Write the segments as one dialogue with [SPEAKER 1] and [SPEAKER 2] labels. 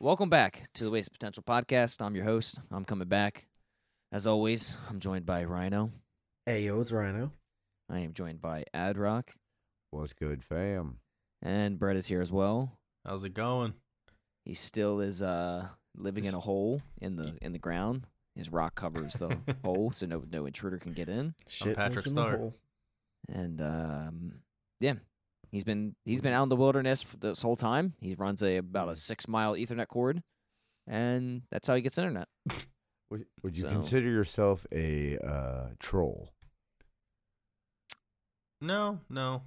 [SPEAKER 1] Welcome back to the Waste of Potential podcast. I'm your host. I'm coming back. As always, I'm joined by Rhino.
[SPEAKER 2] Hey, yo, it's Rhino.
[SPEAKER 1] I am joined by Adrock,
[SPEAKER 3] What's good, fam?
[SPEAKER 1] and Brett is here as well.
[SPEAKER 4] How's it going?
[SPEAKER 1] He still is uh, living in a hole in the in the ground. His rock covers the hole, so no no intruder can get in.
[SPEAKER 2] Shit
[SPEAKER 4] Patrick
[SPEAKER 2] lives in the
[SPEAKER 4] Starr.
[SPEAKER 2] hole.
[SPEAKER 1] And um, yeah, he's been he's been out in the wilderness for this whole time. He runs a about a six mile Ethernet cord, and that's how he gets internet.
[SPEAKER 3] Would, would you
[SPEAKER 1] So-
[SPEAKER 3] consider yourself a uh, troll?
[SPEAKER 4] No, no.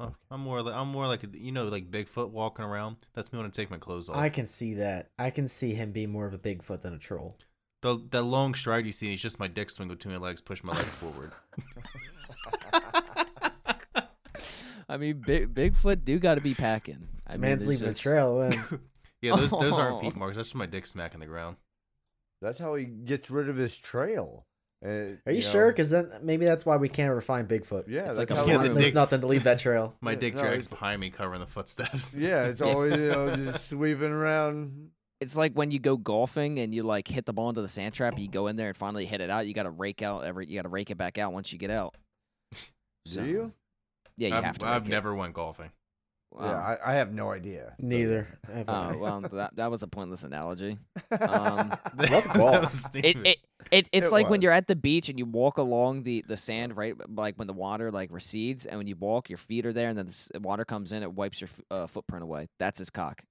[SPEAKER 4] Oh, I'm more like I'm more like a, you know like Bigfoot walking around. That's me when I take my clothes off.
[SPEAKER 2] I can see that. I can see him being more of a Bigfoot than a troll.
[SPEAKER 4] the that long stride you see is just my dick swing between my legs, push my leg forward.
[SPEAKER 1] I mean, big, Bigfoot do got to be packing. I
[SPEAKER 2] Man's
[SPEAKER 1] mean, it's
[SPEAKER 2] leaving a
[SPEAKER 1] just-
[SPEAKER 2] trail. eh?
[SPEAKER 4] Yeah, those those aren't feet
[SPEAKER 1] Oh.
[SPEAKER 4] marks. That's just my dick smacking the ground.
[SPEAKER 3] That's how he gets rid of his trail. Uh,
[SPEAKER 2] Are you
[SPEAKER 3] know,
[SPEAKER 2] sure? Because then maybe that's why we can't ever find Bigfoot.
[SPEAKER 3] Yeah,
[SPEAKER 1] It's
[SPEAKER 3] that's
[SPEAKER 1] like a
[SPEAKER 3] how
[SPEAKER 4] Yeah,
[SPEAKER 3] it
[SPEAKER 4] the
[SPEAKER 3] is.
[SPEAKER 2] There's
[SPEAKER 4] dick-
[SPEAKER 2] nothing to leave that trail.
[SPEAKER 4] My
[SPEAKER 3] Yeah,
[SPEAKER 4] dick
[SPEAKER 3] no,
[SPEAKER 4] drags
[SPEAKER 3] it's-
[SPEAKER 4] behind me, covering the footsteps.
[SPEAKER 3] Yeah, it's always you know, just sweeping around.
[SPEAKER 1] It's like when you go golfing and you like hit the ball into the sand trap. You go in there and finally hit it out. You got to rake out every. You got to rake it back out once you get out.
[SPEAKER 3] Do you?
[SPEAKER 1] Yeah, you
[SPEAKER 4] I've,
[SPEAKER 1] have to.
[SPEAKER 4] I've
[SPEAKER 1] rake it.
[SPEAKER 4] never went golfing.
[SPEAKER 3] yeah,
[SPEAKER 1] Wow.
[SPEAKER 3] I, I have no idea.
[SPEAKER 2] Neither. I have no
[SPEAKER 1] Oh
[SPEAKER 2] idea.
[SPEAKER 1] well, that, that was a pointless analogy. Um,
[SPEAKER 2] Love
[SPEAKER 4] That
[SPEAKER 2] golf.
[SPEAKER 4] was
[SPEAKER 1] It,
[SPEAKER 4] stupid.
[SPEAKER 1] it, it it's
[SPEAKER 3] It
[SPEAKER 1] like when
[SPEAKER 3] was.
[SPEAKER 1] you're at the beach and you walk along the, the sand, right? Like when the water like recedes, and when you walk, your feet are there, and then the s- water comes in, it wipes your f- uh, footprint away. That's his cock.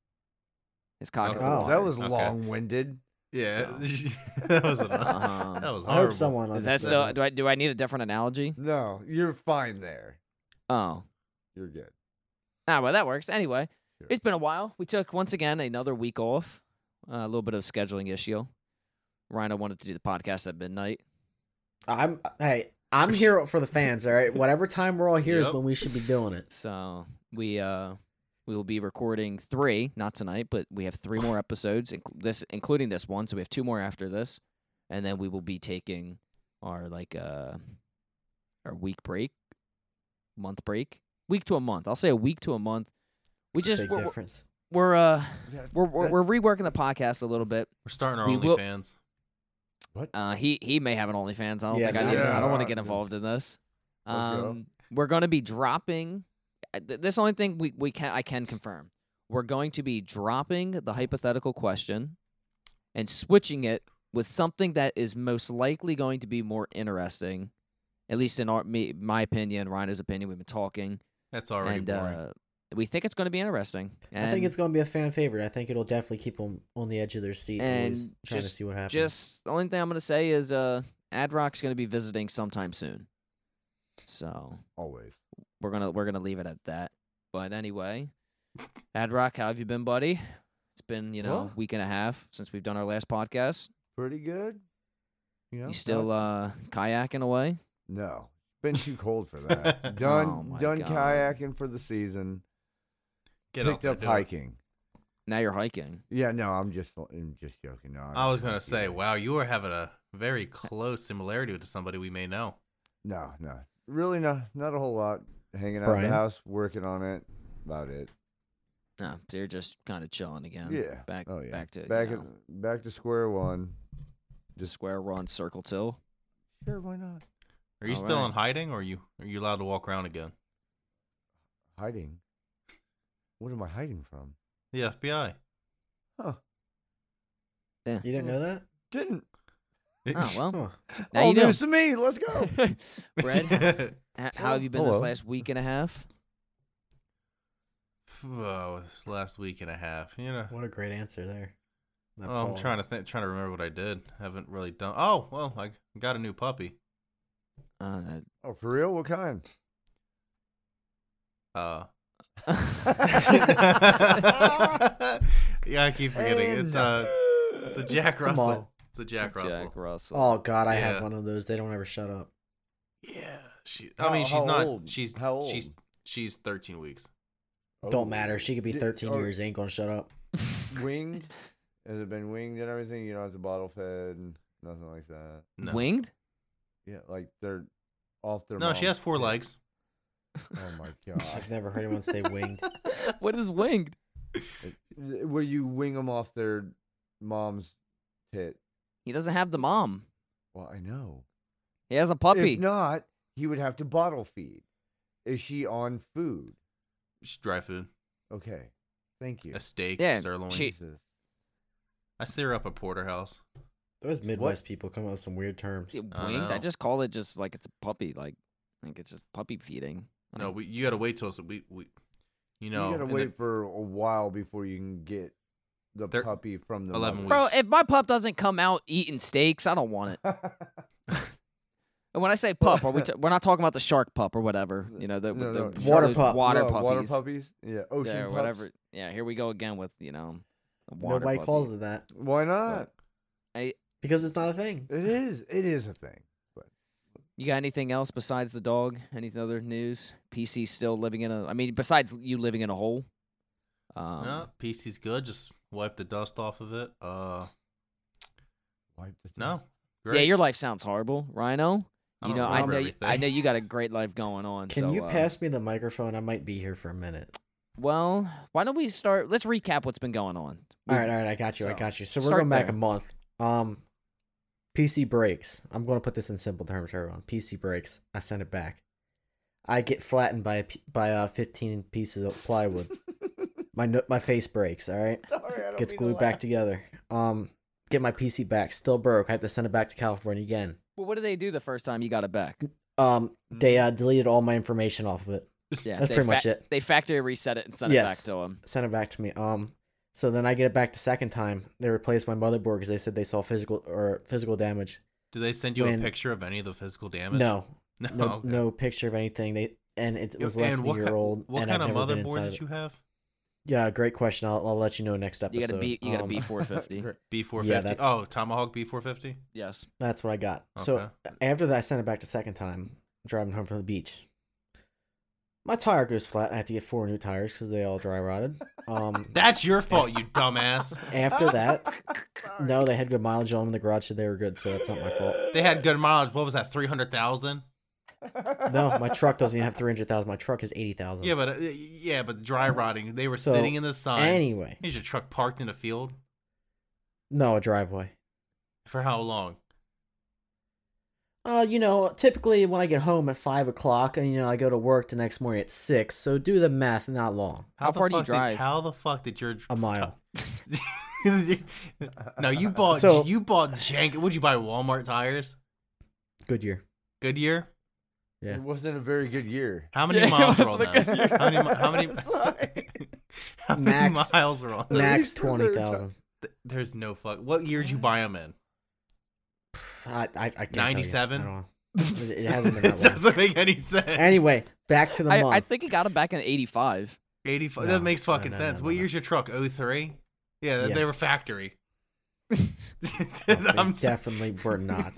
[SPEAKER 1] His cock is the
[SPEAKER 2] Oh,
[SPEAKER 3] Wow,
[SPEAKER 1] water.
[SPEAKER 3] that was
[SPEAKER 4] Okay.
[SPEAKER 3] long-winded.
[SPEAKER 4] yeah, that was
[SPEAKER 1] Um,
[SPEAKER 4] enough. that was
[SPEAKER 2] I
[SPEAKER 4] horrible.
[SPEAKER 2] hope someone.
[SPEAKER 1] Is that
[SPEAKER 2] understood
[SPEAKER 1] so? Do I do I need a different analogy?
[SPEAKER 3] No, you're fine there.
[SPEAKER 1] Oh,
[SPEAKER 3] You're good.
[SPEAKER 1] ah, well that works. Anyway,
[SPEAKER 3] Sure.
[SPEAKER 1] it's been a while. We took once again another week off. Uh, a little bit of scheduling issue. Rhino wanted to do the podcast at midnight.
[SPEAKER 2] I'm. Hey, I'm here for the fans. All right. Whatever time we're all here is
[SPEAKER 4] Yep.
[SPEAKER 2] when we should be doing it.
[SPEAKER 1] So we uh we will be recording three, not tonight, but we have three more episodes, inc- this including this one. So we have two more after this, and then we will be taking our like uh our week break, month break, week to a month. I'll say a week to a month. We just
[SPEAKER 2] Big
[SPEAKER 1] we're, we're-
[SPEAKER 2] difference.
[SPEAKER 1] we're uh
[SPEAKER 3] Yeah,
[SPEAKER 1] we're, we're
[SPEAKER 3] that-
[SPEAKER 1] we're reworking the podcast a little bit.
[SPEAKER 4] We're starting our
[SPEAKER 1] We will-
[SPEAKER 4] OnlyFans.
[SPEAKER 3] what?
[SPEAKER 1] Uh, he he may have an OnlyFans. I don't think I
[SPEAKER 2] Yes.
[SPEAKER 1] need. I don't want to
[SPEAKER 3] Yeah.
[SPEAKER 1] get involved in this.
[SPEAKER 3] Let's go.
[SPEAKER 1] Um, we're going to be dropping. I- th- This only thing we we can I can confirm. We're going to be dropping the hypothetical question, and switching it with something that is most likely going to be more interesting, at least in our me, my opinion, Rhino's opinion. We've been talking,
[SPEAKER 4] That's already
[SPEAKER 1] and
[SPEAKER 4] boring.
[SPEAKER 1] uh, we think it's going to be interesting.
[SPEAKER 2] I think
[SPEAKER 1] and-
[SPEAKER 2] it's going to be a fan favorite. I think it'll definitely keep them on the edge of their seat, and always
[SPEAKER 1] And
[SPEAKER 2] trying
[SPEAKER 1] just-
[SPEAKER 2] to see what happens.
[SPEAKER 1] Just the only thing I'm gonna say is uh Adrock's gonna be visiting sometime soon. So
[SPEAKER 3] Always.
[SPEAKER 1] we're gonna we're gonna leave it at that. But anyway, Adrock, how have you been, buddy? It's been, you know,
[SPEAKER 3] Huh?
[SPEAKER 1] week and a half since we've done our last podcast.
[SPEAKER 3] Pretty good. You know,
[SPEAKER 1] you
[SPEAKER 3] not-
[SPEAKER 1] still uh kayaking away?
[SPEAKER 3] No, been too cold for that. done,
[SPEAKER 1] Oh my
[SPEAKER 3] done
[SPEAKER 1] God.
[SPEAKER 3] kayaking for the season.
[SPEAKER 4] Get out
[SPEAKER 3] Picked
[SPEAKER 4] there,
[SPEAKER 3] up
[SPEAKER 4] do it.
[SPEAKER 3] hiking.
[SPEAKER 1] Now you're hiking.
[SPEAKER 3] Yeah, no, I'm just, I'm just joking. No, I'm
[SPEAKER 4] I
[SPEAKER 3] not
[SPEAKER 4] was gonna
[SPEAKER 3] hiking.
[SPEAKER 4] say, wow, you are having a very close similarity to somebody we may know.
[SPEAKER 3] No, no, really, no, not a whole lot. Hanging out at
[SPEAKER 2] Brian?
[SPEAKER 3] the house, working on it. About it.
[SPEAKER 1] No, so you're just kind of chilling again.
[SPEAKER 3] yeah.
[SPEAKER 1] Back
[SPEAKER 3] oh yeah.
[SPEAKER 1] back to
[SPEAKER 3] back,
[SPEAKER 1] you
[SPEAKER 3] at,
[SPEAKER 1] know,
[SPEAKER 3] back to square one. just-
[SPEAKER 1] square run circle till.
[SPEAKER 3] Sure, why not?
[SPEAKER 4] Are you
[SPEAKER 1] All
[SPEAKER 4] still
[SPEAKER 1] right.
[SPEAKER 4] on hiding, or are you are you allowed to walk around again?
[SPEAKER 3] Hiding. What am I hiding from?
[SPEAKER 4] The FBI.
[SPEAKER 3] Huh?
[SPEAKER 2] you didn't know that?
[SPEAKER 3] Didn't.
[SPEAKER 1] Oh well.
[SPEAKER 2] Huh.
[SPEAKER 1] Now
[SPEAKER 3] All
[SPEAKER 1] you know.
[SPEAKER 3] news to me. Let's go.
[SPEAKER 1] Brad, h- how have you been this
[SPEAKER 3] Oh. Hello.
[SPEAKER 1] last week and a half?
[SPEAKER 4] Whoa, this last week and a half. You know,
[SPEAKER 2] What a great answer there. That
[SPEAKER 4] oh, I'm trying to
[SPEAKER 2] pause.
[SPEAKER 4] think, trying to remember what I did. haven't really done. Oh well, I got a new puppy.
[SPEAKER 1] Uh,
[SPEAKER 3] oh, for real? What kind?
[SPEAKER 4] Uh.
[SPEAKER 3] Jack
[SPEAKER 4] yeah, I keep forgetting. It's uh, it's a Jack
[SPEAKER 2] It's a
[SPEAKER 4] Russell.
[SPEAKER 2] mutt.
[SPEAKER 4] It's a Jack Russell.
[SPEAKER 1] Jack Russell.
[SPEAKER 2] Oh God, I
[SPEAKER 4] Yeah.
[SPEAKER 2] have one of those. They don't ever shut up.
[SPEAKER 4] Yeah, she.
[SPEAKER 3] How-
[SPEAKER 4] I mean, she's
[SPEAKER 3] how
[SPEAKER 4] not.
[SPEAKER 3] old?
[SPEAKER 4] She's
[SPEAKER 3] How
[SPEAKER 4] she's
[SPEAKER 3] old?
[SPEAKER 4] she's 13 weeks.
[SPEAKER 3] Oh,
[SPEAKER 2] Don't matter. She could be
[SPEAKER 3] Did-
[SPEAKER 2] 13
[SPEAKER 3] or Oh.
[SPEAKER 2] years. Ain't gonna shut up.
[SPEAKER 3] Winged. Has it been winged and everything? You don't have to bottle fed and nothing like that.
[SPEAKER 4] No.
[SPEAKER 1] Winged?
[SPEAKER 3] Yeah, like they're off their.
[SPEAKER 4] No, she
[SPEAKER 3] mom.
[SPEAKER 4] has four
[SPEAKER 3] Yeah.
[SPEAKER 4] legs.
[SPEAKER 3] Oh my god!
[SPEAKER 2] I've never heard anyone say winged.
[SPEAKER 1] what is winged?
[SPEAKER 3] It- Where you wing them off their mom's tit?
[SPEAKER 1] He doesn't have the mom.
[SPEAKER 3] Well, I know.
[SPEAKER 1] He has a puppy.
[SPEAKER 3] If not, he would have to bottle feed. Is she on food?
[SPEAKER 4] She's dry food.
[SPEAKER 3] Okay, thank you.
[SPEAKER 4] A steak,
[SPEAKER 1] Yeah,
[SPEAKER 4] sirloin.
[SPEAKER 1] she-
[SPEAKER 3] Jesus.
[SPEAKER 4] I see her up at Porterhouse.
[SPEAKER 2] Those Midwest people come up with some weird terms.
[SPEAKER 1] Yeah,
[SPEAKER 4] I
[SPEAKER 1] winged? I
[SPEAKER 4] know.
[SPEAKER 1] just call it just like it's a puppy. Like, like it's just puppy feeding.
[SPEAKER 4] No, we, you gotta wait till it's- we, we you know
[SPEAKER 3] you gotta
[SPEAKER 4] and the-
[SPEAKER 3] wait for a while before you can get the
[SPEAKER 4] Thir-
[SPEAKER 3] puppy from the
[SPEAKER 4] 11
[SPEAKER 3] mother.
[SPEAKER 1] Bro,
[SPEAKER 4] weeks.
[SPEAKER 1] if my pup doesn't come out eating steaks, I don't want it. And when I say pup, are we t- we're not talking about the shark pup or whatever, you know, the,
[SPEAKER 3] No,
[SPEAKER 1] the
[SPEAKER 3] no,
[SPEAKER 1] those
[SPEAKER 2] Water pup.
[SPEAKER 1] water
[SPEAKER 3] No,
[SPEAKER 1] puppies,
[SPEAKER 3] water puppies, yeah, ocean
[SPEAKER 1] yeah,
[SPEAKER 3] pups.
[SPEAKER 1] whatever. Yeah, here we go again with you know, the water
[SPEAKER 2] Nobody
[SPEAKER 1] puppy.
[SPEAKER 2] calls it that
[SPEAKER 3] Why not?
[SPEAKER 2] because it's not a thing.
[SPEAKER 3] It is. It is a thing.
[SPEAKER 1] You got anything else besides the dog? Any other news? PC still living in a. I mean, besides you living in a hole. Um,
[SPEAKER 4] no, PC's good. Just wipe the dust off of it. Uh,
[SPEAKER 3] Wipe the
[SPEAKER 4] no,
[SPEAKER 1] Yeah,
[SPEAKER 4] great.
[SPEAKER 1] your life sounds horrible, Rhino.
[SPEAKER 4] I
[SPEAKER 1] you
[SPEAKER 4] don't
[SPEAKER 1] know, I
[SPEAKER 4] remember
[SPEAKER 1] know, you, I
[SPEAKER 4] everything.
[SPEAKER 1] know you got a great life going on.
[SPEAKER 2] Can
[SPEAKER 1] so,
[SPEAKER 2] you
[SPEAKER 1] uh,
[SPEAKER 2] pass me the microphone? I might be here for a minute.
[SPEAKER 1] Well, why don't we start? Let's recap what's been going on.
[SPEAKER 2] All right, all right, I got you. I
[SPEAKER 1] so,
[SPEAKER 2] got you. So we're
[SPEAKER 1] start
[SPEAKER 2] going back
[SPEAKER 1] there.
[SPEAKER 2] a month. Um, PC breaks. I'm going to put this in simple terms for everyone. PC breaks. I send it back. I get flattened by a p- by uh, 15 pieces of plywood. my no- my face breaks. All right.
[SPEAKER 3] Sorry, I don't
[SPEAKER 2] gets
[SPEAKER 3] mean to
[SPEAKER 2] glued back
[SPEAKER 3] laugh.
[SPEAKER 2] together. Um, get my PC back. Still broke. I have to send it back to California again.
[SPEAKER 1] Well, what did they do the first time you got it back?
[SPEAKER 2] Um, they uh, deleted all my information off of it.
[SPEAKER 1] Yeah,
[SPEAKER 2] That's
[SPEAKER 1] they
[SPEAKER 2] pretty much
[SPEAKER 1] fa-
[SPEAKER 2] it.
[SPEAKER 1] They factory reset it and sent it back
[SPEAKER 2] Yes.
[SPEAKER 1] to them.
[SPEAKER 2] Sent it back to me. Um, so then I get it back the second time. They replaced my motherboard because they said they saw physical or physical damage.
[SPEAKER 4] Do they send you
[SPEAKER 2] When-
[SPEAKER 4] a picture of any of the physical damage?
[SPEAKER 2] No,
[SPEAKER 4] no,
[SPEAKER 2] no,
[SPEAKER 4] okay.
[SPEAKER 2] no picture of anything. They and it
[SPEAKER 4] Yo,
[SPEAKER 2] was less
[SPEAKER 4] and
[SPEAKER 2] than
[SPEAKER 4] what
[SPEAKER 2] a year
[SPEAKER 4] ki-
[SPEAKER 2] old.
[SPEAKER 4] What
[SPEAKER 2] and
[SPEAKER 4] kind
[SPEAKER 2] I've
[SPEAKER 4] of
[SPEAKER 2] never been
[SPEAKER 4] motherboard
[SPEAKER 2] inside
[SPEAKER 4] did
[SPEAKER 2] of
[SPEAKER 4] you
[SPEAKER 2] it.
[SPEAKER 4] have?
[SPEAKER 2] Yeah, great question. I'll, I'll let you know next
[SPEAKER 1] You
[SPEAKER 2] episode.
[SPEAKER 1] got a B. You got a
[SPEAKER 2] Um,
[SPEAKER 1] B four fifty.
[SPEAKER 3] Great.
[SPEAKER 4] B450.
[SPEAKER 2] Yeah, that's-
[SPEAKER 4] Oh, Tomahawk B450.
[SPEAKER 1] Yes.
[SPEAKER 2] That's what I got.
[SPEAKER 4] Okay.
[SPEAKER 2] So after that, I sent it back the second time. Driving home from the beach, my tire goes flat. I have to get four new tires because they all dry rotted. Um,
[SPEAKER 4] that's your fault, you dumbass.
[SPEAKER 2] after that, no, they had good mileage on them in the garage, so they were good. So that's not my fault.
[SPEAKER 4] They had good mileage. What was that? Three hundred thousand.
[SPEAKER 2] No, my truck doesn't even have three hundred thousand. My truck is eighty thousand.
[SPEAKER 4] Yeah, but uh, yeah, but dry rotting. They were
[SPEAKER 2] Mm. So,
[SPEAKER 4] sitting in the sun.
[SPEAKER 2] Anyway,
[SPEAKER 4] Is your truck parked in a field
[SPEAKER 2] no, a driveway.
[SPEAKER 4] for how long?
[SPEAKER 2] Uh, you know, typically when I get home at five o'clock, and you know I go to work the next morning at six. So do the math. Not long.
[SPEAKER 1] How
[SPEAKER 4] the
[SPEAKER 1] far do you
[SPEAKER 4] fuck did-
[SPEAKER 1] drive?
[SPEAKER 4] how the fuck did your
[SPEAKER 2] A mile.
[SPEAKER 4] no, you bought
[SPEAKER 2] So-
[SPEAKER 4] you bought jank. Would you buy Walmart tires?
[SPEAKER 2] Goodyear.
[SPEAKER 4] Goodyear.
[SPEAKER 2] Yeah.
[SPEAKER 3] It wasn't a very good year.
[SPEAKER 4] How many
[SPEAKER 1] Yeah, it
[SPEAKER 4] miles were on
[SPEAKER 1] wasn't
[SPEAKER 4] that?
[SPEAKER 1] a good
[SPEAKER 4] How many? mi- How many?
[SPEAKER 3] Sorry.
[SPEAKER 4] how many
[SPEAKER 2] Max-
[SPEAKER 4] miles were on?
[SPEAKER 3] At
[SPEAKER 4] that?
[SPEAKER 2] Max
[SPEAKER 3] least for their
[SPEAKER 2] twenty thousand.
[SPEAKER 4] Th- There's no fuck. What year did you buy them in?
[SPEAKER 2] I I, I can't tell you.
[SPEAKER 4] 97?
[SPEAKER 2] I don't know. It it hasn't been that long.
[SPEAKER 4] doesn't make any sense.
[SPEAKER 2] Anyway, back to the
[SPEAKER 1] I,
[SPEAKER 2] month.
[SPEAKER 1] I think he got it back in eighty five.
[SPEAKER 4] eighty five.
[SPEAKER 2] No,
[SPEAKER 4] that makes
[SPEAKER 2] no,
[SPEAKER 4] fucking
[SPEAKER 2] no, no,
[SPEAKER 4] sense.
[SPEAKER 2] no,
[SPEAKER 4] what
[SPEAKER 2] no.
[SPEAKER 4] year's your truck? 03? Yeah, th-
[SPEAKER 2] Yeah.
[SPEAKER 4] they were factory.
[SPEAKER 2] No, they
[SPEAKER 4] I'm sorry.
[SPEAKER 2] definitely were not.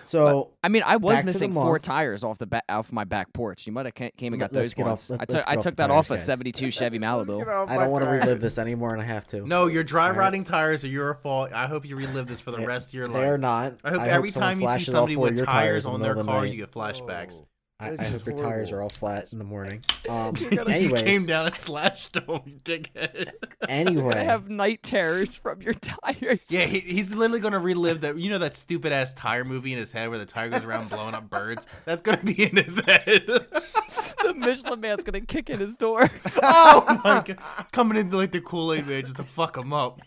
[SPEAKER 2] So
[SPEAKER 1] I mean, I was
[SPEAKER 2] Back to the
[SPEAKER 1] missing four
[SPEAKER 2] month.
[SPEAKER 1] tires off the ba- off my back porch. You might have ca- came and got
[SPEAKER 2] Let- let's
[SPEAKER 1] those
[SPEAKER 2] get off-
[SPEAKER 1] once. I
[SPEAKER 2] let- let's
[SPEAKER 1] took
[SPEAKER 2] get
[SPEAKER 1] I
[SPEAKER 2] off
[SPEAKER 1] took
[SPEAKER 2] the
[SPEAKER 1] that off a
[SPEAKER 2] tires, guys.
[SPEAKER 1] seventy two Chevy
[SPEAKER 3] Get
[SPEAKER 1] Malibu.
[SPEAKER 3] off
[SPEAKER 2] I
[SPEAKER 3] my
[SPEAKER 2] don't want to
[SPEAKER 3] tires.
[SPEAKER 2] relive this anymore, and I have to.
[SPEAKER 4] no, your dry
[SPEAKER 2] Alright.
[SPEAKER 4] rotting tires are your fault. I hope you relive this for the
[SPEAKER 2] They-
[SPEAKER 4] rest of your
[SPEAKER 2] They are
[SPEAKER 4] life.
[SPEAKER 2] not.
[SPEAKER 4] I hope every
[SPEAKER 2] someone
[SPEAKER 4] time you see
[SPEAKER 2] slashes all
[SPEAKER 4] somebody
[SPEAKER 2] four of
[SPEAKER 4] with
[SPEAKER 2] your
[SPEAKER 4] tires
[SPEAKER 2] in the
[SPEAKER 4] on their
[SPEAKER 2] middle of the
[SPEAKER 4] car,
[SPEAKER 2] night.
[SPEAKER 4] you get flashbacks.
[SPEAKER 2] I, I
[SPEAKER 3] This is
[SPEAKER 2] hope your tires
[SPEAKER 3] horrible.
[SPEAKER 2] are all flat in the morning. Um,
[SPEAKER 4] You gotta- you came
[SPEAKER 2] anyways,
[SPEAKER 4] down and slashed him, you dickhead.
[SPEAKER 1] I
[SPEAKER 2] anyway,
[SPEAKER 1] have night terrors from your tires.
[SPEAKER 4] Yeah, he, he's literally gonna relive that. You know that stupid ass tire movie in his head where the tire goes around blowing up birds. That's gonna be in his head.
[SPEAKER 1] the Michelin man's gonna kick in his door.
[SPEAKER 4] oh my god, coming into like the Kool Aid man just to fuck him up.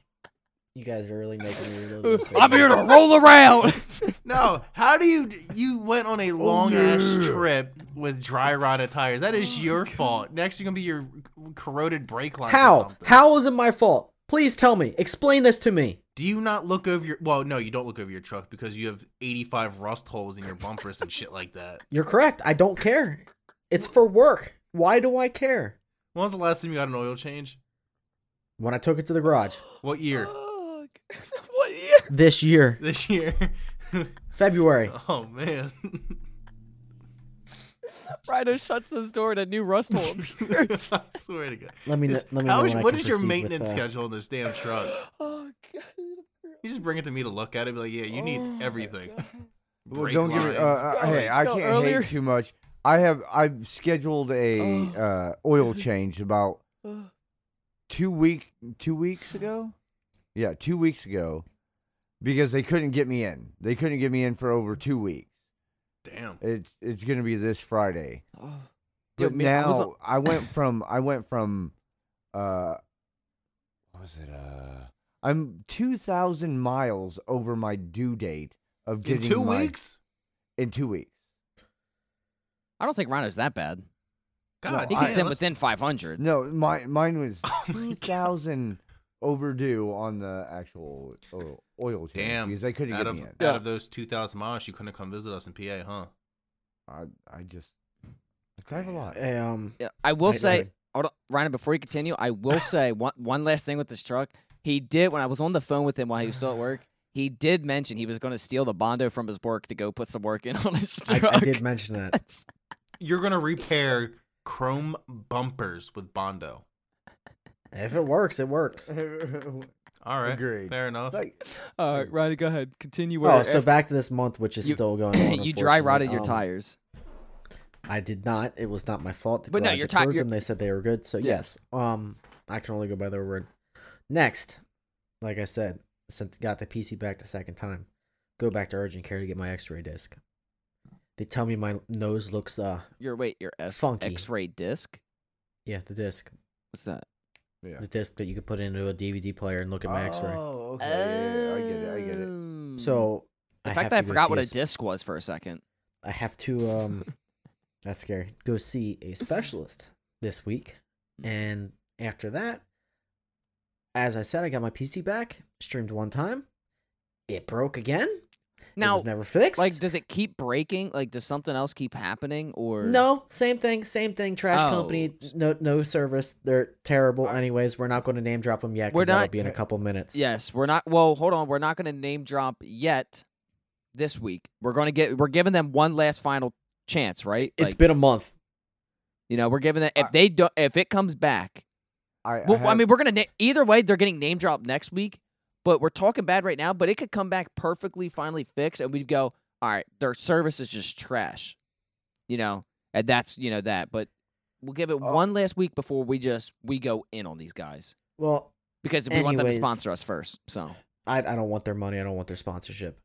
[SPEAKER 2] you guys are really making me relive this.
[SPEAKER 1] I'm here to roll around.
[SPEAKER 4] No, how do you? You went on a
[SPEAKER 2] Oh,
[SPEAKER 4] long ass trip with dry rotted tires. That
[SPEAKER 2] Oh,
[SPEAKER 4] is your fault. Next, you're gonna be your corroded brake lines. or
[SPEAKER 2] How?
[SPEAKER 4] something.
[SPEAKER 2] How is it my fault? Please tell me. Explain this to me.
[SPEAKER 4] Do you not look over your? Well, no, you don't look over your truck because you have 85 rust holes in your bumpers and shit like that.
[SPEAKER 2] You're correct. I don't care. It's for work. Why do I care?
[SPEAKER 4] When was the last time you got an oil change?
[SPEAKER 2] When I took it to the garage
[SPEAKER 4] What year?
[SPEAKER 1] Fuck. what year?
[SPEAKER 2] this year,
[SPEAKER 4] This year.
[SPEAKER 2] February.
[SPEAKER 4] Oh man.
[SPEAKER 1] Rhino shuts his door and a new rust hole appears.
[SPEAKER 4] I swear to God.
[SPEAKER 2] Let me kn-
[SPEAKER 4] Is-
[SPEAKER 2] let me know.
[SPEAKER 4] How
[SPEAKER 2] when
[SPEAKER 4] is-
[SPEAKER 2] I
[SPEAKER 4] what
[SPEAKER 2] can
[SPEAKER 4] is your
[SPEAKER 2] proceed with,
[SPEAKER 4] maintenance
[SPEAKER 2] uh,
[SPEAKER 4] schedule on this damn truck?
[SPEAKER 1] oh god.
[SPEAKER 4] You just bring it to me to look at it, be like, yeah, you need
[SPEAKER 1] Oh,
[SPEAKER 4] everything.
[SPEAKER 1] God.
[SPEAKER 3] Well,
[SPEAKER 4] Brake
[SPEAKER 3] don't give me.
[SPEAKER 4] lines.
[SPEAKER 3] Uh, uh, hey, I
[SPEAKER 1] No,
[SPEAKER 3] can't
[SPEAKER 1] earlier-
[SPEAKER 3] hate too much. I have. I've scheduled a
[SPEAKER 1] Oh.
[SPEAKER 3] uh, oil change about
[SPEAKER 1] Oh,
[SPEAKER 3] two week two weeks ago. Yeah, two weeks ago, because they couldn't get me in. They couldn't get me in for over two weeks.
[SPEAKER 4] Damn.
[SPEAKER 3] It's it's gonna be this Friday.
[SPEAKER 1] oh. Yo,
[SPEAKER 3] But
[SPEAKER 1] man, I
[SPEAKER 3] now
[SPEAKER 1] was
[SPEAKER 3] I,
[SPEAKER 1] on-
[SPEAKER 3] went from I went from uh what was it uh I'm 2000 miles over my due date of
[SPEAKER 4] In
[SPEAKER 3] getting
[SPEAKER 4] two
[SPEAKER 3] my-
[SPEAKER 4] weeks?
[SPEAKER 3] in 2 weeks.
[SPEAKER 1] I don't think Rhino's that bad.
[SPEAKER 4] God,
[SPEAKER 1] He
[SPEAKER 3] Well, I-
[SPEAKER 1] gets
[SPEAKER 4] damn,
[SPEAKER 1] in
[SPEAKER 4] let's-
[SPEAKER 1] within 500.
[SPEAKER 3] No, my mine was
[SPEAKER 4] Oh my God.
[SPEAKER 3] 2000 overdue on the actual oil, oil change
[SPEAKER 4] Damn.
[SPEAKER 3] because they couldn't
[SPEAKER 4] out
[SPEAKER 3] get
[SPEAKER 4] of,
[SPEAKER 3] me in.
[SPEAKER 4] out of those 2,000 miles, you couldn't come visit us in PA, huh?
[SPEAKER 3] I I just I drive a lot.
[SPEAKER 2] eh, um,
[SPEAKER 1] Yeah, I will
[SPEAKER 2] Right,
[SPEAKER 1] say,
[SPEAKER 2] right.
[SPEAKER 1] hold on, Ryan, before you continue, I will say one one last thing with this truck. He did when I was on the phone with him while he was still at work. He did mention he was going to steal the bondo from his work to go put some work in on his
[SPEAKER 2] I,
[SPEAKER 1] truck.
[SPEAKER 2] I did mention that.
[SPEAKER 4] You're going to repair chrome bumpers with Bondo.
[SPEAKER 2] If it works, it works.
[SPEAKER 4] All right.
[SPEAKER 3] Agreed.
[SPEAKER 4] Fair enough.
[SPEAKER 3] like
[SPEAKER 1] All right, Ryan, Uh, go ahead. Continue.
[SPEAKER 2] Oh, so back to this month, which is
[SPEAKER 1] You-
[SPEAKER 2] still going on.
[SPEAKER 1] you dry
[SPEAKER 2] unfortunately.
[SPEAKER 1] rotted your
[SPEAKER 2] Um,
[SPEAKER 1] tires.
[SPEAKER 2] I did not. It was not my fault. The
[SPEAKER 1] But no,
[SPEAKER 2] garage
[SPEAKER 1] your ti-
[SPEAKER 2] approved
[SPEAKER 1] your-
[SPEAKER 2] them. They said they were good. So
[SPEAKER 1] Yeah.
[SPEAKER 2] yes, um, I can only go by their word. Next, like I said, sent got the PC back the second time. Go back to urgent care to get my X-ray disc. They tell me my nose looks uh
[SPEAKER 1] Your wait, your S
[SPEAKER 2] funky.
[SPEAKER 1] X-ray disc.
[SPEAKER 2] yeah the disc
[SPEAKER 1] What's that?
[SPEAKER 3] yeah.
[SPEAKER 2] the disc that you could put into a DVD player and look at my X-ray.
[SPEAKER 3] Oh, okay. yeah, yeah, I get it. I get it.
[SPEAKER 1] Oh.
[SPEAKER 2] So
[SPEAKER 1] the
[SPEAKER 2] I
[SPEAKER 1] fact
[SPEAKER 2] have
[SPEAKER 1] that I
[SPEAKER 2] to go
[SPEAKER 1] forgot
[SPEAKER 2] see
[SPEAKER 1] what
[SPEAKER 2] a
[SPEAKER 1] a
[SPEAKER 2] s-
[SPEAKER 1] disc was for a second.
[SPEAKER 2] I have to um that's scary. Go see a specialist this week.
[SPEAKER 1] Mm.
[SPEAKER 2] And after that, as I said, I got my PC back, streamed one time. It broke again. it
[SPEAKER 1] Now,
[SPEAKER 2] was never fixed.
[SPEAKER 1] like, does it keep breaking? Like, does something else keep happening? Or
[SPEAKER 2] no, same thing, same thing. Trash
[SPEAKER 1] Oh.
[SPEAKER 2] company, no, no service. They're terrible. Anyways, we're not going to name drop them yet.
[SPEAKER 1] We're
[SPEAKER 2] because that'll
[SPEAKER 1] not-
[SPEAKER 2] be in a couple minutes.
[SPEAKER 1] Yes, we're not. Well, hold on. We're not going to name drop yet. This week, we're going to get. We're giving them one last final chance, right?
[SPEAKER 2] it's
[SPEAKER 1] like,
[SPEAKER 2] been a month.
[SPEAKER 1] you know, we're giving them if
[SPEAKER 3] I-
[SPEAKER 1] they don't. If it comes back,
[SPEAKER 3] I,
[SPEAKER 1] well, I
[SPEAKER 3] have-
[SPEAKER 1] mean, we're gonna na- either way. They're getting name dropped next week, but we're talking bad right now. But it could come back perfectly, finally fixed, and we'd go, all right, their service is just trash, you know, and that's you know that. But we'll give it
[SPEAKER 3] Oh.
[SPEAKER 1] one last week before we just we go in on these guys
[SPEAKER 2] Well,
[SPEAKER 1] because we want them to
[SPEAKER 2] Anyways.
[SPEAKER 1] sponsor us first. So,
[SPEAKER 2] I, I don't want their money. I don't want their sponsorship.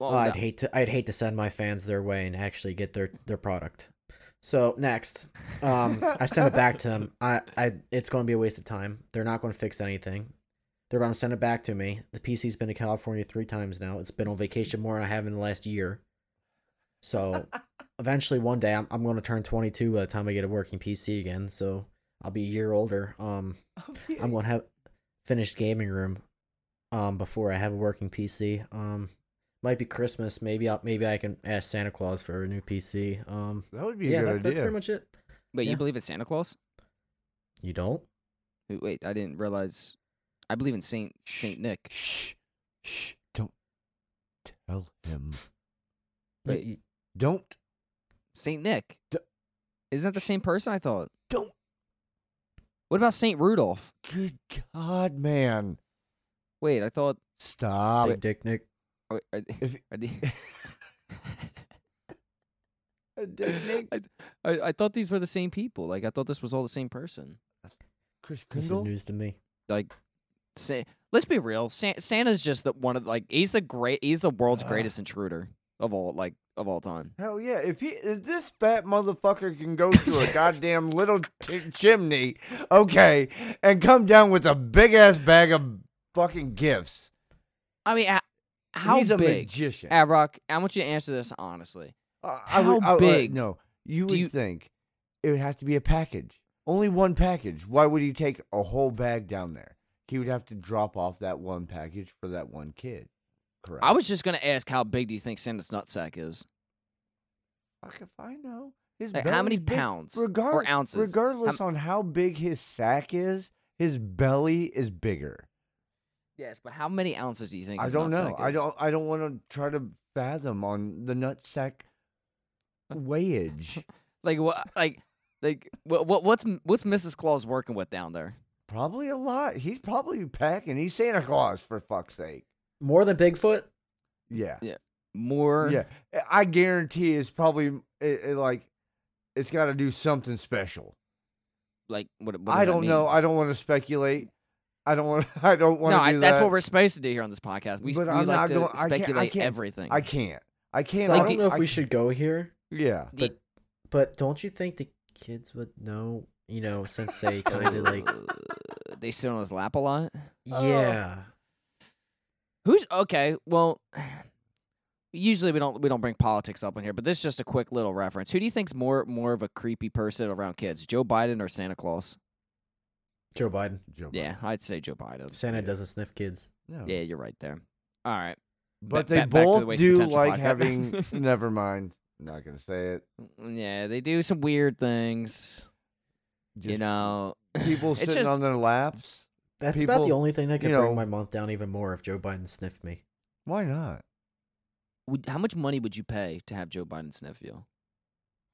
[SPEAKER 1] well,
[SPEAKER 2] Oh, I'd
[SPEAKER 1] no.
[SPEAKER 2] hate to I'd hate to send my fans their way and actually get their their product. So next, um, I send it back to them. I, I it's going to be a waste of time. They're not going to fix anything. They're going to send it back to me. The PC's been to California three times now. It's been on vacation more than I have in the last year. So eventually, one day, I'm I'm going to turn 22 by the time I get a working PC again. So I'll be a year older. Um, I'm going to have finished gaming room um before I have a working PC. Um might be Christmas, maybe I'll maybe I can ask Santa Claus for a new PC. Um
[SPEAKER 3] that would be a
[SPEAKER 2] yeah,
[SPEAKER 3] good
[SPEAKER 2] that,
[SPEAKER 3] idea.
[SPEAKER 2] that's pretty much it.
[SPEAKER 1] Wait,
[SPEAKER 2] Yeah.
[SPEAKER 1] you believe in Santa Claus?
[SPEAKER 2] You don't?
[SPEAKER 1] Wait, wait, I didn't realize. I believe in Saint Saint Nick.
[SPEAKER 3] Shh, shh, don't tell him.
[SPEAKER 2] You-
[SPEAKER 1] Wait.
[SPEAKER 2] you-
[SPEAKER 3] Don't,
[SPEAKER 1] Saint Nick.
[SPEAKER 3] D-
[SPEAKER 1] Isn't that the same person? I thought.
[SPEAKER 3] don't.
[SPEAKER 1] What about Saint Rudolph?
[SPEAKER 3] Good God, man,
[SPEAKER 1] Wait, I thought. oh,
[SPEAKER 3] stop.
[SPEAKER 2] Big Dick Nick.
[SPEAKER 1] Are, are,
[SPEAKER 3] If
[SPEAKER 1] are the-
[SPEAKER 3] Nick-
[SPEAKER 1] I, I, I thought these were the same people. Like I thought this was all the same person.
[SPEAKER 3] Chris
[SPEAKER 2] This is
[SPEAKER 3] Kringle,
[SPEAKER 2] news to me.
[SPEAKER 1] Like, say, let's be real. San, Santa's just the one of like he's the great. He's the world's
[SPEAKER 3] Ah.
[SPEAKER 1] greatest intruder of all like of all time.
[SPEAKER 3] hell yeah! If he if this fat motherfucker can go through a goddamn little ch- chimney, okay, and come down with a big ass bag of fucking gifts,
[SPEAKER 1] I mean, a- how
[SPEAKER 3] he's a
[SPEAKER 1] big?
[SPEAKER 3] magician.
[SPEAKER 1] Avrock, I want you to answer this honestly.
[SPEAKER 3] Uh, I would,
[SPEAKER 1] How
[SPEAKER 3] I would-
[SPEAKER 1] big
[SPEAKER 3] no, you
[SPEAKER 1] do
[SPEAKER 3] would
[SPEAKER 1] you-
[SPEAKER 3] think it would have to be a package. Only one package. Why would he take a whole bag down there? He would have to drop off that one package for that one kid. Correct.
[SPEAKER 1] I was just gonna ask how big do you think Santa's nutsack is?
[SPEAKER 3] Fuck if I know. His
[SPEAKER 1] Like, how many
[SPEAKER 3] belly's big.
[SPEAKER 1] pounds
[SPEAKER 3] Regard-
[SPEAKER 1] or ounces?
[SPEAKER 3] Regardless on how big his sack is, his belly is bigger.
[SPEAKER 1] yes, but how many ounces do you think?
[SPEAKER 3] I
[SPEAKER 1] his
[SPEAKER 3] don't know.
[SPEAKER 1] nutsack
[SPEAKER 3] I
[SPEAKER 1] is?
[SPEAKER 3] don't. I don't want to try to fathom on the nut sack weighage.
[SPEAKER 1] Like what? Like like what? What? What's what's Mrs. Claus working with down there?
[SPEAKER 3] Probably a lot. He's probably packing. He's Santa Claus for fuck's sake.
[SPEAKER 2] More than Bigfoot?
[SPEAKER 3] Yeah.
[SPEAKER 1] More.
[SPEAKER 3] Yeah. I guarantee it's probably it, it, like it's got to do something special.
[SPEAKER 1] Like what? what does
[SPEAKER 3] I
[SPEAKER 1] that
[SPEAKER 3] don't
[SPEAKER 1] mean?
[SPEAKER 3] know. I don't want to speculate. I don't want. I don't want
[SPEAKER 1] no,
[SPEAKER 3] to
[SPEAKER 1] I,
[SPEAKER 3] do
[SPEAKER 1] that's
[SPEAKER 3] that.
[SPEAKER 1] what we're supposed to do here on this podcast. We,
[SPEAKER 3] But
[SPEAKER 1] we
[SPEAKER 3] I'm
[SPEAKER 1] like
[SPEAKER 3] not
[SPEAKER 1] to
[SPEAKER 3] going- I can't- I
[SPEAKER 1] speculate
[SPEAKER 3] can't-
[SPEAKER 1] everything.
[SPEAKER 3] I can't. I can't.
[SPEAKER 2] So I
[SPEAKER 3] I
[SPEAKER 2] don't know if
[SPEAKER 3] I-
[SPEAKER 2] we should go here,
[SPEAKER 3] Yeah.
[SPEAKER 1] The-
[SPEAKER 2] but but don't you think the kids would know? You know, since they kind of like
[SPEAKER 1] Uh, they sit on his lap a lot.
[SPEAKER 2] yeah.
[SPEAKER 1] Who's okay? Well, usually we don't we don't bring politics up in here, but this is just a quick little reference. Who do you think's more more of a creepy person around kids, Joe Biden or Santa Claus?
[SPEAKER 2] Joe Biden.
[SPEAKER 3] Joe
[SPEAKER 1] Yeah, I'd say Joe Biden.
[SPEAKER 2] Santa
[SPEAKER 3] Yeah.
[SPEAKER 2] doesn't sniff kids.
[SPEAKER 3] Biden. No.
[SPEAKER 1] Yeah, you're right there. All right,
[SPEAKER 3] But
[SPEAKER 1] Ba-
[SPEAKER 3] they
[SPEAKER 1] ba- back to the
[SPEAKER 3] both
[SPEAKER 1] Waste
[SPEAKER 3] do
[SPEAKER 1] Potential
[SPEAKER 3] like
[SPEAKER 1] podcast.
[SPEAKER 3] having. never mind. Not gonna say it.
[SPEAKER 1] Mm, yeah, they do some weird things. you
[SPEAKER 3] Just
[SPEAKER 1] know,
[SPEAKER 3] people
[SPEAKER 1] it's
[SPEAKER 3] sitting
[SPEAKER 1] just-
[SPEAKER 3] on their laps.
[SPEAKER 2] That's about the
[SPEAKER 3] People-
[SPEAKER 2] only thing that could
[SPEAKER 3] you know-
[SPEAKER 2] bring my month down even more if Joe Biden sniffed me.
[SPEAKER 3] Why not?
[SPEAKER 1] would, how much money would you pay to have Joe Biden sniff you?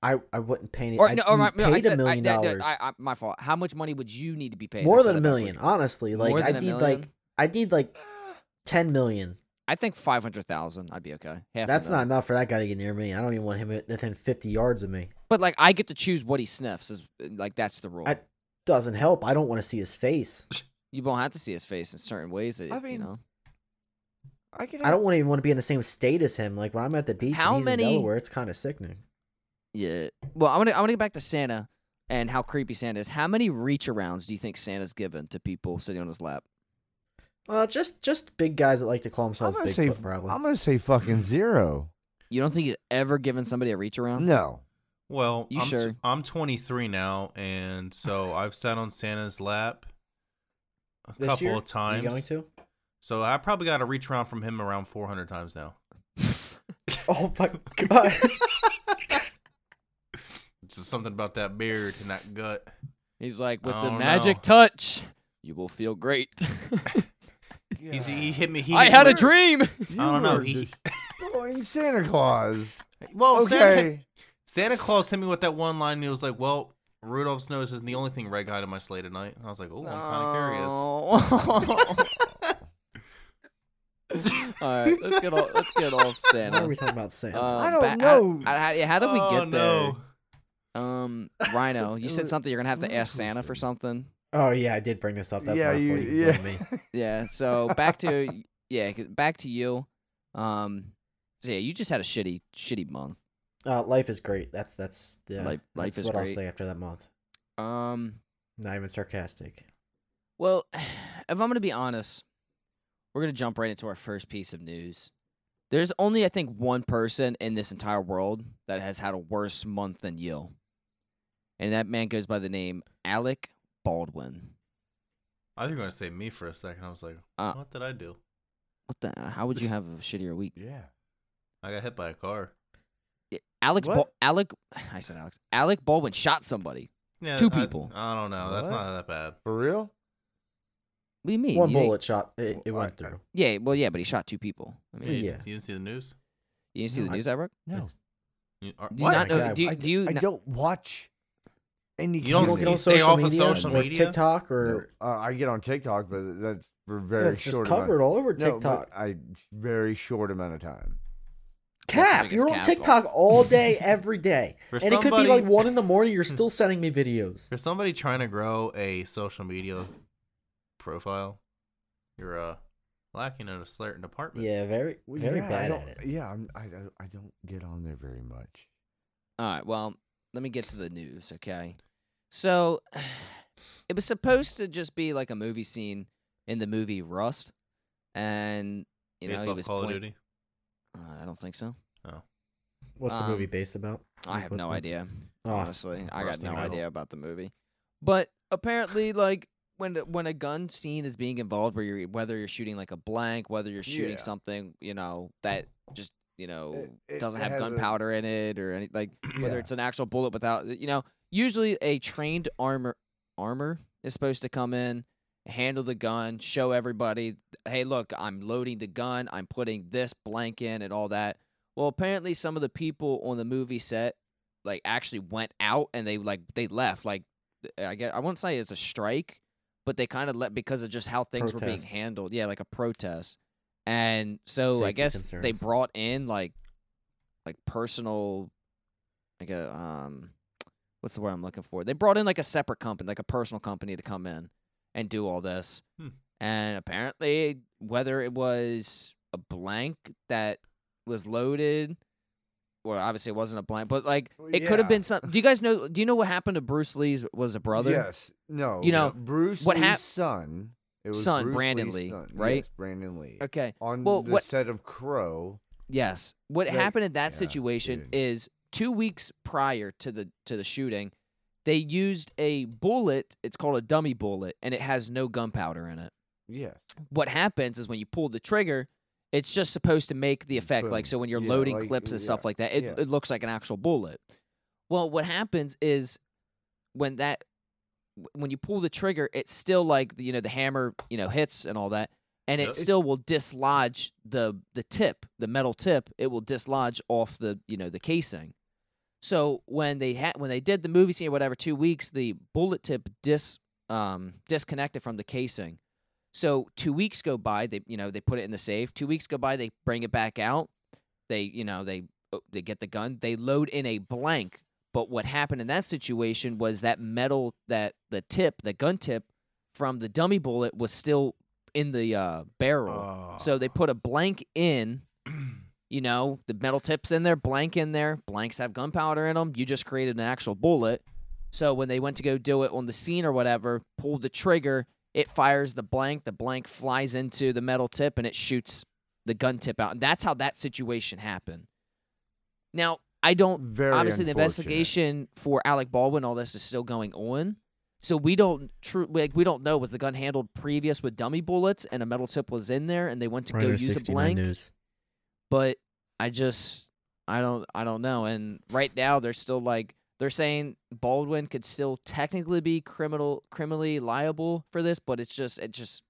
[SPEAKER 2] I, I wouldn't pay any.
[SPEAKER 1] Or
[SPEAKER 2] I
[SPEAKER 1] no, or my, no, I
[SPEAKER 2] paid
[SPEAKER 1] said,
[SPEAKER 2] a million
[SPEAKER 1] I, no, no,
[SPEAKER 2] dollars.
[SPEAKER 1] I, I, my fault. How much money would you need to be paid? I
[SPEAKER 2] More
[SPEAKER 1] said
[SPEAKER 2] than a
[SPEAKER 1] it backward.
[SPEAKER 2] million, honestly. Like
[SPEAKER 1] More
[SPEAKER 2] I
[SPEAKER 1] than a
[SPEAKER 2] need like
[SPEAKER 1] million?
[SPEAKER 2] I need like ten million.
[SPEAKER 1] I think five hundred thousand. I'd be okay. Half
[SPEAKER 2] That's
[SPEAKER 1] of that.
[SPEAKER 2] not enough for that guy to get near me. I don't even want him within fifty yards of me.
[SPEAKER 1] But like, I get to choose what he sniffs. Is like that's the rule.
[SPEAKER 2] I- Doesn't help. I don't want to see his face.
[SPEAKER 1] you won't have to see his face in certain ways. That,
[SPEAKER 3] I
[SPEAKER 1] you
[SPEAKER 3] mean,
[SPEAKER 1] know,
[SPEAKER 3] I can.
[SPEAKER 2] I don't want to even want to be in the same state as him. Like when I'm at the beach
[SPEAKER 1] How
[SPEAKER 2] and he's
[SPEAKER 1] many-
[SPEAKER 2] in Delaware, it's kind of sickening.
[SPEAKER 1] yeah. Well, I want to. I want to get back to Santa and how creepy Santa is. How many reach arounds do you think Santa's given to people sitting on his lap?
[SPEAKER 2] Well, just just big guys that like to call
[SPEAKER 3] I'm
[SPEAKER 2] themselves
[SPEAKER 3] gonna
[SPEAKER 2] Bigfoot,
[SPEAKER 3] say.
[SPEAKER 2] probably.
[SPEAKER 3] I'm gonna say fucking zero.
[SPEAKER 1] You don't think he's ever given somebody a reach around?
[SPEAKER 3] No.
[SPEAKER 4] Well,
[SPEAKER 1] You
[SPEAKER 4] I'm, t-
[SPEAKER 1] sure?
[SPEAKER 4] I'm 23 now, and so I've sat on Santa's lap a
[SPEAKER 2] This
[SPEAKER 4] couple
[SPEAKER 2] year?
[SPEAKER 4] of times.
[SPEAKER 2] You going to?
[SPEAKER 4] So I probably got to reach around from him around 400 times now.
[SPEAKER 2] Oh my god!
[SPEAKER 4] Just something about that beard and that gut.
[SPEAKER 1] He's like with
[SPEAKER 4] I
[SPEAKER 1] the
[SPEAKER 4] don't
[SPEAKER 1] magic
[SPEAKER 4] know.
[SPEAKER 1] touch, you will feel great.
[SPEAKER 4] He's, he hit me. He
[SPEAKER 1] I
[SPEAKER 4] hit
[SPEAKER 1] had
[SPEAKER 4] me
[SPEAKER 1] a dream.
[SPEAKER 3] You
[SPEAKER 4] I don't know.
[SPEAKER 3] are
[SPEAKER 4] He,
[SPEAKER 3] destroying Santa Claus.
[SPEAKER 4] well, Santa,
[SPEAKER 3] okay.
[SPEAKER 4] Santa Claus hit me with that one line. And he was like, "Well, Rudolph's nose isn't the only thing red got in my sleigh tonight." And I was like, "Oh, I'm kind of curious."
[SPEAKER 1] curious. All right, let's get off. Let's get off
[SPEAKER 2] Why are
[SPEAKER 1] Santa.
[SPEAKER 2] we talking about Sam?
[SPEAKER 1] Um,
[SPEAKER 3] I don't
[SPEAKER 1] ba-
[SPEAKER 3] know.
[SPEAKER 1] How, I- how- how did we
[SPEAKER 4] Oh,
[SPEAKER 1] get
[SPEAKER 4] no.
[SPEAKER 1] there? Um, Rhino, you said
[SPEAKER 3] was
[SPEAKER 1] something. You're gonna have to ask Santa for
[SPEAKER 3] interesting.
[SPEAKER 1] something.
[SPEAKER 2] oh yeah, I did bring this up. That's
[SPEAKER 3] yeah,
[SPEAKER 2] my fault.
[SPEAKER 3] you.
[SPEAKER 2] You can
[SPEAKER 3] yeah.
[SPEAKER 2] blame me.
[SPEAKER 1] Yeah. So back to yeah, g- back to you. Um, so yeah, you just had a shitty, shitty month.
[SPEAKER 2] Uh, life is great. That's that's yeah,
[SPEAKER 1] Life- life
[SPEAKER 2] that's
[SPEAKER 1] is
[SPEAKER 2] what I'll
[SPEAKER 1] great.
[SPEAKER 2] say after that month.
[SPEAKER 1] Um,
[SPEAKER 2] Not even sarcastic.
[SPEAKER 1] Well, if I'm going to be honest, we're going to jump right into our first piece of news. There's only, I think, one person in this entire world that has had a worse month than Yale. And that man goes by the name Alec Baldwin.
[SPEAKER 4] I thought you were going to say me for a second. I was like,
[SPEAKER 1] Uh.
[SPEAKER 4] "What did I do?
[SPEAKER 1] What the? How would you have a shittier week?
[SPEAKER 3] Yeah.
[SPEAKER 4] I got hit by a car."
[SPEAKER 1] Alex,
[SPEAKER 3] What?
[SPEAKER 1] Bal- Alec, I said Alex. Alec Baldwin shot somebody.
[SPEAKER 4] Yeah,
[SPEAKER 1] Two
[SPEAKER 4] I-
[SPEAKER 1] people.
[SPEAKER 4] I, don't know. That's
[SPEAKER 3] What?
[SPEAKER 4] not that bad.
[SPEAKER 3] For real?
[SPEAKER 1] What do you mean?
[SPEAKER 2] One
[SPEAKER 1] You didn't-
[SPEAKER 2] bullet shot. It, it
[SPEAKER 3] Well,
[SPEAKER 2] went
[SPEAKER 3] I- I-
[SPEAKER 2] through.
[SPEAKER 1] Yeah, well, yeah, but he shot two people. I mean,
[SPEAKER 4] Yeah, you,
[SPEAKER 2] Yeah.
[SPEAKER 4] didn't- you didn't see the news?
[SPEAKER 1] you didn't see the
[SPEAKER 2] I-
[SPEAKER 1] news, I read?
[SPEAKER 3] No.
[SPEAKER 2] That's-
[SPEAKER 4] You, are,
[SPEAKER 1] Do you
[SPEAKER 4] what?
[SPEAKER 1] not know?
[SPEAKER 2] God,
[SPEAKER 1] Do you,
[SPEAKER 3] I,
[SPEAKER 1] do you
[SPEAKER 3] I
[SPEAKER 1] kn-
[SPEAKER 3] don't watch any.
[SPEAKER 4] You don't
[SPEAKER 2] you don't
[SPEAKER 4] see-
[SPEAKER 2] get on
[SPEAKER 4] you stay
[SPEAKER 2] social
[SPEAKER 4] off of
[SPEAKER 2] media
[SPEAKER 4] social
[SPEAKER 2] or
[SPEAKER 4] media?
[SPEAKER 2] TikTok
[SPEAKER 3] No,
[SPEAKER 2] or
[SPEAKER 3] uh, I get on TikTok, but that's for
[SPEAKER 2] Yeah,
[SPEAKER 3] very
[SPEAKER 2] it's just
[SPEAKER 3] short.
[SPEAKER 2] covered all over
[SPEAKER 3] amount. No,
[SPEAKER 2] TikTok.
[SPEAKER 3] but I very short amount of time.
[SPEAKER 1] That's
[SPEAKER 2] Cap,
[SPEAKER 1] the
[SPEAKER 2] you're on
[SPEAKER 1] biggest cap.
[SPEAKER 2] TikTok all day, every day,
[SPEAKER 4] For
[SPEAKER 2] and it could be
[SPEAKER 4] somebody-
[SPEAKER 2] like one in the morning. You're still sending me videos.
[SPEAKER 4] For somebody trying to grow a social media profile, you're uh, lacking in a certain department.
[SPEAKER 2] Yeah, very,
[SPEAKER 3] Well,
[SPEAKER 2] very
[SPEAKER 3] yeah, I
[SPEAKER 2] bad
[SPEAKER 3] don't,
[SPEAKER 2] at it.
[SPEAKER 3] Yeah, I'm, I, don't- I don't get on there very much.
[SPEAKER 1] All right, well, let me get to the news, okay? So, it was supposed to just be like a movie scene in the movie Rust, and you know
[SPEAKER 4] Based
[SPEAKER 1] he
[SPEAKER 4] off
[SPEAKER 1] was
[SPEAKER 4] Call
[SPEAKER 1] point-
[SPEAKER 4] of Duty.
[SPEAKER 1] Uh, I don't think so.
[SPEAKER 2] What's the movie
[SPEAKER 1] Um, uh,
[SPEAKER 2] based about?
[SPEAKER 1] I
[SPEAKER 2] Like,
[SPEAKER 1] have
[SPEAKER 2] what-
[SPEAKER 1] no
[SPEAKER 2] what's-
[SPEAKER 1] idea.
[SPEAKER 3] Ah,
[SPEAKER 2] Oh,
[SPEAKER 1] Honestly, I got
[SPEAKER 4] Rusty
[SPEAKER 1] no
[SPEAKER 4] Metal.
[SPEAKER 1] idea about the movie. But apparently, like when when a gun scene is being involved, where you're whether you're shooting like a blank, whether you're shooting
[SPEAKER 3] Yeah.
[SPEAKER 1] something, you know that just you know
[SPEAKER 3] it-
[SPEAKER 1] doesn't
[SPEAKER 3] it
[SPEAKER 1] have
[SPEAKER 3] has a-
[SPEAKER 1] gunpowder in it or any like whether
[SPEAKER 3] Yeah.
[SPEAKER 1] it's an actual bullet without you know usually a trained armor armor is supposed to come in handle the gun show everybody hey look i'm loading the gun i'm putting this blank in and all that well apparently some of the people on the movie set like actually went out and they like they left. Like I get I won't say it's a strike, but they kind of let because of just how things were being
[SPEAKER 2] Protest.
[SPEAKER 1] handled. Yeah, like a protest. And so I
[SPEAKER 2] Safety
[SPEAKER 1] guess they
[SPEAKER 2] concerns.
[SPEAKER 1] brought in like like personal like a um what's the word I'm looking for? They brought in like a separate company, like a personal company to come in and do all this.
[SPEAKER 4] Hmm.
[SPEAKER 1] And apparently, whether it was a blank that was loaded, well, obviously it wasn't a blank, but like
[SPEAKER 3] Well,
[SPEAKER 1] it could have
[SPEAKER 3] yeah.
[SPEAKER 1] been some. Do you guys know? Do you know what happened to Bruce Lee's was a brother?
[SPEAKER 3] Yes. No.
[SPEAKER 1] You know,
[SPEAKER 3] Bruce
[SPEAKER 1] what
[SPEAKER 3] Lee's
[SPEAKER 1] hap-
[SPEAKER 3] son. It was
[SPEAKER 1] Son,
[SPEAKER 3] Bruce
[SPEAKER 1] Brandon
[SPEAKER 3] Lee's
[SPEAKER 1] Lee,
[SPEAKER 3] son.
[SPEAKER 1] right?
[SPEAKER 3] Yes, Brandon Lee.
[SPEAKER 1] Okay.
[SPEAKER 3] On
[SPEAKER 1] Well,
[SPEAKER 3] the
[SPEAKER 1] what-
[SPEAKER 3] set of Crow.
[SPEAKER 1] Yes. What
[SPEAKER 3] Like,
[SPEAKER 1] happened in that
[SPEAKER 3] yeah,
[SPEAKER 1] situation
[SPEAKER 3] dude.
[SPEAKER 1] is two weeks prior to the to the shooting, they used a bullet. It's called a dummy bullet, and it has no gunpowder in it.
[SPEAKER 3] Yeah.
[SPEAKER 1] what happens is when you pull the trigger, it's just supposed to make the effect like
[SPEAKER 3] Boom.
[SPEAKER 1] so when you're
[SPEAKER 3] Yeah,
[SPEAKER 1] loading
[SPEAKER 3] like,
[SPEAKER 1] clips and
[SPEAKER 3] yeah,
[SPEAKER 1] stuff like that, it,
[SPEAKER 3] yeah.
[SPEAKER 1] it looks like an actual bullet. Well, what happens is when that w- when you pull the trigger, it's still like you know the hammer you know hits and all that, and
[SPEAKER 4] Yeah.
[SPEAKER 1] it still will dislodge the the tip, the metal tip. It will dislodge off the you know the casing. So when they had when they did the movie scene or whatever, two weeks the bullet tip dis um disconnected from the casing. So two weeks go by, they you know they put it in the safe. Two weeks go by, they bring it back out. They you know they oh, they get the gun. They load in a blank. But what happened in that situation was that metal that the tip, the gun tip from the dummy bullet was still in the uh, barrel. So they put a blank in, you know, the metal tips in there, blank in there. Blanks have gunpowder in them. You just created an actual bullet. So when they went to go do it on the scene or whatever, pulled the trigger, it fires the blank. The blank flies into the metal tip and it shoots the gun tip out. And that's how that situation happened. Now, I don't
[SPEAKER 3] Very
[SPEAKER 1] obviously the
[SPEAKER 3] unfortunate.
[SPEAKER 1] investigation for Alec Baldwin, all this is still going on. So we don't true like we don't know was the gun handled previous with dummy bullets and a metal tip was in there and they went to go
[SPEAKER 2] Reiner
[SPEAKER 1] use a
[SPEAKER 2] 69
[SPEAKER 1] blank.
[SPEAKER 2] News.
[SPEAKER 1] But I just I don't I don't know. And right now they're still like they're saying Baldwin could still technically be criminal criminally liable for this, but it's just it just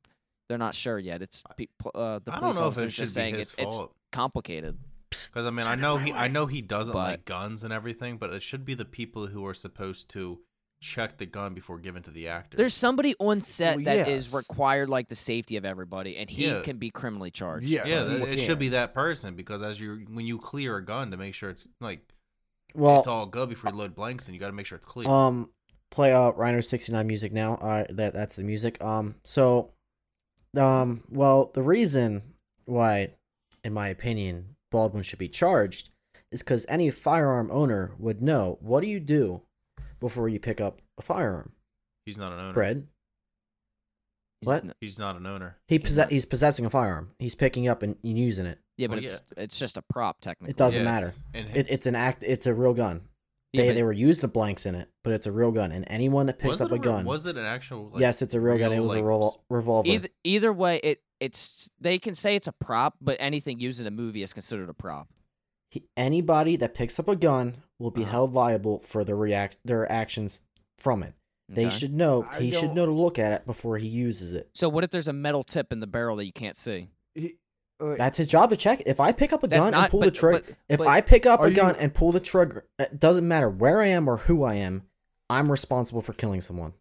[SPEAKER 1] they're not sure yet. It's pe- pl- uh, the
[SPEAKER 4] I
[SPEAKER 1] police
[SPEAKER 4] don't know if
[SPEAKER 1] officer's
[SPEAKER 4] it should
[SPEAKER 1] just
[SPEAKER 4] be
[SPEAKER 1] saying
[SPEAKER 4] his
[SPEAKER 1] it's, it's
[SPEAKER 4] fault.
[SPEAKER 1] complicated.
[SPEAKER 4] Because I mean, I know he, I know he doesn't
[SPEAKER 1] But-
[SPEAKER 4] like guns and everything, but it should be the people who are supposed to check the gun before giving to the actor.
[SPEAKER 1] There's somebody on set
[SPEAKER 3] Well,
[SPEAKER 1] that is
[SPEAKER 3] yes.
[SPEAKER 1] required like the safety of everybody, and he
[SPEAKER 4] Yeah.
[SPEAKER 1] can be criminally charged.
[SPEAKER 3] Yeah.
[SPEAKER 4] yeah,
[SPEAKER 3] he
[SPEAKER 4] that- it should
[SPEAKER 3] can.
[SPEAKER 4] be that person because as you when you clear a gun to make sure it's like it's
[SPEAKER 2] Well,
[SPEAKER 4] all good before you load blanks and you got to make sure it's clear.
[SPEAKER 2] um, play uh Reiner sixty nine music now. All right, that that's the music. Um, so, um, well, the reason why, in my opinion, Baldwin should be charged is because any firearm owner would know what do you do before you pick up a firearm.
[SPEAKER 4] He's not an owner.
[SPEAKER 2] Bread.
[SPEAKER 1] He's
[SPEAKER 2] What?
[SPEAKER 1] n-
[SPEAKER 4] He's not an owner.
[SPEAKER 2] He
[SPEAKER 1] He's
[SPEAKER 2] possess-
[SPEAKER 1] not-
[SPEAKER 2] he's possessing a firearm. He's picking up and and using it.
[SPEAKER 1] Yeah, but
[SPEAKER 4] Well,
[SPEAKER 1] it's it's just a prop technically.
[SPEAKER 2] Doesn't matter.
[SPEAKER 4] it's- And
[SPEAKER 2] it. It's an act. It's a real gun.
[SPEAKER 1] Yeah,
[SPEAKER 2] They,
[SPEAKER 1] but-
[SPEAKER 2] they were used the blanks in it, but it's a real gun. And anyone that picks
[SPEAKER 4] was
[SPEAKER 2] up
[SPEAKER 4] it
[SPEAKER 2] a gun,
[SPEAKER 4] Was it an actual? Like,
[SPEAKER 2] yes, it's a real, gun. It
[SPEAKER 4] real,
[SPEAKER 2] was a
[SPEAKER 4] like,
[SPEAKER 2] revol- revolver.
[SPEAKER 1] either either way, it it's they can say it's a prop, but anything used in a movie is considered a prop.
[SPEAKER 2] He- anybody that picks up a gun will be
[SPEAKER 1] Uh-huh.
[SPEAKER 2] held liable for their react their actions from it. They
[SPEAKER 1] okay?
[SPEAKER 2] should know.
[SPEAKER 3] I
[SPEAKER 2] he should
[SPEAKER 3] don't-
[SPEAKER 2] know to look at it before he uses it.
[SPEAKER 1] So what if there's a metal tip in the barrel that you can't see?
[SPEAKER 3] He- uh,
[SPEAKER 2] That's his job to check. If I pick up a
[SPEAKER 1] That's
[SPEAKER 2] gun
[SPEAKER 1] not-
[SPEAKER 2] and pull the
[SPEAKER 1] but-
[SPEAKER 2] trigger,
[SPEAKER 1] but-
[SPEAKER 2] if
[SPEAKER 1] but
[SPEAKER 2] I pick up
[SPEAKER 3] are
[SPEAKER 2] a
[SPEAKER 3] you-
[SPEAKER 2] gun and pull the trigger, it doesn't matter where I am or who I am. I'm responsible for killing someone.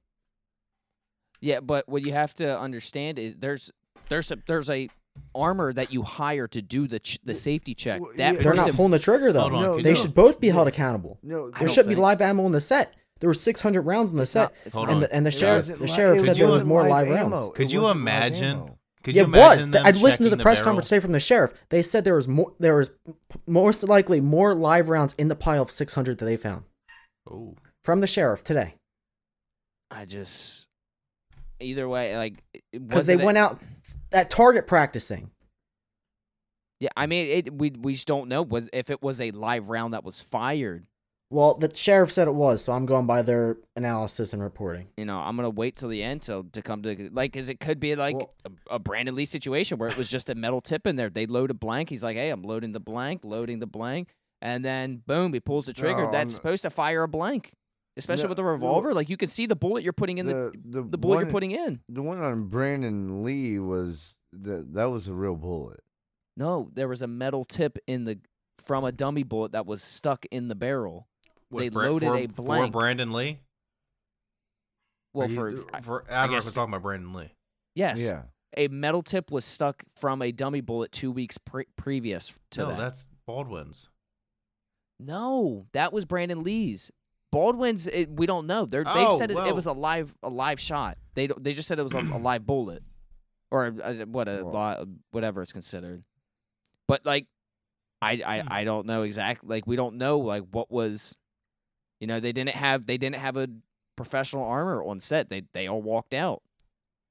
[SPEAKER 1] Yeah, but what you have to understand is there's there's a there's a armor that you hire to do the ch- the safety check.
[SPEAKER 3] Well,
[SPEAKER 1] That
[SPEAKER 3] yeah.
[SPEAKER 2] They're not
[SPEAKER 1] person
[SPEAKER 2] pulling the trigger though.
[SPEAKER 4] Hold on,
[SPEAKER 3] No,
[SPEAKER 4] could
[SPEAKER 2] they
[SPEAKER 4] you-
[SPEAKER 3] no.
[SPEAKER 2] should both be held
[SPEAKER 3] Yeah.
[SPEAKER 2] accouldable.
[SPEAKER 3] no,
[SPEAKER 1] I
[SPEAKER 2] There
[SPEAKER 1] don't
[SPEAKER 2] should be
[SPEAKER 1] think-
[SPEAKER 2] live ammo on the set. There were 600 rounds on the set,
[SPEAKER 1] it's
[SPEAKER 4] Hold
[SPEAKER 1] not-
[SPEAKER 2] and
[SPEAKER 4] on.
[SPEAKER 2] the, and the
[SPEAKER 3] It
[SPEAKER 2] sheriff
[SPEAKER 3] wasn't
[SPEAKER 2] the
[SPEAKER 3] li-
[SPEAKER 2] sheriff
[SPEAKER 3] it
[SPEAKER 2] said there was
[SPEAKER 3] wasn't
[SPEAKER 2] more live
[SPEAKER 3] ammo.
[SPEAKER 2] rounds.
[SPEAKER 3] It
[SPEAKER 4] Could you
[SPEAKER 3] wasn't live
[SPEAKER 4] imagine?
[SPEAKER 3] ammo.
[SPEAKER 4] Could
[SPEAKER 2] Yeah,
[SPEAKER 4] you
[SPEAKER 2] it
[SPEAKER 4] imagine
[SPEAKER 2] was.
[SPEAKER 4] them
[SPEAKER 2] I listened to the
[SPEAKER 4] checking
[SPEAKER 2] press
[SPEAKER 4] barrel?
[SPEAKER 2] conference today from the sheriff. They said there was more. There was p- most likely more live rounds in the pile of 600 that they found
[SPEAKER 4] Oh,
[SPEAKER 2] from the sheriff today
[SPEAKER 1] I just either way, like
[SPEAKER 2] because they went out at target practicing.
[SPEAKER 1] Yeah, I mean, it, we we just don't know was if it was a live round that was fired.
[SPEAKER 2] Well, the sheriff said it was, so I'm going by their analysis and reporting.
[SPEAKER 1] You know, I'm gonna wait till the end to to come to like, as it could be like
[SPEAKER 3] Well-
[SPEAKER 1] a, a Brandon Lee situation where it was just a metal tip in there. They load a blank. He's like, "Hey, I'm loading the blank, loading the blank," and then boom, he pulls the trigger.
[SPEAKER 3] No,
[SPEAKER 1] That's
[SPEAKER 3] I'm-
[SPEAKER 1] supposed to fire a blank, especially
[SPEAKER 3] No,
[SPEAKER 1] with a
[SPEAKER 3] no.
[SPEAKER 1] revolver. Like you can see the bullet you're putting in the
[SPEAKER 3] the,
[SPEAKER 1] the, bullet
[SPEAKER 3] one-
[SPEAKER 1] you're putting in.
[SPEAKER 3] The one on Brandon Lee was that that was a real bullet.
[SPEAKER 1] No, there was a metal tip in the from a dummy bullet that was stuck in the barrel.
[SPEAKER 4] What,
[SPEAKER 1] They
[SPEAKER 4] Bra-
[SPEAKER 1] loaded
[SPEAKER 4] for,
[SPEAKER 1] a blank.
[SPEAKER 4] for Brandon Lee.
[SPEAKER 1] Well,
[SPEAKER 4] Are you-
[SPEAKER 1] for I-
[SPEAKER 4] for I don't know if
[SPEAKER 1] guess-
[SPEAKER 4] I'm talking about Brandon Lee.
[SPEAKER 1] yes,
[SPEAKER 3] Yeah.
[SPEAKER 1] a metal tip was stuck from a dummy bullet two weeks pre- previous to
[SPEAKER 4] no,
[SPEAKER 1] that.
[SPEAKER 4] that's Baldwin's.
[SPEAKER 1] No, that was Brandon Lee's. Baldwin's. It, we don't know. They're,
[SPEAKER 4] Oh,
[SPEAKER 1] they've said it,
[SPEAKER 4] whoa.
[SPEAKER 1] it was a live a live shot. They don't, they just said it was a, a live bullet, or a, a- what a
[SPEAKER 3] Well.
[SPEAKER 1] li- whatever it's considered. But like, I
[SPEAKER 3] Hmm.
[SPEAKER 1] I, I don't know exactly. Like we don't know like what was, you know, they didn't have they didn't have a professional armor on set. They they all walked out.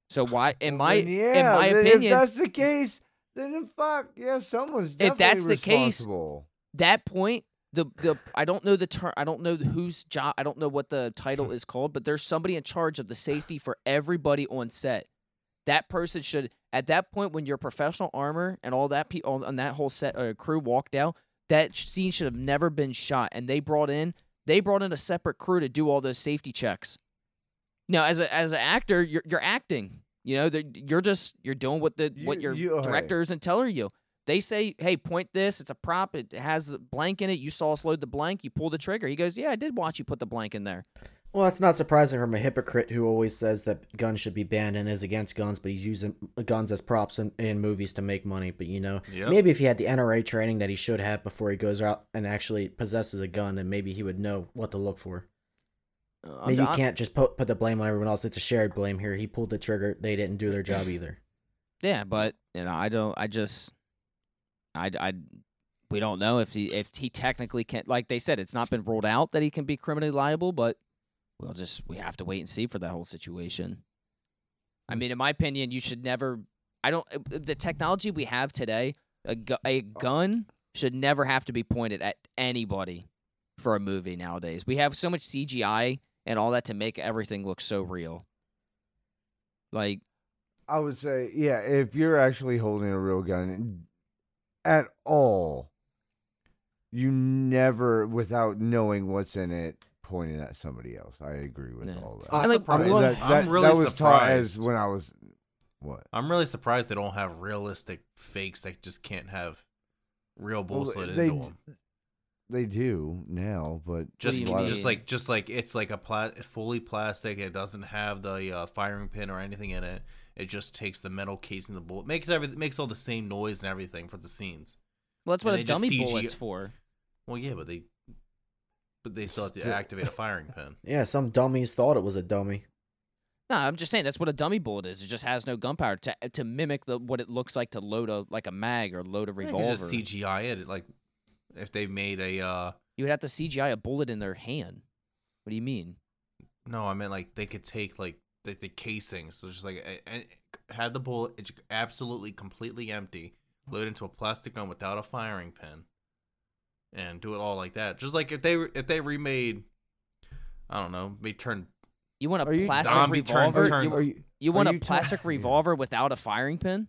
[SPEAKER 1] So why in my
[SPEAKER 3] Then, yeah,
[SPEAKER 1] in my
[SPEAKER 3] then
[SPEAKER 1] opinion
[SPEAKER 3] if that's the case, then the fuck, yeah, someone's definitely
[SPEAKER 1] If that's the case-
[SPEAKER 3] responsible.
[SPEAKER 1] that point the the I don't know the term I don't know whose job I don't know what the title is called, but there's somebody in charge of the safety for everybody on set. That person should at that point when your professional armor and all that people on that whole set uh, crew walked out, that sh- scene should have never been shot. And they brought in they brought in a separate crew to do all those safety checks. Now, as a as an actor, you're you're acting. You know, that you're just you're doing what the what
[SPEAKER 3] You-
[SPEAKER 1] your
[SPEAKER 3] you- okay.
[SPEAKER 1] directors and teller you. They say, "Hey, point this. It's a prop. It has the blank in it. You saw us load the blank. You pull the trigger." He goes, "Yeah, I did watch you put the blank in there."
[SPEAKER 2] Well, that's not surprising from a hypocrite who always says that guns should be banned and is against guns, but he's using guns as props in, in movies to make money. But you know,
[SPEAKER 4] Yep.
[SPEAKER 2] maybe if he had the NRA training that he should have before he goes out and actually possesses a gun, then maybe he would know what to look for.
[SPEAKER 1] Uh,
[SPEAKER 2] Maybe
[SPEAKER 1] I'm-
[SPEAKER 2] you
[SPEAKER 1] I-
[SPEAKER 2] can't just put, put the blame on everyone else. It's a shared blame here. He pulled the trigger. They didn't do their job either.
[SPEAKER 1] Yeah, but you know, I don't. I just, I, I, we don't know if he if he technically can. Like they said, it's not been ruled out that he can be criminally liable, but we'll just we have to wait and see for that whole situation. I mean, in my opinion, you should never. I don't. uh, The technology we have today, a, gu- a gun should never have to be pointed at anybody for a movie nowadays. We have so much CGI and all that to make everything look so real. Like,
[SPEAKER 3] I would say, yeah, if you're actually holding a real gun at all, you never, without knowing what's in it, pointing at somebody else. I agree with
[SPEAKER 1] Yeah.
[SPEAKER 3] all that.
[SPEAKER 4] Uh, I'm
[SPEAKER 1] I like-
[SPEAKER 4] surprised.
[SPEAKER 1] I'm
[SPEAKER 3] that, that-
[SPEAKER 4] I'm really
[SPEAKER 3] that was taught as
[SPEAKER 4] surprised.
[SPEAKER 3] when I was what?
[SPEAKER 4] I'm really surprised they don't have realistic fakes that just can't have real
[SPEAKER 3] Well,
[SPEAKER 4] bullets loaded
[SPEAKER 3] they
[SPEAKER 4] into
[SPEAKER 3] d-
[SPEAKER 4] them.
[SPEAKER 3] They do now, but
[SPEAKER 4] Just,
[SPEAKER 1] you
[SPEAKER 3] a lot of-
[SPEAKER 4] just
[SPEAKER 1] mean?
[SPEAKER 4] like, just like it's like a pla- fully plastic. It doesn't have the uh, firing pin or anything in it. It just takes the metal casing, the bullet makes every makes all the same noise and everything for the scenes.
[SPEAKER 1] well, that's
[SPEAKER 4] And
[SPEAKER 1] what
[SPEAKER 4] they
[SPEAKER 1] a
[SPEAKER 4] just
[SPEAKER 1] dummy
[SPEAKER 4] CG
[SPEAKER 1] bullet's for.
[SPEAKER 4] Well, yeah, but they, but they still have to
[SPEAKER 3] Still-
[SPEAKER 4] activate a firing pin.
[SPEAKER 2] Yeah, some dummies thought it was a dummy.
[SPEAKER 1] No, I'm just saying that's what a dummy bullet is. It just has no gunpowder to to mimic the what it looks like to load a like a mag or load a
[SPEAKER 4] They
[SPEAKER 1] revolver.
[SPEAKER 4] could just CGI it. Like if they made a uh,
[SPEAKER 1] You would have to CGI a bullet in their hand. What do you mean?
[SPEAKER 4] No, I meant like they could take like the, the casings. So just like a- a- had the bullet it's absolutely completely empty, load into a plastic gun without a firing pin, and do it all like that. Just like if they re- if they remade, I don't know, they turned
[SPEAKER 1] You want a
[SPEAKER 3] Are you-
[SPEAKER 1] plastic
[SPEAKER 4] Zombie turn-
[SPEAKER 1] revolver?
[SPEAKER 4] turn-
[SPEAKER 1] you,
[SPEAKER 3] Are you,
[SPEAKER 1] you
[SPEAKER 3] are
[SPEAKER 1] want a
[SPEAKER 3] you ta-
[SPEAKER 1] plastic
[SPEAKER 3] Yeah.
[SPEAKER 1] revolver without a firing pin?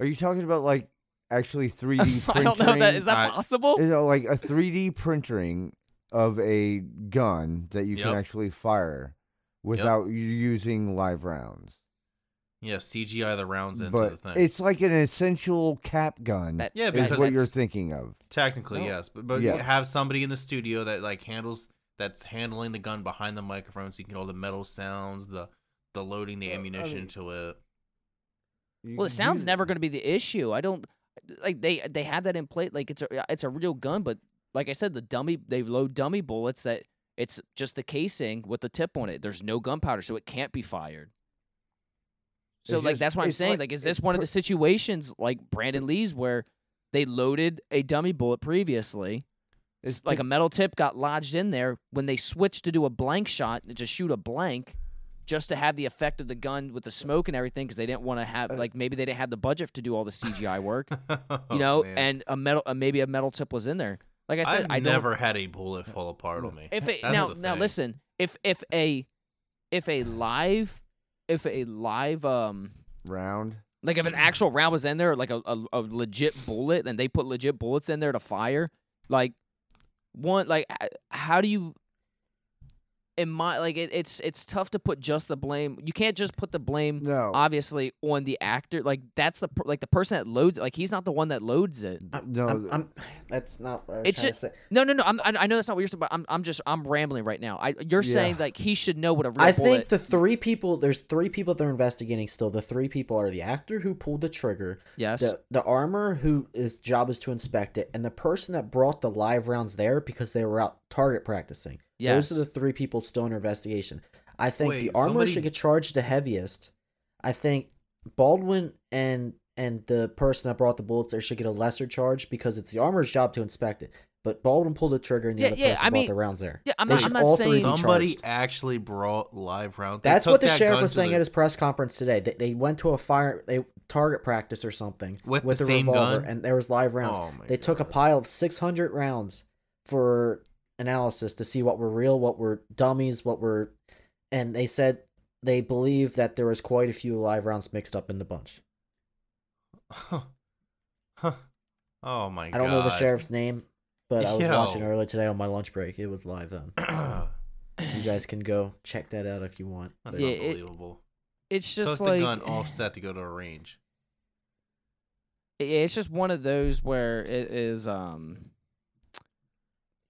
[SPEAKER 3] Are you talking about like actually 3D
[SPEAKER 1] I don't know. if That
[SPEAKER 3] printing?
[SPEAKER 1] is that
[SPEAKER 4] I-
[SPEAKER 1] possible?
[SPEAKER 3] you know, like a 3D printing of a gun that you
[SPEAKER 4] Yep.
[SPEAKER 3] can actually fire without you using live rounds.
[SPEAKER 4] yeah CGI the rounds into
[SPEAKER 3] but
[SPEAKER 4] the thing.
[SPEAKER 3] it's like an essential cap gun.
[SPEAKER 1] That-
[SPEAKER 4] Yeah,
[SPEAKER 1] that-
[SPEAKER 3] is
[SPEAKER 4] because
[SPEAKER 3] what you're
[SPEAKER 1] that's-
[SPEAKER 3] thinking of.
[SPEAKER 4] Technically,
[SPEAKER 1] No.
[SPEAKER 4] yes, but but
[SPEAKER 3] Yeah.
[SPEAKER 4] have somebody in the studio that like handles that's handling the gun behind the microphone, so you can get all the metal sounds, the the loading the
[SPEAKER 3] Well, I
[SPEAKER 4] ammunition
[SPEAKER 3] mean-
[SPEAKER 4] to it.
[SPEAKER 3] You-
[SPEAKER 1] Well, it sounds
[SPEAKER 3] you-
[SPEAKER 1] never going to be the issue. I don't like they they have that in play. Like it's a uh, it's a real gun, but like I said, the dummy they load dummy bullets that it's just the casing with the tip on it. There's no gunpowder, so it can't be fired. So
[SPEAKER 3] It's
[SPEAKER 1] like
[SPEAKER 3] just-
[SPEAKER 1] that's what I'm
[SPEAKER 3] it's
[SPEAKER 1] saying.
[SPEAKER 3] like-
[SPEAKER 1] Like, is this
[SPEAKER 3] it's
[SPEAKER 1] one of
[SPEAKER 3] per-
[SPEAKER 1] the situations like Brandon Lee's where they loaded a dummy bullet previously?
[SPEAKER 3] It's
[SPEAKER 1] It's like a
[SPEAKER 3] pic-
[SPEAKER 1] metal tip got lodged in there when they switched to do a blank shot to shoot a blank just to have the effect of the gun with the smoke and everything because they didn't want to have
[SPEAKER 3] Uh,
[SPEAKER 1] like maybe they didn't have the budget to do all the CGI work
[SPEAKER 4] Oh,
[SPEAKER 1] you know and a metal uh, maybe a metal tip was in there like I said
[SPEAKER 4] I've
[SPEAKER 1] I don't-
[SPEAKER 4] never had a bullet fall apart on me.
[SPEAKER 1] if it,
[SPEAKER 4] That's
[SPEAKER 1] now
[SPEAKER 4] the
[SPEAKER 1] now
[SPEAKER 4] thing.
[SPEAKER 1] listen if if a if a live if a live um
[SPEAKER 3] round.
[SPEAKER 1] like
[SPEAKER 2] Mm.
[SPEAKER 1] if an actual round was in there, like a, a, a legit bullet, and they put legit bullets in there to fire, like one, like h- how do you? in my like it, it's it's tough to put just the blame. You can't just put the blame
[SPEAKER 3] No,
[SPEAKER 1] obviously on the actor. Like that's the per- like the person that loads like he's not the one that loads Oh, it.
[SPEAKER 3] no.
[SPEAKER 2] I'm, I'm- that's not what I was
[SPEAKER 1] It's
[SPEAKER 2] trying
[SPEAKER 1] just-
[SPEAKER 2] to say.
[SPEAKER 1] No, no, no. I'm, I I know that's not what you're saying, but I'm, I'm just I'm rambling right now. I you're
[SPEAKER 3] Yeah.
[SPEAKER 1] saying like he should know what a real
[SPEAKER 2] I
[SPEAKER 1] bullet.
[SPEAKER 2] think the three people there's three people they're investigating still. The three people are the actor who pulled the trigger,
[SPEAKER 1] yes.
[SPEAKER 2] the the armor who his job is to inspect it, and the person that brought the live rounds there because they were out target practicing.
[SPEAKER 1] yes.
[SPEAKER 2] Those are the three people still under investigation. I think the
[SPEAKER 4] Wait,
[SPEAKER 2] armor
[SPEAKER 4] somebody-
[SPEAKER 2] should get charged the heaviest. I think Baldwin and and the person that brought the bullets there should get a lesser charge because it's the armor's job to inspect it. But Baldwin pulled the trigger and the
[SPEAKER 1] Yeah,
[SPEAKER 2] other
[SPEAKER 1] yeah,
[SPEAKER 2] person
[SPEAKER 1] I
[SPEAKER 2] brought
[SPEAKER 1] mean-
[SPEAKER 2] the rounds there.
[SPEAKER 1] yeah, I'm
[SPEAKER 2] They
[SPEAKER 1] not,
[SPEAKER 2] should
[SPEAKER 1] I'm not
[SPEAKER 2] all
[SPEAKER 1] saying
[SPEAKER 2] three be
[SPEAKER 4] Somebody
[SPEAKER 2] charged.
[SPEAKER 4] actually brought live rounds. They
[SPEAKER 2] That's
[SPEAKER 4] took
[SPEAKER 2] what the
[SPEAKER 4] that
[SPEAKER 2] sheriff
[SPEAKER 4] gun
[SPEAKER 2] was
[SPEAKER 4] to
[SPEAKER 2] saying
[SPEAKER 4] the-
[SPEAKER 2] at his press conference today. They, they went to a fire, they target practice or something
[SPEAKER 4] With the
[SPEAKER 2] a
[SPEAKER 4] same
[SPEAKER 2] revolver,
[SPEAKER 4] gun?
[SPEAKER 2] and there was live rounds.
[SPEAKER 4] Oh my
[SPEAKER 2] they took a
[SPEAKER 4] God.
[SPEAKER 2] pile of 600 rounds for analysis to see what were real, what were dummies, what were, and they said they believe that there was quite a few live rounds mixed up in the bunch.
[SPEAKER 4] Oh Huh. Huh. Oh my god.
[SPEAKER 2] I don't know the sheriff's name, but I was
[SPEAKER 4] Yo.
[SPEAKER 2] watching earlier today on my lunch break. It was live then. So you guys can go check that out if you want.
[SPEAKER 4] That's
[SPEAKER 1] Yeah, it-
[SPEAKER 4] unbelievable.
[SPEAKER 1] it's
[SPEAKER 4] Took
[SPEAKER 1] just
[SPEAKER 4] the
[SPEAKER 1] like
[SPEAKER 4] gun offset to go to a range.
[SPEAKER 1] Yeah, it's just one of those where it is um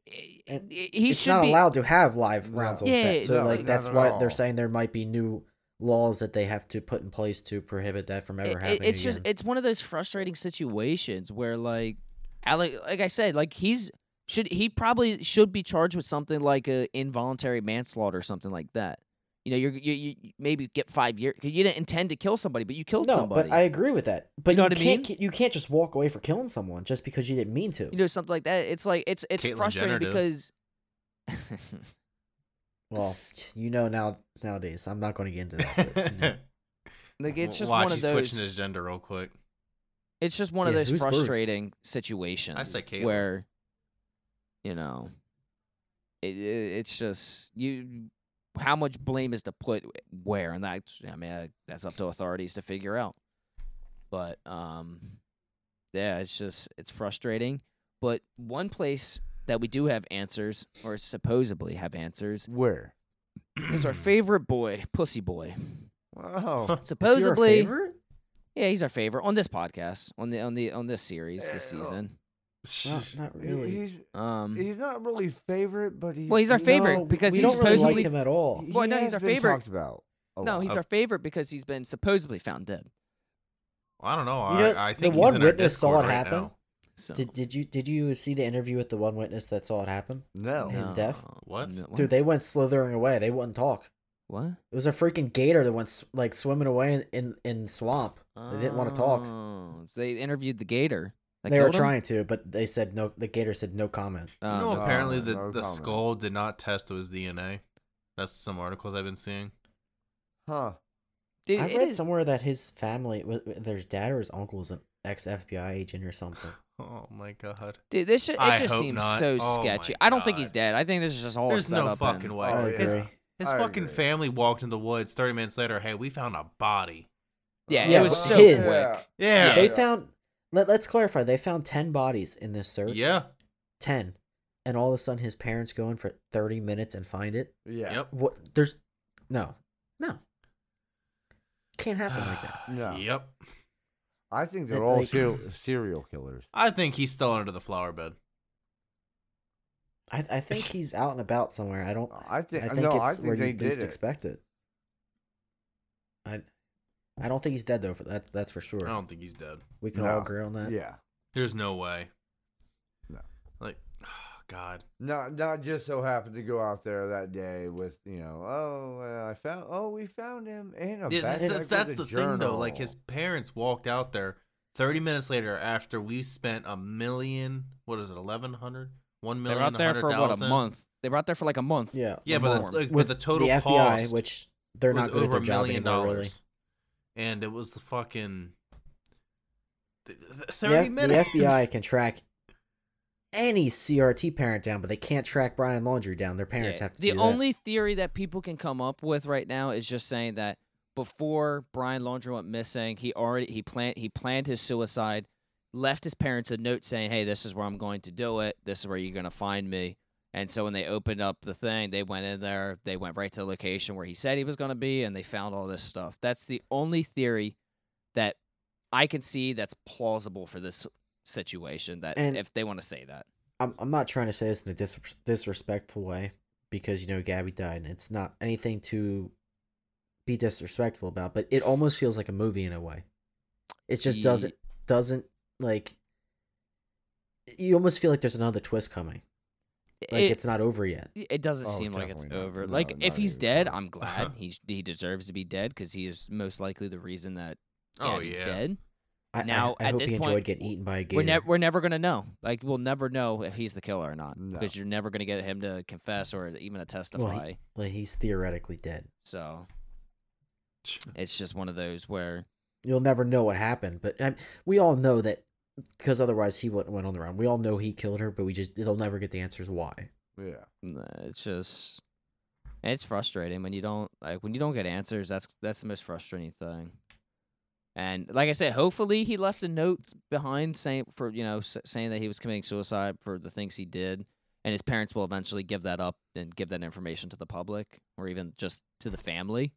[SPEAKER 1] i-
[SPEAKER 2] And
[SPEAKER 1] i- he
[SPEAKER 2] it's
[SPEAKER 1] should
[SPEAKER 2] not
[SPEAKER 1] be
[SPEAKER 2] allowed to have live
[SPEAKER 3] No.
[SPEAKER 2] rounds on
[SPEAKER 1] Yeah,
[SPEAKER 2] set. So
[SPEAKER 3] no,
[SPEAKER 2] like
[SPEAKER 3] not
[SPEAKER 2] that's
[SPEAKER 3] at
[SPEAKER 2] why
[SPEAKER 3] all.
[SPEAKER 2] they're saying there might be new laws that they have to put in place to prohibit that from
[SPEAKER 1] i-
[SPEAKER 2] ever
[SPEAKER 1] i-
[SPEAKER 2] happening.
[SPEAKER 1] it's just
[SPEAKER 2] again.
[SPEAKER 1] it's one of those frustrating situations where like Alec, like I said like he's should he probably should be charged with something like a involuntary manslaughter or something like that. You know, you're, you you you maybe get five years. 'cause You didn't intend to kill somebody, but you killed
[SPEAKER 2] no,
[SPEAKER 1] somebody.
[SPEAKER 2] but I agree with that. But you,
[SPEAKER 1] know what I
[SPEAKER 2] can't,
[SPEAKER 1] mean?
[SPEAKER 2] ki- You can't just walk away for killing someone just because you didn't mean to.
[SPEAKER 1] you know, something like that. It's like it's it's
[SPEAKER 4] Caitlyn Jenner
[SPEAKER 1] frustrating
[SPEAKER 4] did.
[SPEAKER 1] because
[SPEAKER 2] well, you know now nowadays. I'm not going to get into that. But, you know.
[SPEAKER 1] like it's just
[SPEAKER 4] Watch,
[SPEAKER 1] one of
[SPEAKER 4] he's
[SPEAKER 1] those.
[SPEAKER 4] switching his gender real quick.
[SPEAKER 1] It's just one of
[SPEAKER 2] Yeah,
[SPEAKER 1] those
[SPEAKER 2] who's Bruce?
[SPEAKER 1] frustrating situations
[SPEAKER 4] Caitlyn.
[SPEAKER 1] where, you know, it, it, it's just you. How much blame is to put where, and that's I mean I, that's up to authorities to figure out. But um, yeah, it's just it's frustrating. But one place that we do have answers, or supposedly have answers,
[SPEAKER 3] Where?
[SPEAKER 1] is our favorite boy, Pussy Boy.
[SPEAKER 3] Oh,
[SPEAKER 2] Is he your
[SPEAKER 1] Supposedly,
[SPEAKER 2] favorite?
[SPEAKER 1] yeah, he's our favorite on this podcast, on the on the on this series, this
[SPEAKER 3] Ew.
[SPEAKER 1] season.
[SPEAKER 2] Not, not
[SPEAKER 3] he-
[SPEAKER 2] really.
[SPEAKER 3] He's
[SPEAKER 1] Um,
[SPEAKER 4] Mm-hmm.
[SPEAKER 3] he's not really favorite, but he.
[SPEAKER 1] Well, he's our
[SPEAKER 3] he-
[SPEAKER 1] favorite
[SPEAKER 2] No,
[SPEAKER 1] because
[SPEAKER 2] we
[SPEAKER 1] he's
[SPEAKER 2] don't really
[SPEAKER 1] supposedly-
[SPEAKER 2] like him at all.
[SPEAKER 3] he
[SPEAKER 1] Well, no, he's
[SPEAKER 3] has
[SPEAKER 1] our
[SPEAKER 3] been
[SPEAKER 1] favorite.
[SPEAKER 3] Talked about.
[SPEAKER 2] Oh,
[SPEAKER 3] a
[SPEAKER 1] No,
[SPEAKER 3] lot.
[SPEAKER 1] he's our favorite because he's been supposedly found dead.
[SPEAKER 4] I don't know.
[SPEAKER 2] You
[SPEAKER 4] I,
[SPEAKER 2] know,
[SPEAKER 4] I
[SPEAKER 2] the
[SPEAKER 4] think
[SPEAKER 2] one
[SPEAKER 4] he's in our
[SPEAKER 2] witness saw
[SPEAKER 4] Discord
[SPEAKER 2] it
[SPEAKER 4] right
[SPEAKER 2] happen.
[SPEAKER 4] now.
[SPEAKER 1] So
[SPEAKER 2] Did, did you did you see the interview with the one witness that saw it happen?
[SPEAKER 3] no.
[SPEAKER 2] his death?
[SPEAKER 4] What?
[SPEAKER 1] No,
[SPEAKER 2] Dude, they went slithering away. They wouldn't talk.
[SPEAKER 1] what?
[SPEAKER 2] It was a freaking gator that went s- like swimming away in in, in swamp. They didn't want to talk.
[SPEAKER 1] Oh, so they interviewed the gator. that
[SPEAKER 2] they were
[SPEAKER 1] killed him?
[SPEAKER 2] trying to, but they said no. The gator said no comment.
[SPEAKER 1] Oh,
[SPEAKER 4] you know,
[SPEAKER 1] no
[SPEAKER 4] apparently
[SPEAKER 1] comment.
[SPEAKER 4] the,
[SPEAKER 3] no
[SPEAKER 4] the
[SPEAKER 3] comment.
[SPEAKER 4] skull did not test to his DNA. That's some articles I've been seeing.
[SPEAKER 3] Huh.
[SPEAKER 1] Dude,
[SPEAKER 2] I
[SPEAKER 1] it
[SPEAKER 2] read
[SPEAKER 1] is-
[SPEAKER 2] somewhere that his family, wa- wa- their dad or his uncle, was an ex FBI agent or something.
[SPEAKER 4] Oh my god.
[SPEAKER 1] dude, this shit,
[SPEAKER 4] I
[SPEAKER 1] it just
[SPEAKER 4] hope
[SPEAKER 1] seems
[SPEAKER 4] not.
[SPEAKER 1] so
[SPEAKER 4] Oh my
[SPEAKER 1] sketchy. I don't think he's
[SPEAKER 4] God.
[SPEAKER 1] dead. I think this is just all
[SPEAKER 4] There's
[SPEAKER 1] set
[SPEAKER 4] no
[SPEAKER 1] up
[SPEAKER 4] fucking
[SPEAKER 1] and-
[SPEAKER 4] way.
[SPEAKER 3] Oh,
[SPEAKER 2] I
[SPEAKER 3] yeah.
[SPEAKER 2] agree.
[SPEAKER 4] His
[SPEAKER 3] I
[SPEAKER 4] fucking
[SPEAKER 3] agree.
[SPEAKER 4] family walked in the woods 30 minutes later. Hey, we found a body.
[SPEAKER 1] Yeah,
[SPEAKER 2] Yeah,
[SPEAKER 1] it was
[SPEAKER 2] but
[SPEAKER 1] so
[SPEAKER 2] his-
[SPEAKER 1] quick.
[SPEAKER 4] Yeah.
[SPEAKER 2] They found. Let, let's clarify. They found ten bodies in this search.
[SPEAKER 4] Yeah.
[SPEAKER 2] ten, and all of a sudden his parents go in for thirty minutes and find it.
[SPEAKER 3] Yeah.
[SPEAKER 4] Yep.
[SPEAKER 2] What? There's no, no. Can't happen like that.
[SPEAKER 3] No.
[SPEAKER 4] Yep.
[SPEAKER 3] I think they're
[SPEAKER 2] That,
[SPEAKER 3] all
[SPEAKER 2] like-
[SPEAKER 3] ser- serial killers.
[SPEAKER 4] I think he's still under the flower bed.
[SPEAKER 2] I, I think he's out and about somewhere. I don't.
[SPEAKER 3] I think.
[SPEAKER 2] I think
[SPEAKER 3] no,
[SPEAKER 2] it's
[SPEAKER 3] I think
[SPEAKER 2] where
[SPEAKER 3] they
[SPEAKER 2] you
[SPEAKER 3] did
[SPEAKER 2] least
[SPEAKER 3] it.
[SPEAKER 2] expect it. I, I don't think he's dead though. For that, that's for sure.
[SPEAKER 4] I don't think he's dead.
[SPEAKER 2] we can
[SPEAKER 3] No.
[SPEAKER 2] all agree on that.
[SPEAKER 3] Yeah.
[SPEAKER 4] There's no way.
[SPEAKER 3] No.
[SPEAKER 4] Like, God.
[SPEAKER 3] Not not just so happened to go out there that day with you know oh uh, I found oh we found him in a
[SPEAKER 4] Yeah,
[SPEAKER 3] backpack
[SPEAKER 4] that's that's,
[SPEAKER 3] with
[SPEAKER 4] that's
[SPEAKER 3] a
[SPEAKER 4] the thing, though. Like,
[SPEAKER 3] journal.
[SPEAKER 4] his parents walked out there 30 minutes later after we spent a million, what is it, 1,100? One
[SPEAKER 1] They
[SPEAKER 4] million.
[SPEAKER 1] were out there for what, a
[SPEAKER 4] 100,000?
[SPEAKER 1] month? They were out there for like a month.
[SPEAKER 2] Yeah.
[SPEAKER 4] Yeah,
[SPEAKER 1] The
[SPEAKER 4] but
[SPEAKER 1] norm.
[SPEAKER 4] the, like, but
[SPEAKER 2] With
[SPEAKER 4] the total
[SPEAKER 2] the FBI,
[SPEAKER 4] cost
[SPEAKER 2] which they're
[SPEAKER 4] was
[SPEAKER 2] not good at
[SPEAKER 4] over
[SPEAKER 2] their
[SPEAKER 4] a
[SPEAKER 2] job
[SPEAKER 4] million
[SPEAKER 2] anymore. Really.
[SPEAKER 4] dollars. And it was the fucking th- th-
[SPEAKER 2] The
[SPEAKER 4] thirty
[SPEAKER 2] F-
[SPEAKER 4] minutes.
[SPEAKER 2] The FBI can track any CRT parent down, but they can't track Brian Laundry down. Their parents
[SPEAKER 1] Yeah.
[SPEAKER 2] have to.
[SPEAKER 1] the
[SPEAKER 2] do that.
[SPEAKER 1] only theory that people can come up with right now is just saying that before Brian Laundrie went missing, he already he planned he planned his suicide, left his parents a note saying, "Hey, this is where I'm going to do it. This is where you're going to find me." And so when they opened up the thing, they went in there, they went right to the location where he said he was going to be, and they found all this stuff. That's the only theory that I can see that's plausible for this situation. That
[SPEAKER 2] And-
[SPEAKER 1] if they want to say that,
[SPEAKER 2] I'm I'm not trying to say this in a dis- disrespectful way because you know Gabby died and it's not anything to be disrespectful about, but it almost feels like a movie in a way. It just
[SPEAKER 1] Ye-
[SPEAKER 2] doesn't doesn't like you almost feel like there's another twist coming. Like
[SPEAKER 1] it,
[SPEAKER 2] it's not over yet.
[SPEAKER 1] it doesn't
[SPEAKER 3] Oh,
[SPEAKER 1] seem like it's
[SPEAKER 3] definitely not.
[SPEAKER 1] over.
[SPEAKER 3] No,
[SPEAKER 1] like if
[SPEAKER 3] not
[SPEAKER 1] he's
[SPEAKER 3] even
[SPEAKER 1] dead,
[SPEAKER 3] close.
[SPEAKER 1] I'm glad he he deserves to be dead because he is most likely the reason that
[SPEAKER 4] Oh
[SPEAKER 1] Gabby's
[SPEAKER 4] yeah.
[SPEAKER 1] dead.
[SPEAKER 2] I,
[SPEAKER 1] Now,
[SPEAKER 2] I, I
[SPEAKER 1] at
[SPEAKER 2] hope
[SPEAKER 1] this
[SPEAKER 2] he
[SPEAKER 1] point,
[SPEAKER 2] enjoyed getting eaten by a gator.
[SPEAKER 1] We're never we're never gonna know. Like we'll never know if he's the killer or not
[SPEAKER 3] No.
[SPEAKER 1] because you're never gonna get him to confess or even to testify.
[SPEAKER 2] Well, he- like, he's theoretically dead.
[SPEAKER 1] So it's just one of those where
[SPEAKER 2] You'll never know what happened, but I, we all know that because otherwise he wouldn't went on the run. We all know he killed her, but we just they'll never get the answers why.
[SPEAKER 3] Yeah.
[SPEAKER 1] nah, it's just it's frustrating when you don't like when you don't get answers. That's that's the most frustrating thing. And like I said, hopefully he left a note behind saying for you know s- saying that he was committing suicide for the things he did, and his parents will eventually give that up and give that information to the public or even just to the family.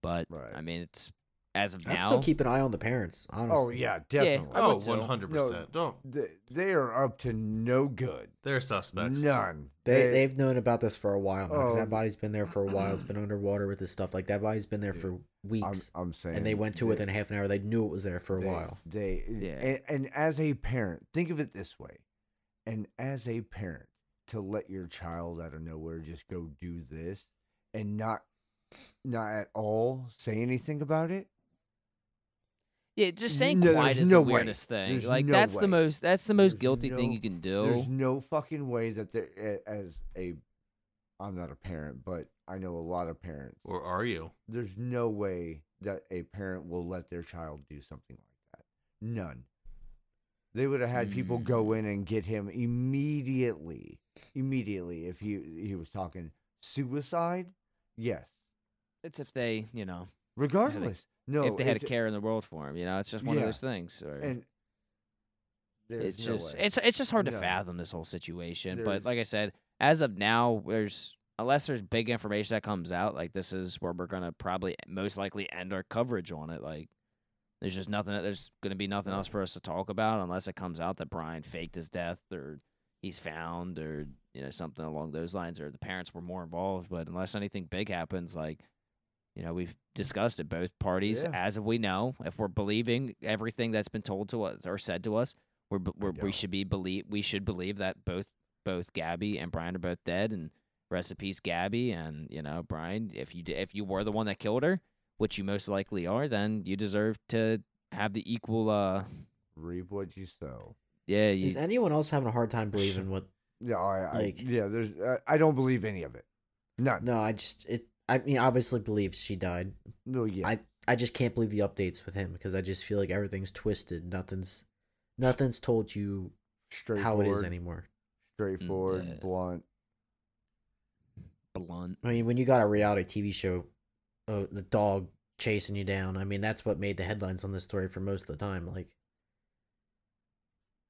[SPEAKER 1] But
[SPEAKER 3] Right.
[SPEAKER 1] I mean, it's as of
[SPEAKER 2] I'd
[SPEAKER 1] now.
[SPEAKER 2] still keep an eye on the parents, honestly.
[SPEAKER 3] Oh yeah, definitely.
[SPEAKER 1] I
[SPEAKER 4] Oh,
[SPEAKER 1] would so.
[SPEAKER 4] 100%. Don't.
[SPEAKER 3] Th- they are up to no good.
[SPEAKER 4] They're suspects.
[SPEAKER 3] None.
[SPEAKER 2] They, they've known about this for a while now because
[SPEAKER 3] Oh.
[SPEAKER 2] that body's been there for a while. It's been underwater with this stuff. Like that body's been there
[SPEAKER 3] Yeah.
[SPEAKER 2] for
[SPEAKER 3] I'm,
[SPEAKER 2] weeks,
[SPEAKER 3] I'm saying.
[SPEAKER 2] and they went to
[SPEAKER 3] they-
[SPEAKER 2] within half an hour. They knew it was there for a
[SPEAKER 3] they-
[SPEAKER 2] while.
[SPEAKER 3] They
[SPEAKER 1] Yeah.
[SPEAKER 3] and, and as a parent, think of it this way. And as a parent, to let your child out of nowhere just go do this and not not at all say anything about it.
[SPEAKER 1] Yeah, just staying
[SPEAKER 3] No, there's
[SPEAKER 1] quiet is
[SPEAKER 3] no
[SPEAKER 1] the
[SPEAKER 3] way.
[SPEAKER 1] weirdest thing.
[SPEAKER 3] There's
[SPEAKER 1] like
[SPEAKER 3] no
[SPEAKER 1] that's
[SPEAKER 3] way.
[SPEAKER 1] the most that's the most
[SPEAKER 3] There's
[SPEAKER 1] guilty thing
[SPEAKER 3] no-
[SPEAKER 1] you can
[SPEAKER 3] There's
[SPEAKER 1] do.
[SPEAKER 3] no fucking way that there a- as a I'm not a parent, but I know a lot of parents.
[SPEAKER 4] Or are you?
[SPEAKER 3] There's no way that a parent will let their child do something like that. None. They would have had people go
[SPEAKER 1] Mm.
[SPEAKER 3] in and get him immediately. Immediately if he he was talking suicide? Yes.
[SPEAKER 1] It's if they, you know,
[SPEAKER 3] Regardless. No.
[SPEAKER 1] if they had a
[SPEAKER 3] it's-
[SPEAKER 1] care in the world for him, you know, it's just one
[SPEAKER 3] Yeah.
[SPEAKER 1] of those things. Or
[SPEAKER 3] and there's
[SPEAKER 1] it's
[SPEAKER 3] no
[SPEAKER 1] just
[SPEAKER 3] way.
[SPEAKER 1] it's it's just hard to
[SPEAKER 3] No.
[SPEAKER 1] fathom this whole situation.
[SPEAKER 3] There's-
[SPEAKER 1] But like I said, as of now, there's unless there's big information that comes out, like this is where we're gonna probably most likely end our coverage on it. Like there's just nothing there's gonna be nothing else for us to talk about unless it comes out that Brian faked his death or he's found or you know, something along those lines or the parents were more involved. But unless anything big happens, like you know, we've discussed it both parties
[SPEAKER 3] Yeah.
[SPEAKER 1] as we know, if we're believing everything that's been told to us or said to us, we're, b- we're we
[SPEAKER 3] don't.
[SPEAKER 1] should be believe we should believe that both both Gabby and Brian are both dead and rest in peace Gabby and you know Brian if you d- if you were the one that killed her which you most likely are then you deserve to have the equal uh
[SPEAKER 3] reap what you sow.
[SPEAKER 1] yeah you,
[SPEAKER 2] Is anyone else having a hard time believing what?
[SPEAKER 3] Yeah, I,
[SPEAKER 2] Like-
[SPEAKER 3] I yeah, there's uh, I don't believe any of it. None.
[SPEAKER 2] No, I just it. I mean, obviously believes she died.
[SPEAKER 3] No, yeah.
[SPEAKER 2] I I just can't believe the updates with him because I just feel like everything's twisted. Nothing's nothing's told you how
[SPEAKER 3] straightforward,
[SPEAKER 2] it is anymore.
[SPEAKER 3] straightforward,
[SPEAKER 1] yeah.
[SPEAKER 3] blunt.
[SPEAKER 1] blunt
[SPEAKER 2] I mean, when you got a reality TV show, uh, the dog chasing you down. I mean, that's what made the headlines on this story for most of the time. Like,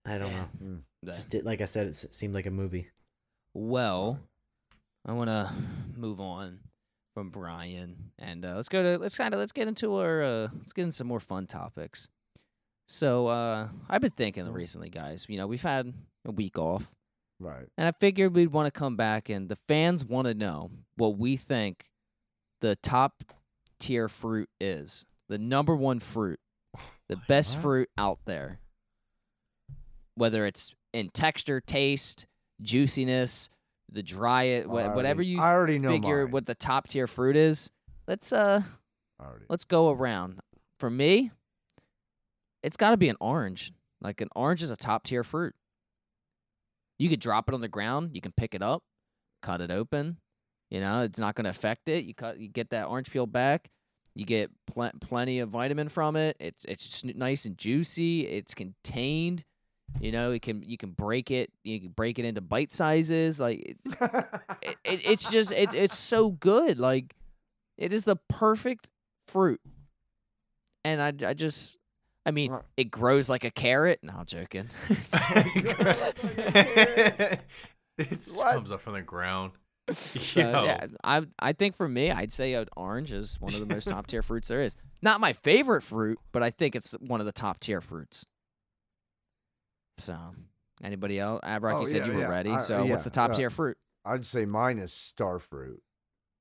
[SPEAKER 2] I don't know.
[SPEAKER 3] Mm.
[SPEAKER 1] That-
[SPEAKER 2] Just did, like I said, it s- seemed like a movie.
[SPEAKER 1] well I want to move on from Brian and uh, let's go to let's kind of let's get into our uh, let's get into some more fun topics. So uh, I've been thinking recently, guys. You know, we've had a week off,
[SPEAKER 3] Right.
[SPEAKER 1] and I figured we'd want to come back and the fans want to know what we think the top tier fruit is, the number one fruit, the best
[SPEAKER 3] what?
[SPEAKER 1] fruit out there. Whether it's in texture, taste, juiciness, the dry it,
[SPEAKER 3] I already-
[SPEAKER 1] whatever you
[SPEAKER 3] I already know
[SPEAKER 1] figure
[SPEAKER 3] mine.
[SPEAKER 1] what the top tier fruit is. Let's uh
[SPEAKER 3] I already.
[SPEAKER 1] let's go around. For me, it's got to be an orange. Like an orange is a top tier fruit. You could drop it on the ground. You can pick it up, cut it open. You know, it's not going to affect it. You cut, you get that orange peel back. You get pl- plenty of vitamin from it. It's it's just n- nice and juicy. It's contained. You know, it can you can break it. You can break it into bite sizes. Like it, it, it- it's just it, it's so good. Like it is the perfect fruit, and I I just I mean
[SPEAKER 3] Right.
[SPEAKER 1] it grows like a carrot. No, I'm joking.
[SPEAKER 4] It just
[SPEAKER 3] What?
[SPEAKER 4] comes up from the ground.
[SPEAKER 1] So, yeah, I I think for me, I'd say uh, orange is one of the most top tier fruits there is. Not my favorite fruit, but I think it's one of the top tier fruits. So, anybody else? Uh, Rocky
[SPEAKER 3] Oh,
[SPEAKER 1] said
[SPEAKER 3] yeah,
[SPEAKER 1] you were
[SPEAKER 3] yeah,
[SPEAKER 1] ready.
[SPEAKER 3] I-
[SPEAKER 1] so,
[SPEAKER 3] yeah,
[SPEAKER 1] what's the top
[SPEAKER 3] uh,
[SPEAKER 1] tier fruit?
[SPEAKER 3] I'd say mine is starfruit.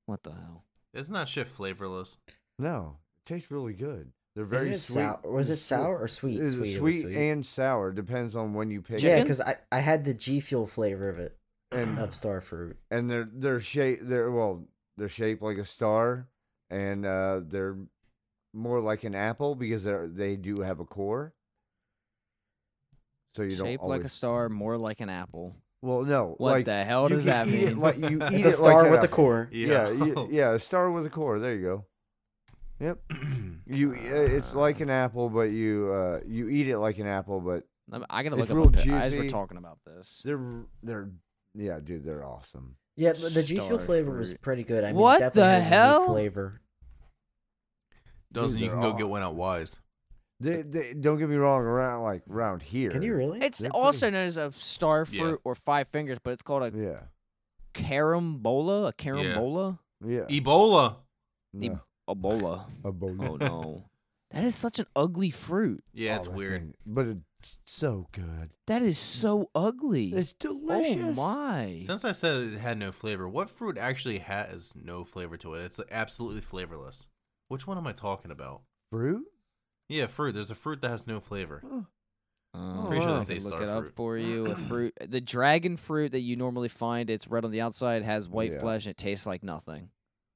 [SPEAKER 1] What the hell?
[SPEAKER 4] Isn't that shit flavorless?
[SPEAKER 3] No, it tastes really good. They're
[SPEAKER 2] Isn't
[SPEAKER 3] very
[SPEAKER 2] it
[SPEAKER 3] sweet.
[SPEAKER 2] sour- was
[SPEAKER 3] and
[SPEAKER 2] it sour or sweet?
[SPEAKER 3] It's
[SPEAKER 2] Sweet,
[SPEAKER 3] sweet,
[SPEAKER 2] it was sweet.
[SPEAKER 3] and sour. Depends on when you pick
[SPEAKER 1] Chicken?
[SPEAKER 2] Yeah,
[SPEAKER 3] it.
[SPEAKER 2] because I, I had the G Fuel flavor of it
[SPEAKER 3] And
[SPEAKER 2] of starfruit.
[SPEAKER 3] and they're they're shape they're well they're shaped like a star, and uh, they're more like an apple because they are they do have a core. So you don't
[SPEAKER 1] Shaped like a
[SPEAKER 3] always-
[SPEAKER 1] star, more like an apple.
[SPEAKER 3] well no
[SPEAKER 1] What
[SPEAKER 3] like,
[SPEAKER 1] the hell
[SPEAKER 3] you
[SPEAKER 1] does that
[SPEAKER 3] can eat it
[SPEAKER 1] mean?
[SPEAKER 3] like- you
[SPEAKER 4] It's
[SPEAKER 2] It's
[SPEAKER 3] eat
[SPEAKER 2] a
[SPEAKER 3] it
[SPEAKER 2] star
[SPEAKER 3] like
[SPEAKER 2] with
[SPEAKER 3] an
[SPEAKER 2] a core.
[SPEAKER 3] Yeah, yeah, yeah, a star with a core. There you go. Yep. You, uh, it's like an apple, but you, uh, you eat it like an apple, but
[SPEAKER 1] I'm- I gotta look
[SPEAKER 3] It's
[SPEAKER 1] up
[SPEAKER 3] real
[SPEAKER 1] a pic- as we're
[SPEAKER 3] juicy.
[SPEAKER 1] talking about this.
[SPEAKER 3] they're, they're, yeah, dude, they're awesome.
[SPEAKER 2] Yeah, the the G Fuel flavor was
[SPEAKER 1] Starfruit.
[SPEAKER 2] pretty good. I mean,
[SPEAKER 1] What
[SPEAKER 2] it definitely
[SPEAKER 1] the
[SPEAKER 2] had a unique
[SPEAKER 1] hell?
[SPEAKER 2] flavor?
[SPEAKER 4] Doesn't
[SPEAKER 3] Dude,
[SPEAKER 4] you
[SPEAKER 3] they're
[SPEAKER 4] can go
[SPEAKER 3] aw-
[SPEAKER 4] get one at Wise.
[SPEAKER 3] They, they, don't get me wrong, around like around here.
[SPEAKER 2] Can you really?
[SPEAKER 1] It's
[SPEAKER 3] They're pretty-
[SPEAKER 1] also known as a star fruit or five fingers, but it's called a
[SPEAKER 3] Yeah,
[SPEAKER 1] carambola, a carambola,
[SPEAKER 3] yeah.
[SPEAKER 4] Ebola.
[SPEAKER 1] E-
[SPEAKER 3] no,
[SPEAKER 1] Ebola.
[SPEAKER 3] a bowl.
[SPEAKER 1] Oh no, that is such an ugly fruit.
[SPEAKER 4] Yeah,
[SPEAKER 3] Oh,
[SPEAKER 4] it's
[SPEAKER 3] that
[SPEAKER 4] weird.
[SPEAKER 3] thing- but it's so good.
[SPEAKER 1] That is so ugly.
[SPEAKER 3] It's delicious.
[SPEAKER 1] Oh my!
[SPEAKER 4] Since I said it had no flavor, what fruit actually has no flavor to it? It's absolutely flavorless. Which one am I talking about?
[SPEAKER 3] Fruit?
[SPEAKER 4] Yeah, fruit. There's a fruit that has no flavor.
[SPEAKER 3] Huh.
[SPEAKER 1] Um,
[SPEAKER 3] Pretty sure
[SPEAKER 1] I
[SPEAKER 3] this
[SPEAKER 1] can
[SPEAKER 4] tastes
[SPEAKER 1] look
[SPEAKER 4] star
[SPEAKER 1] it up
[SPEAKER 4] fruit.
[SPEAKER 1] for you. A fruit, the dragon fruit that you normally find. It's red on the outside, has white
[SPEAKER 3] Yeah.
[SPEAKER 1] flesh, and it tastes like nothing.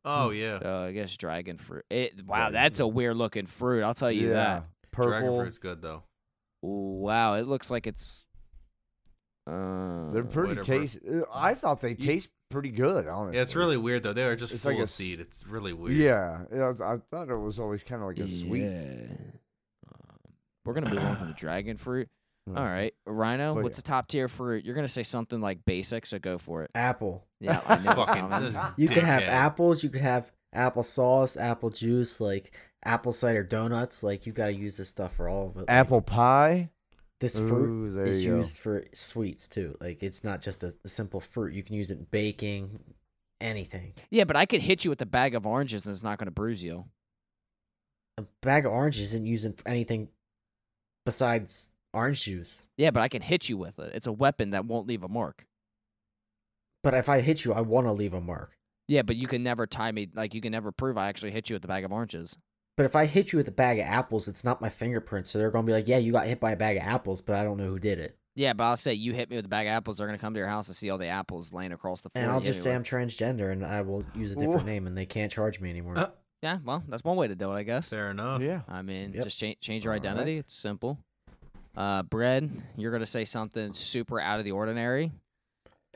[SPEAKER 4] Oh
[SPEAKER 3] Hmm.
[SPEAKER 4] yeah,
[SPEAKER 1] Uh, I guess dragon fruit. It, wow,
[SPEAKER 3] Dragon
[SPEAKER 1] that's a weird looking fruit. I'll tell you that.
[SPEAKER 4] dragon
[SPEAKER 3] Purple.
[SPEAKER 4] fruit's good though.
[SPEAKER 1] Wow, it looks like it's. Uh,
[SPEAKER 3] They're pretty
[SPEAKER 4] Whatever.
[SPEAKER 3] taste. uh, I thought they taste pretty good. Honestly.
[SPEAKER 4] Yeah, it's really weird though. They are just
[SPEAKER 3] It's
[SPEAKER 4] full
[SPEAKER 3] like a
[SPEAKER 4] of
[SPEAKER 3] s-
[SPEAKER 4] seed. It's really weird.
[SPEAKER 3] Yeah, yeah, I, I thought it was always kind of like a sweet.
[SPEAKER 1] uh, Um, We're gonna move on from the dragon fruit. All right, Rhino.
[SPEAKER 3] But
[SPEAKER 1] what's the top tier fruit? You're gonna say something like basic, so go for it.
[SPEAKER 2] Apple.
[SPEAKER 1] Yeah, I know it's
[SPEAKER 4] Fucking
[SPEAKER 1] coming.
[SPEAKER 4] this
[SPEAKER 2] You can have
[SPEAKER 4] dickhead.
[SPEAKER 2] apples. You could have applesauce, apple juice, like apple cider donuts. Like you got to use this stuff for all of it.
[SPEAKER 3] Apple pie.
[SPEAKER 2] This fruit
[SPEAKER 3] Ooh, there
[SPEAKER 2] is
[SPEAKER 3] you go.
[SPEAKER 2] used for sweets too. Like it's not just a simple fruit. You can use it in baking, anything.
[SPEAKER 1] Yeah, but I could hit you with a bag of oranges and it's not gonna bruise you.
[SPEAKER 2] A bag of oranges isn't using for anything besides orange juice.
[SPEAKER 1] Yeah, but I can hit you with it. It's a weapon that won't leave a mark.
[SPEAKER 2] But if I hit you, I want to leave a mark.
[SPEAKER 1] Yeah, but you can never tie me. Like you can never prove I actually hit you with a bag of oranges.
[SPEAKER 2] But if I hit you with a bag of apples, it's not my fingerprints. So they're going to be like, yeah, you got hit by a bag of apples, but I don't know who did it.
[SPEAKER 1] Yeah, but I'll say you hit me with a bag of apples. They're gonna come to your house and see all the apples laying across the floor.
[SPEAKER 2] And I'll
[SPEAKER 1] you hit
[SPEAKER 2] just
[SPEAKER 1] me
[SPEAKER 2] say
[SPEAKER 1] with.
[SPEAKER 2] I'm transgender and I will use a different
[SPEAKER 3] Wha-
[SPEAKER 2] name and they can't charge me anymore.
[SPEAKER 4] Uh,
[SPEAKER 1] Yeah, well, that's one way to do it, I guess.
[SPEAKER 4] Fair enough.
[SPEAKER 3] Yeah.
[SPEAKER 1] I mean,
[SPEAKER 2] Yep.
[SPEAKER 1] just change change your
[SPEAKER 3] All right.
[SPEAKER 1] identity. It's simple. Uh, bread, you're gonna say something super out of the ordinary,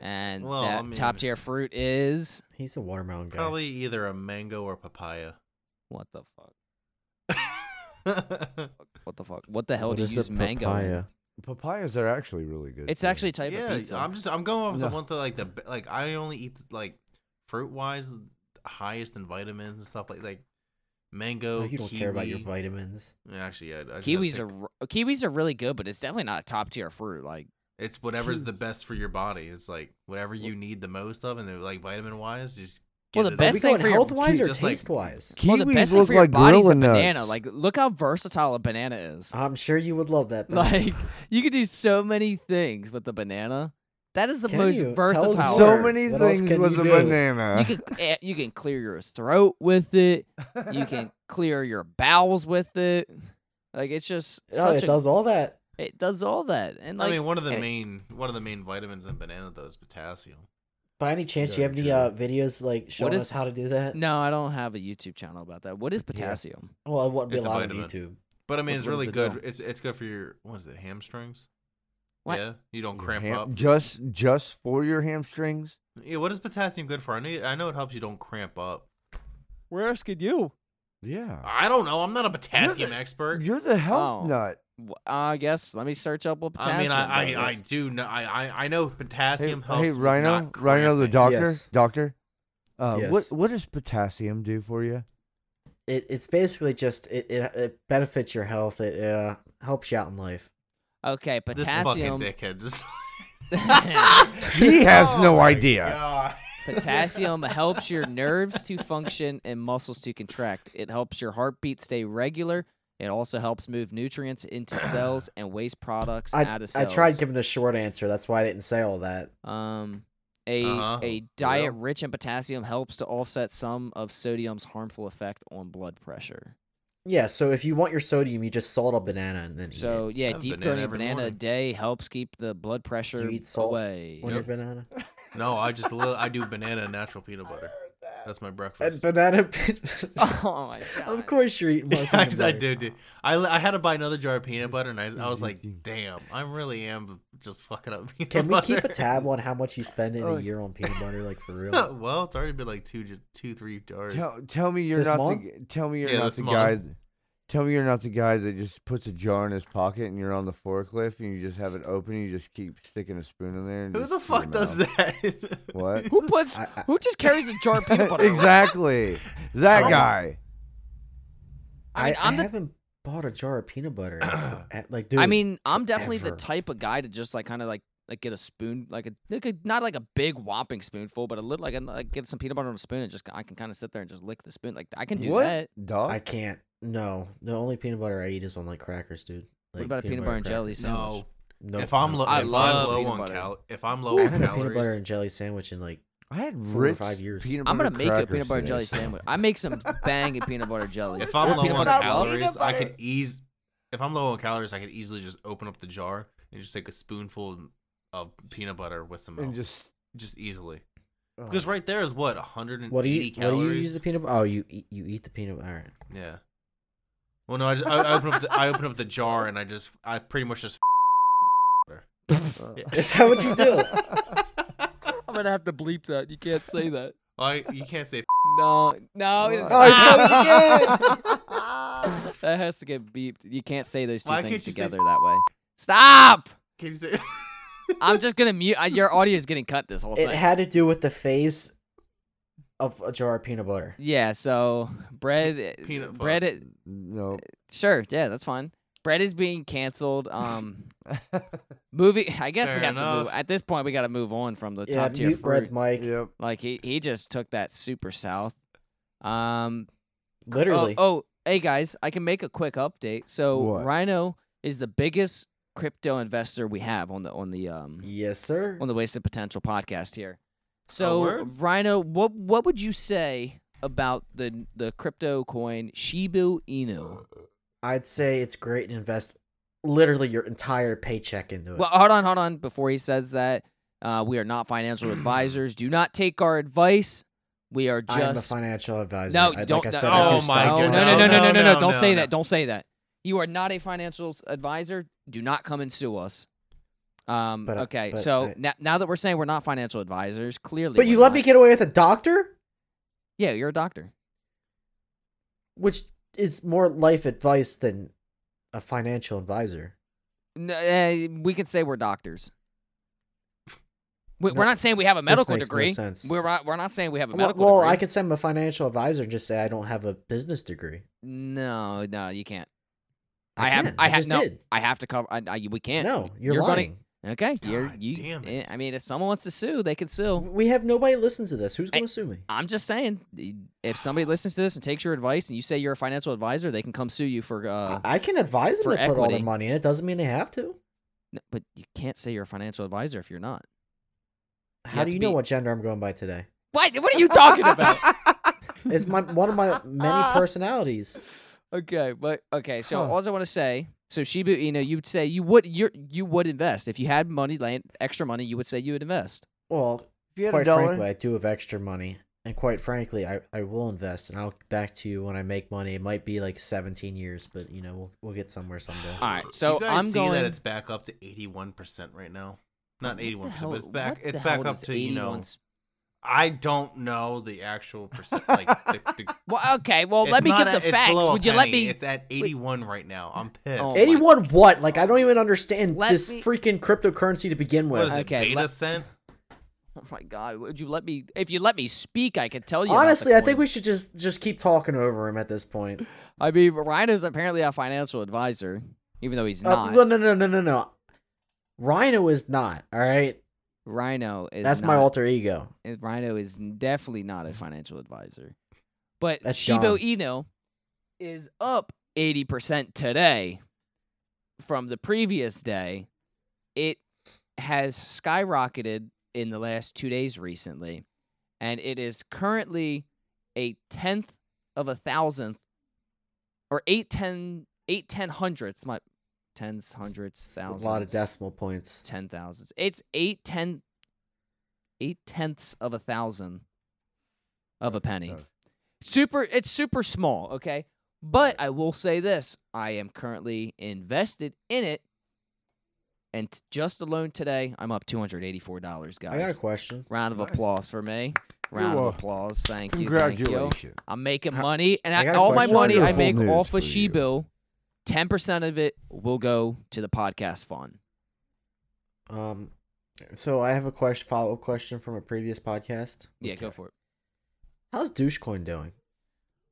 [SPEAKER 1] and
[SPEAKER 4] Well,
[SPEAKER 1] that
[SPEAKER 4] I mean-
[SPEAKER 1] top tier fruit is
[SPEAKER 2] He's a watermelon guy.
[SPEAKER 4] Probably either a mango or papaya.
[SPEAKER 1] what the fuck?
[SPEAKER 4] yeah,
[SPEAKER 1] What the fuck? What the hell do you use mango? in?
[SPEAKER 3] Papayas are actually really good.
[SPEAKER 1] It's
[SPEAKER 3] too.
[SPEAKER 1] actually a type of pizza.
[SPEAKER 4] I'm just I'm going off the
[SPEAKER 3] No.
[SPEAKER 4] ones that like the b- like I only eat like fruit wise highest in vitamins and stuff like like mango.
[SPEAKER 2] Oh, you don't care about your
[SPEAKER 4] kiwi.
[SPEAKER 2] vitamins.
[SPEAKER 4] Actually, yeah, I just gotta
[SPEAKER 1] kiwis
[SPEAKER 4] pick-
[SPEAKER 1] are r- kiwis are really good, but it's definitely not a top tier fruit. Like
[SPEAKER 4] It's whatever's
[SPEAKER 2] Kiwi.
[SPEAKER 4] the best for your body. It's like whatever you need the most of, and they're like vitamin wise, just.
[SPEAKER 1] Well,
[SPEAKER 4] get
[SPEAKER 1] the
[SPEAKER 4] it up.
[SPEAKER 1] best
[SPEAKER 2] Are we
[SPEAKER 1] thing
[SPEAKER 2] going
[SPEAKER 1] for your-
[SPEAKER 2] health wise or
[SPEAKER 4] just like-
[SPEAKER 2] taste wise?
[SPEAKER 3] Kiwis
[SPEAKER 1] well, the best thing
[SPEAKER 3] look
[SPEAKER 1] for your
[SPEAKER 3] like
[SPEAKER 1] body is a
[SPEAKER 3] Gorilla Nuts.
[SPEAKER 1] banana. Like look how versatile a banana is.
[SPEAKER 2] I'm sure you would love that. but-
[SPEAKER 1] like you could do so many things with the banana. That is the
[SPEAKER 2] Can
[SPEAKER 1] most
[SPEAKER 2] you? Tell us
[SPEAKER 1] versatile.
[SPEAKER 2] more.
[SPEAKER 3] so
[SPEAKER 2] Howard,
[SPEAKER 3] many
[SPEAKER 2] what else
[SPEAKER 3] things
[SPEAKER 2] can
[SPEAKER 3] with
[SPEAKER 2] you
[SPEAKER 3] a
[SPEAKER 2] do?
[SPEAKER 1] You
[SPEAKER 3] banana.
[SPEAKER 2] Uh-huh.
[SPEAKER 1] can eh, you can clear your throat with it. You can clear your bowels with it. Like it's just
[SPEAKER 2] oh,
[SPEAKER 1] such
[SPEAKER 2] it
[SPEAKER 1] a,
[SPEAKER 2] does all that.
[SPEAKER 1] it does all that. And like
[SPEAKER 4] I mean, one of the
[SPEAKER 1] eh,
[SPEAKER 4] main one of the main vitamins in banana though is potassium.
[SPEAKER 2] By any chance, do you have any
[SPEAKER 3] Very
[SPEAKER 2] uh, videos like showing
[SPEAKER 1] is-
[SPEAKER 2] us how to do that?
[SPEAKER 1] no, I don't have a YouTube channel about that. What is potassium?
[SPEAKER 2] Well, it wouldn't be
[SPEAKER 4] It's a
[SPEAKER 2] allowed on
[SPEAKER 4] vitamin.
[SPEAKER 2] YouTube.
[SPEAKER 4] But I mean,
[SPEAKER 1] What-
[SPEAKER 4] it's
[SPEAKER 1] what is
[SPEAKER 4] really
[SPEAKER 1] it
[SPEAKER 4] good.
[SPEAKER 1] called?
[SPEAKER 4] It's it's good for your what is it? Hamstrings.
[SPEAKER 1] What?
[SPEAKER 4] Yeah, you don't
[SPEAKER 3] Your
[SPEAKER 4] cramp
[SPEAKER 3] ham-
[SPEAKER 4] up.
[SPEAKER 3] Just, just for your hamstrings.
[SPEAKER 4] Yeah, what is potassium good for? I know I know it helps you don't cramp up.
[SPEAKER 1] We're asking you.
[SPEAKER 3] Yeah.
[SPEAKER 4] I don't know. I'm not a potassium
[SPEAKER 3] the-
[SPEAKER 4] expert.
[SPEAKER 3] You're the health
[SPEAKER 1] Oh.
[SPEAKER 3] nut.
[SPEAKER 1] I guess let me search up what
[SPEAKER 4] I mean,
[SPEAKER 1] potassium.
[SPEAKER 4] I, I, I
[SPEAKER 1] is.
[SPEAKER 4] do know. I, I, I know
[SPEAKER 3] Hey,
[SPEAKER 4] potassium helps.
[SPEAKER 3] hey,
[SPEAKER 4] with
[SPEAKER 3] Rhino,
[SPEAKER 4] not
[SPEAKER 3] Rhino, the
[SPEAKER 4] cramping.
[SPEAKER 3] doctor,
[SPEAKER 2] Yes.
[SPEAKER 3] doctor. Uh,
[SPEAKER 2] Yes.
[SPEAKER 3] What, what does potassium do for you?
[SPEAKER 2] It, it's basically just it, it, it benefits your health. It uh, helps you out in life.
[SPEAKER 1] okay,
[SPEAKER 4] This
[SPEAKER 1] potassium.
[SPEAKER 4] fucking dickhead just
[SPEAKER 3] He has
[SPEAKER 4] Oh
[SPEAKER 3] no
[SPEAKER 4] my
[SPEAKER 3] idea.
[SPEAKER 4] God.
[SPEAKER 1] Potassium helps your nerves to function and muscles to contract. It helps your heartbeat stay regular. It also helps move nutrients into cells and waste products
[SPEAKER 2] I,
[SPEAKER 1] out of
[SPEAKER 2] I
[SPEAKER 1] cells.
[SPEAKER 2] tried giving a short answer. That's why I didn't say all that.
[SPEAKER 1] Um, a
[SPEAKER 4] Uh-huh.
[SPEAKER 1] a diet rich in potassium helps to offset some of sodium's harmful effect on blood pressure.
[SPEAKER 2] Yeah, so if you want your sodium, you just salt a banana and then
[SPEAKER 1] So yeah,
[SPEAKER 4] Have a
[SPEAKER 1] deep
[SPEAKER 4] banana
[SPEAKER 1] coating a
[SPEAKER 4] every
[SPEAKER 1] banana a
[SPEAKER 4] morning.
[SPEAKER 1] day helps keep the blood pressure
[SPEAKER 2] eat salt
[SPEAKER 1] away.
[SPEAKER 2] eat it on
[SPEAKER 4] Yep.
[SPEAKER 2] your banana.
[SPEAKER 4] No, I just li- I do banana and natural peanut butter. That's my
[SPEAKER 2] And
[SPEAKER 4] breakfast.
[SPEAKER 2] banana.
[SPEAKER 1] Oh my god!
[SPEAKER 2] of course you're eating. more
[SPEAKER 4] Yeah,
[SPEAKER 2] peanut
[SPEAKER 4] I
[SPEAKER 2] butter.
[SPEAKER 4] do, dude. I, li- I had to buy another jar of peanut butter, and I, I was like, "Damn, I really am just fucking up peanut
[SPEAKER 2] Can we
[SPEAKER 4] butter."
[SPEAKER 2] keep a tab on how much you spend in
[SPEAKER 1] Oh.
[SPEAKER 2] a year on peanut butter? Like for real?
[SPEAKER 4] well, it's already been like two, j- two, three jars.
[SPEAKER 3] Tell, tell me you're
[SPEAKER 2] This
[SPEAKER 3] not
[SPEAKER 2] month?
[SPEAKER 3] the g- tell me you're
[SPEAKER 4] Yeah,
[SPEAKER 3] not
[SPEAKER 4] this
[SPEAKER 3] the
[SPEAKER 4] month.
[SPEAKER 3] guy. th- Tell me you're not the guy that just puts a jar in his pocket and you're on the forklift and you just have it open and you just keep sticking a spoon in there. And
[SPEAKER 4] Who
[SPEAKER 3] just
[SPEAKER 4] the
[SPEAKER 3] put your
[SPEAKER 4] fuck does
[SPEAKER 3] mouth-
[SPEAKER 4] that?
[SPEAKER 3] What?
[SPEAKER 1] Who puts?
[SPEAKER 2] I- I-
[SPEAKER 1] who just carries a jar of peanut butter? around?
[SPEAKER 3] exactly. That
[SPEAKER 2] Um,
[SPEAKER 3] guy.
[SPEAKER 1] I mean,
[SPEAKER 2] I,
[SPEAKER 1] I'm
[SPEAKER 2] I
[SPEAKER 1] the
[SPEAKER 2] haven't bought a jar of peanut butter. at- at- like, dude,
[SPEAKER 1] I mean, I'm definitely the
[SPEAKER 2] forever.
[SPEAKER 1] type of guy to just like kind of like like get a spoon, like a, like a not like a big whopping spoonful, but a little like, a, like get some peanut butter on a spoon and just I can kind of sit there and just lick the spoon. Like I can do
[SPEAKER 3] what?
[SPEAKER 1] that.
[SPEAKER 3] Dog.
[SPEAKER 2] I can't. No, the only peanut butter I eat is on like crackers, dude.
[SPEAKER 1] What
[SPEAKER 2] Like,
[SPEAKER 1] about a peanut butter and jelly sandwich?
[SPEAKER 4] no.
[SPEAKER 2] No,
[SPEAKER 4] if I'm low,
[SPEAKER 2] low,
[SPEAKER 4] if
[SPEAKER 1] I
[SPEAKER 4] I'm
[SPEAKER 1] love
[SPEAKER 4] low
[SPEAKER 1] peanut
[SPEAKER 4] on
[SPEAKER 1] butter.
[SPEAKER 4] cal, if I'm
[SPEAKER 2] I
[SPEAKER 4] low on
[SPEAKER 2] haven't had a peanut butter
[SPEAKER 4] calories,
[SPEAKER 2] and jelly sandwich in like
[SPEAKER 3] I had
[SPEAKER 2] four or
[SPEAKER 3] Ritz
[SPEAKER 2] five years.
[SPEAKER 3] Peanut
[SPEAKER 1] I'm
[SPEAKER 3] butter
[SPEAKER 1] gonna make you a
[SPEAKER 3] cracker
[SPEAKER 1] peanut butter and jelly
[SPEAKER 3] sticks.
[SPEAKER 1] sandwich. I make some banging peanut butter jelly.
[SPEAKER 4] if
[SPEAKER 1] Or
[SPEAKER 4] I'm low
[SPEAKER 1] peanut
[SPEAKER 4] on
[SPEAKER 1] butter fluff.
[SPEAKER 4] calories, I could ease. If I'm low on calories, I could easily just open up the jar and just take a spoonful of peanut butter with some milk,
[SPEAKER 3] And
[SPEAKER 4] just,
[SPEAKER 3] just
[SPEAKER 4] easily.
[SPEAKER 3] oh.
[SPEAKER 4] Because right there is what 180
[SPEAKER 2] what do you what
[SPEAKER 4] calories.
[SPEAKER 2] do you use the peanut? Oh, you eat, you eat the peanut. All right.
[SPEAKER 4] Yeah. Well, no, I, just, I, I open up the I open up the jar and I just I pretty much just. her.
[SPEAKER 3] Oh,
[SPEAKER 4] Yeah.
[SPEAKER 2] Is that what you do?
[SPEAKER 1] I'm gonna have to bleep that. You can't say that.
[SPEAKER 4] I, you can't say.
[SPEAKER 1] No, no, it's
[SPEAKER 2] Oh, it's so
[SPEAKER 1] that has to get beeped. You can't say those two
[SPEAKER 4] Why
[SPEAKER 1] things
[SPEAKER 4] can't you say
[SPEAKER 1] together that way. Stop!
[SPEAKER 4] Can you say?
[SPEAKER 1] I'm just gonna mute. I, your audio is getting cut this whole
[SPEAKER 2] It
[SPEAKER 1] thing.
[SPEAKER 2] had to do with the phase of a jar of peanut butter.
[SPEAKER 1] Yeah, so bread,
[SPEAKER 4] Peanut
[SPEAKER 1] bread.
[SPEAKER 4] butter.
[SPEAKER 1] It,
[SPEAKER 3] no.
[SPEAKER 1] sure, yeah, that's fine. Bread is being canceled. Um, movie. I guess we
[SPEAKER 4] Fair
[SPEAKER 1] have to move.
[SPEAKER 4] enough.
[SPEAKER 1] At this point, we got to move on from the
[SPEAKER 2] yeah,
[SPEAKER 1] top tier
[SPEAKER 2] mute breads,
[SPEAKER 1] fruit.
[SPEAKER 2] Mike.
[SPEAKER 3] Yep.
[SPEAKER 1] Like he, he just took that super south. Um, oh-
[SPEAKER 2] Literally.
[SPEAKER 1] Oh, hey guys, I can make a quick update. So
[SPEAKER 3] What?
[SPEAKER 1] Rhino is the biggest crypto investor we have on the on the um
[SPEAKER 2] Yes, sir.
[SPEAKER 1] on the Wasted Potential podcast here. So,
[SPEAKER 4] word?
[SPEAKER 1] Rhino, what what would you say about the the crypto coin Shibu Inu?
[SPEAKER 2] I'd say it's great to invest literally your entire paycheck into it.
[SPEAKER 1] Well, hold on, hold on. Before he says that, uh, we are not financial advisors. Do not take our advice. We are
[SPEAKER 2] I'm a
[SPEAKER 1] just
[SPEAKER 2] financial advisor.
[SPEAKER 1] no.
[SPEAKER 2] I,
[SPEAKER 1] don't.
[SPEAKER 2] like I
[SPEAKER 1] no,
[SPEAKER 2] said, I do
[SPEAKER 4] Oh my
[SPEAKER 2] stock
[SPEAKER 1] no, no,
[SPEAKER 4] goodness.
[SPEAKER 1] no, no, no,
[SPEAKER 2] market.
[SPEAKER 1] no, no,
[SPEAKER 4] No,
[SPEAKER 1] no,
[SPEAKER 4] no,
[SPEAKER 1] Don't say
[SPEAKER 4] no.
[SPEAKER 1] that. Don't say that. You are not a financial s- advisor. Do not come and sue us. Um,
[SPEAKER 2] But I-
[SPEAKER 1] okay,
[SPEAKER 2] but uh,
[SPEAKER 1] so
[SPEAKER 2] I-
[SPEAKER 1] now, now that we're saying we're not financial advisors, clearly,
[SPEAKER 2] But
[SPEAKER 1] we're
[SPEAKER 2] you let me
[SPEAKER 1] not.
[SPEAKER 2] get away with a doctor,
[SPEAKER 1] Yeah, you're a doctor.
[SPEAKER 2] which is more life advice than a financial advisor.
[SPEAKER 1] No, uh, we can say we're doctors. We,
[SPEAKER 2] No,
[SPEAKER 1] we're not saying we have a medical
[SPEAKER 2] makes no
[SPEAKER 1] degree.
[SPEAKER 2] sense.
[SPEAKER 1] We're not, we're not saying we have a
[SPEAKER 2] Well,
[SPEAKER 1] medical
[SPEAKER 2] well,
[SPEAKER 1] degree.
[SPEAKER 2] I could send him a financial advisor and just say I don't have a business degree.
[SPEAKER 1] No, no, you can't.
[SPEAKER 2] I
[SPEAKER 1] have.
[SPEAKER 2] can.
[SPEAKER 1] I,
[SPEAKER 2] I
[SPEAKER 1] have
[SPEAKER 2] just
[SPEAKER 1] no.
[SPEAKER 2] did.
[SPEAKER 1] I have to cover. I, I, we can't.
[SPEAKER 2] No, you're,
[SPEAKER 1] You're gonna-
[SPEAKER 2] lying.
[SPEAKER 1] Okay. you're
[SPEAKER 4] God
[SPEAKER 1] you.
[SPEAKER 4] damn
[SPEAKER 1] eh,
[SPEAKER 4] it.
[SPEAKER 1] I mean, if someone wants to sue, they can sue.
[SPEAKER 2] We have nobody listens to this. Who's
[SPEAKER 1] Hey,
[SPEAKER 2] going to sue me?
[SPEAKER 1] I'm just saying, if somebody listens to this and takes your advice, and you say you're a financial advisor, they can come sue you for. Uh,
[SPEAKER 2] I- I can advise them
[SPEAKER 1] for
[SPEAKER 2] to put all their
[SPEAKER 1] equity.
[SPEAKER 2] money in. It doesn't mean they have to.
[SPEAKER 1] n- but you can't say you're a financial advisor if you're not.
[SPEAKER 2] How
[SPEAKER 1] have
[SPEAKER 2] do
[SPEAKER 1] to
[SPEAKER 2] you know
[SPEAKER 1] be-
[SPEAKER 2] what gender I'm going by today?
[SPEAKER 1] What? What are you talking about?
[SPEAKER 2] It's my one of my many personalities.
[SPEAKER 1] Okay, but okay. So
[SPEAKER 3] Huh.
[SPEAKER 1] all I want to say, so Shibu Inu, you'd say you would you you would invest if you had money, like extra money, you would say you would invest.
[SPEAKER 2] Well,
[SPEAKER 3] If you had a
[SPEAKER 2] quite
[SPEAKER 3] dollar,
[SPEAKER 2] frankly, I do have extra money, and quite frankly, I, I will invest, and I'll get back to you when I make money. It might be like 17 years, but you know we'll we'll get somewhere someday.
[SPEAKER 1] All right,
[SPEAKER 4] Do
[SPEAKER 1] so
[SPEAKER 4] you guys
[SPEAKER 1] I'm
[SPEAKER 4] see
[SPEAKER 1] going.
[SPEAKER 4] that it's back up to 81 percent right now. Not
[SPEAKER 1] What the
[SPEAKER 4] 81 percent,
[SPEAKER 1] hell-
[SPEAKER 4] but it's back.
[SPEAKER 1] what
[SPEAKER 4] It's
[SPEAKER 1] the
[SPEAKER 4] back
[SPEAKER 1] hell
[SPEAKER 4] up
[SPEAKER 1] does
[SPEAKER 4] to you know.
[SPEAKER 1] 81's
[SPEAKER 4] I don't know the actual percent. Like the, the,
[SPEAKER 1] Well, okay. Well,
[SPEAKER 4] it's
[SPEAKER 1] let me
[SPEAKER 4] not
[SPEAKER 1] get
[SPEAKER 4] at-
[SPEAKER 1] the
[SPEAKER 4] it's
[SPEAKER 1] facts.
[SPEAKER 4] below a
[SPEAKER 1] Would you let
[SPEAKER 4] penny.
[SPEAKER 1] me?
[SPEAKER 4] It's at 81 right now. I'm pissed.
[SPEAKER 1] Oh my-
[SPEAKER 2] 81 what? Like I don't even understand
[SPEAKER 1] Let
[SPEAKER 2] this
[SPEAKER 1] me-
[SPEAKER 2] freaking cryptocurrency to begin
[SPEAKER 4] What
[SPEAKER 2] with.
[SPEAKER 4] is it?
[SPEAKER 1] Okay,
[SPEAKER 4] beta
[SPEAKER 1] let-
[SPEAKER 4] cent?
[SPEAKER 1] Oh my god! Would you let me? If you let me speak, I could tell you. about the
[SPEAKER 2] Honestly, I think
[SPEAKER 1] coin.
[SPEAKER 2] we should just just keep talking over him at this point. Uh,
[SPEAKER 1] I mean, Ryan is apparently a financial advisor, even though he's
[SPEAKER 2] Uh,
[SPEAKER 1] not.
[SPEAKER 2] no, no, no, no, no, no. Rhino is not. All right,
[SPEAKER 1] Rhino is
[SPEAKER 2] that's my
[SPEAKER 1] not-
[SPEAKER 2] alter ego.
[SPEAKER 1] uh, Rhino is definitely not a financial advisor. But
[SPEAKER 2] That's
[SPEAKER 1] Shibo
[SPEAKER 2] John.
[SPEAKER 1] Eno is up 80% today from the previous day. It has skyrocketed in the last two days recently, and it is currently a tenth of a thousandth or eight ten eight ten hundredths, my tens, hundreds,
[SPEAKER 2] It's
[SPEAKER 1] thousands
[SPEAKER 2] A lot of decimal points.
[SPEAKER 1] ten thousandths. It's eight ten eight tenths of a thousand of a penny.
[SPEAKER 3] Okay.
[SPEAKER 1] Super it's super small, okay? But I will say this. I am currently invested in it. And t- just alone today, I'm up two hundred eighty four dollars,
[SPEAKER 2] I got a
[SPEAKER 1] guys.
[SPEAKER 2] question.
[SPEAKER 1] Round of
[SPEAKER 3] Nice.
[SPEAKER 1] applause for me.
[SPEAKER 3] You're
[SPEAKER 2] uh,
[SPEAKER 1] Round of
[SPEAKER 3] welcome.
[SPEAKER 1] applause. Thank you. Thank you.
[SPEAKER 3] Congratulations.
[SPEAKER 1] I'm making
[SPEAKER 2] Huh,
[SPEAKER 1] money, and
[SPEAKER 2] I
[SPEAKER 1] I
[SPEAKER 2] got a
[SPEAKER 1] all my
[SPEAKER 2] question.
[SPEAKER 1] money I
[SPEAKER 3] Wonderful
[SPEAKER 1] make
[SPEAKER 3] news
[SPEAKER 1] off of
[SPEAKER 3] for you.
[SPEAKER 1] Shibu, ten percent of it will go to the podcast fund.
[SPEAKER 2] Um, so I have a question, follow up question from a previous podcast.
[SPEAKER 1] Yeah, go
[SPEAKER 3] Okay.
[SPEAKER 1] for it.
[SPEAKER 2] How's Douchecoin doing?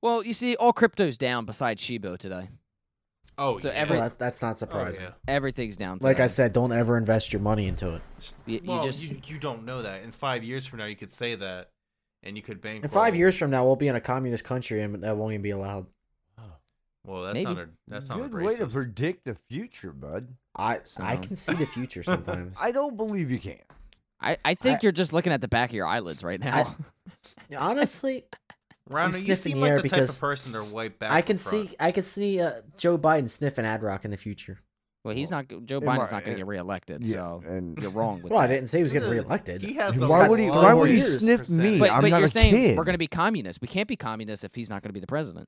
[SPEAKER 1] Well, you see, all crypto's down besides Shibo today.
[SPEAKER 4] Oh,
[SPEAKER 1] So
[SPEAKER 4] yeah.
[SPEAKER 1] every-
[SPEAKER 2] Well, that's, that's not surprising.
[SPEAKER 4] Oh,
[SPEAKER 1] Everything's down. Today.
[SPEAKER 2] Like I said, don't ever invest your money into
[SPEAKER 1] Y-
[SPEAKER 2] it.
[SPEAKER 4] yeah.
[SPEAKER 1] you
[SPEAKER 4] Well, you,
[SPEAKER 1] just-
[SPEAKER 4] you, don't know that. In five years from now, you could say that, and you could bank.
[SPEAKER 2] In five years from now, we'll be in a communist country and that won't even be allowed.
[SPEAKER 4] Well, that's
[SPEAKER 1] Maybe.
[SPEAKER 4] not a that's not
[SPEAKER 3] Good
[SPEAKER 4] racist.
[SPEAKER 3] way to predict the future, bud.
[SPEAKER 2] I I
[SPEAKER 1] So-
[SPEAKER 2] can see the future sometimes.
[SPEAKER 3] I don't believe you can.
[SPEAKER 1] I, I think
[SPEAKER 2] I-
[SPEAKER 1] you're just looking at the back of your eyelids right now.
[SPEAKER 2] Honestly,
[SPEAKER 4] Rhino, you
[SPEAKER 2] sniffing
[SPEAKER 4] seem
[SPEAKER 2] the
[SPEAKER 4] like
[SPEAKER 2] air
[SPEAKER 4] the type
[SPEAKER 2] because
[SPEAKER 4] of person to wipe back.
[SPEAKER 2] I can
[SPEAKER 4] and front.
[SPEAKER 2] see I can see uh, Joe Biden sniffing ad rock in the future.
[SPEAKER 1] well, he's
[SPEAKER 3] Well,
[SPEAKER 1] not. g- Joe
[SPEAKER 3] in
[SPEAKER 1] Biden's
[SPEAKER 3] my-
[SPEAKER 1] not going to
[SPEAKER 3] uh,
[SPEAKER 1] get reelected,
[SPEAKER 3] Yeah,
[SPEAKER 1] so
[SPEAKER 3] and
[SPEAKER 1] you're wrong with
[SPEAKER 2] Well, I
[SPEAKER 1] that.
[SPEAKER 2] didn't say he was getting
[SPEAKER 4] Ugh,
[SPEAKER 2] reelected.
[SPEAKER 4] He has
[SPEAKER 2] He's
[SPEAKER 4] the
[SPEAKER 3] why
[SPEAKER 2] got
[SPEAKER 3] would he?
[SPEAKER 2] a
[SPEAKER 3] Why
[SPEAKER 2] lot
[SPEAKER 3] would
[SPEAKER 2] more
[SPEAKER 3] he
[SPEAKER 2] years.
[SPEAKER 3] sniff me?
[SPEAKER 1] But,
[SPEAKER 3] I'm
[SPEAKER 1] but
[SPEAKER 3] not
[SPEAKER 1] you're
[SPEAKER 3] a
[SPEAKER 1] saying
[SPEAKER 3] kid.
[SPEAKER 1] we're going to be communists. We can't be communists if he's not going to be the president.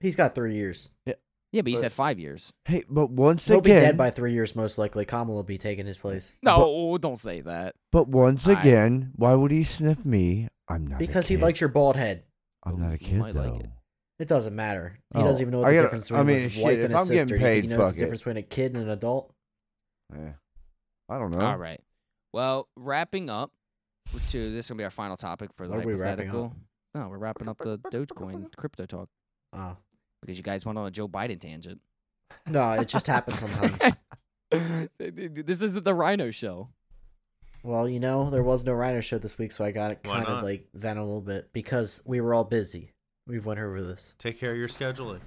[SPEAKER 2] He's got three years.
[SPEAKER 1] Yeah, but you
[SPEAKER 3] But-
[SPEAKER 1] said five years.
[SPEAKER 3] Hey, but once
[SPEAKER 2] He'll be
[SPEAKER 3] again,
[SPEAKER 2] dead by three years, most likely. Kamala will be taking his place
[SPEAKER 1] No, oh, don't say that.
[SPEAKER 3] but once
[SPEAKER 1] I-
[SPEAKER 3] again, why would he sniff me? I'm not.
[SPEAKER 2] because
[SPEAKER 3] a
[SPEAKER 2] he
[SPEAKER 3] kid.
[SPEAKER 2] likes your bald head.
[SPEAKER 3] I'm not a
[SPEAKER 1] You
[SPEAKER 3] kid
[SPEAKER 1] might
[SPEAKER 3] though.
[SPEAKER 1] like it.
[SPEAKER 2] It doesn't matter. He
[SPEAKER 3] Oh,
[SPEAKER 2] doesn't even know what
[SPEAKER 3] I
[SPEAKER 2] the
[SPEAKER 3] gotta-
[SPEAKER 2] difference
[SPEAKER 3] I
[SPEAKER 2] between
[SPEAKER 3] mean,
[SPEAKER 2] his
[SPEAKER 3] shit,
[SPEAKER 2] wife
[SPEAKER 3] if
[SPEAKER 2] and his
[SPEAKER 3] I'm getting
[SPEAKER 2] sister. You think he
[SPEAKER 3] paid,
[SPEAKER 2] knows
[SPEAKER 3] fuck
[SPEAKER 2] the
[SPEAKER 3] it.
[SPEAKER 2] difference between a kid and an adult?
[SPEAKER 3] Yeah. I don't know.
[SPEAKER 1] All right. Well, wrapping up to this is going to be our final topic for the
[SPEAKER 2] What are we wrapping up?
[SPEAKER 1] hypothetical. No, we're wrapping up the Dogecoin crypto talk
[SPEAKER 2] Oh.
[SPEAKER 1] because you guys went on a Joe Biden tangent.
[SPEAKER 2] No, it just happens sometimes.
[SPEAKER 1] this isn't the Rhino show.
[SPEAKER 2] Well, you know, there was no Reiner show this week, so I got it
[SPEAKER 4] Why
[SPEAKER 2] kind of
[SPEAKER 4] not?
[SPEAKER 2] like then a little bit because we were all busy. We've went over this.
[SPEAKER 4] Take care of your scheduling.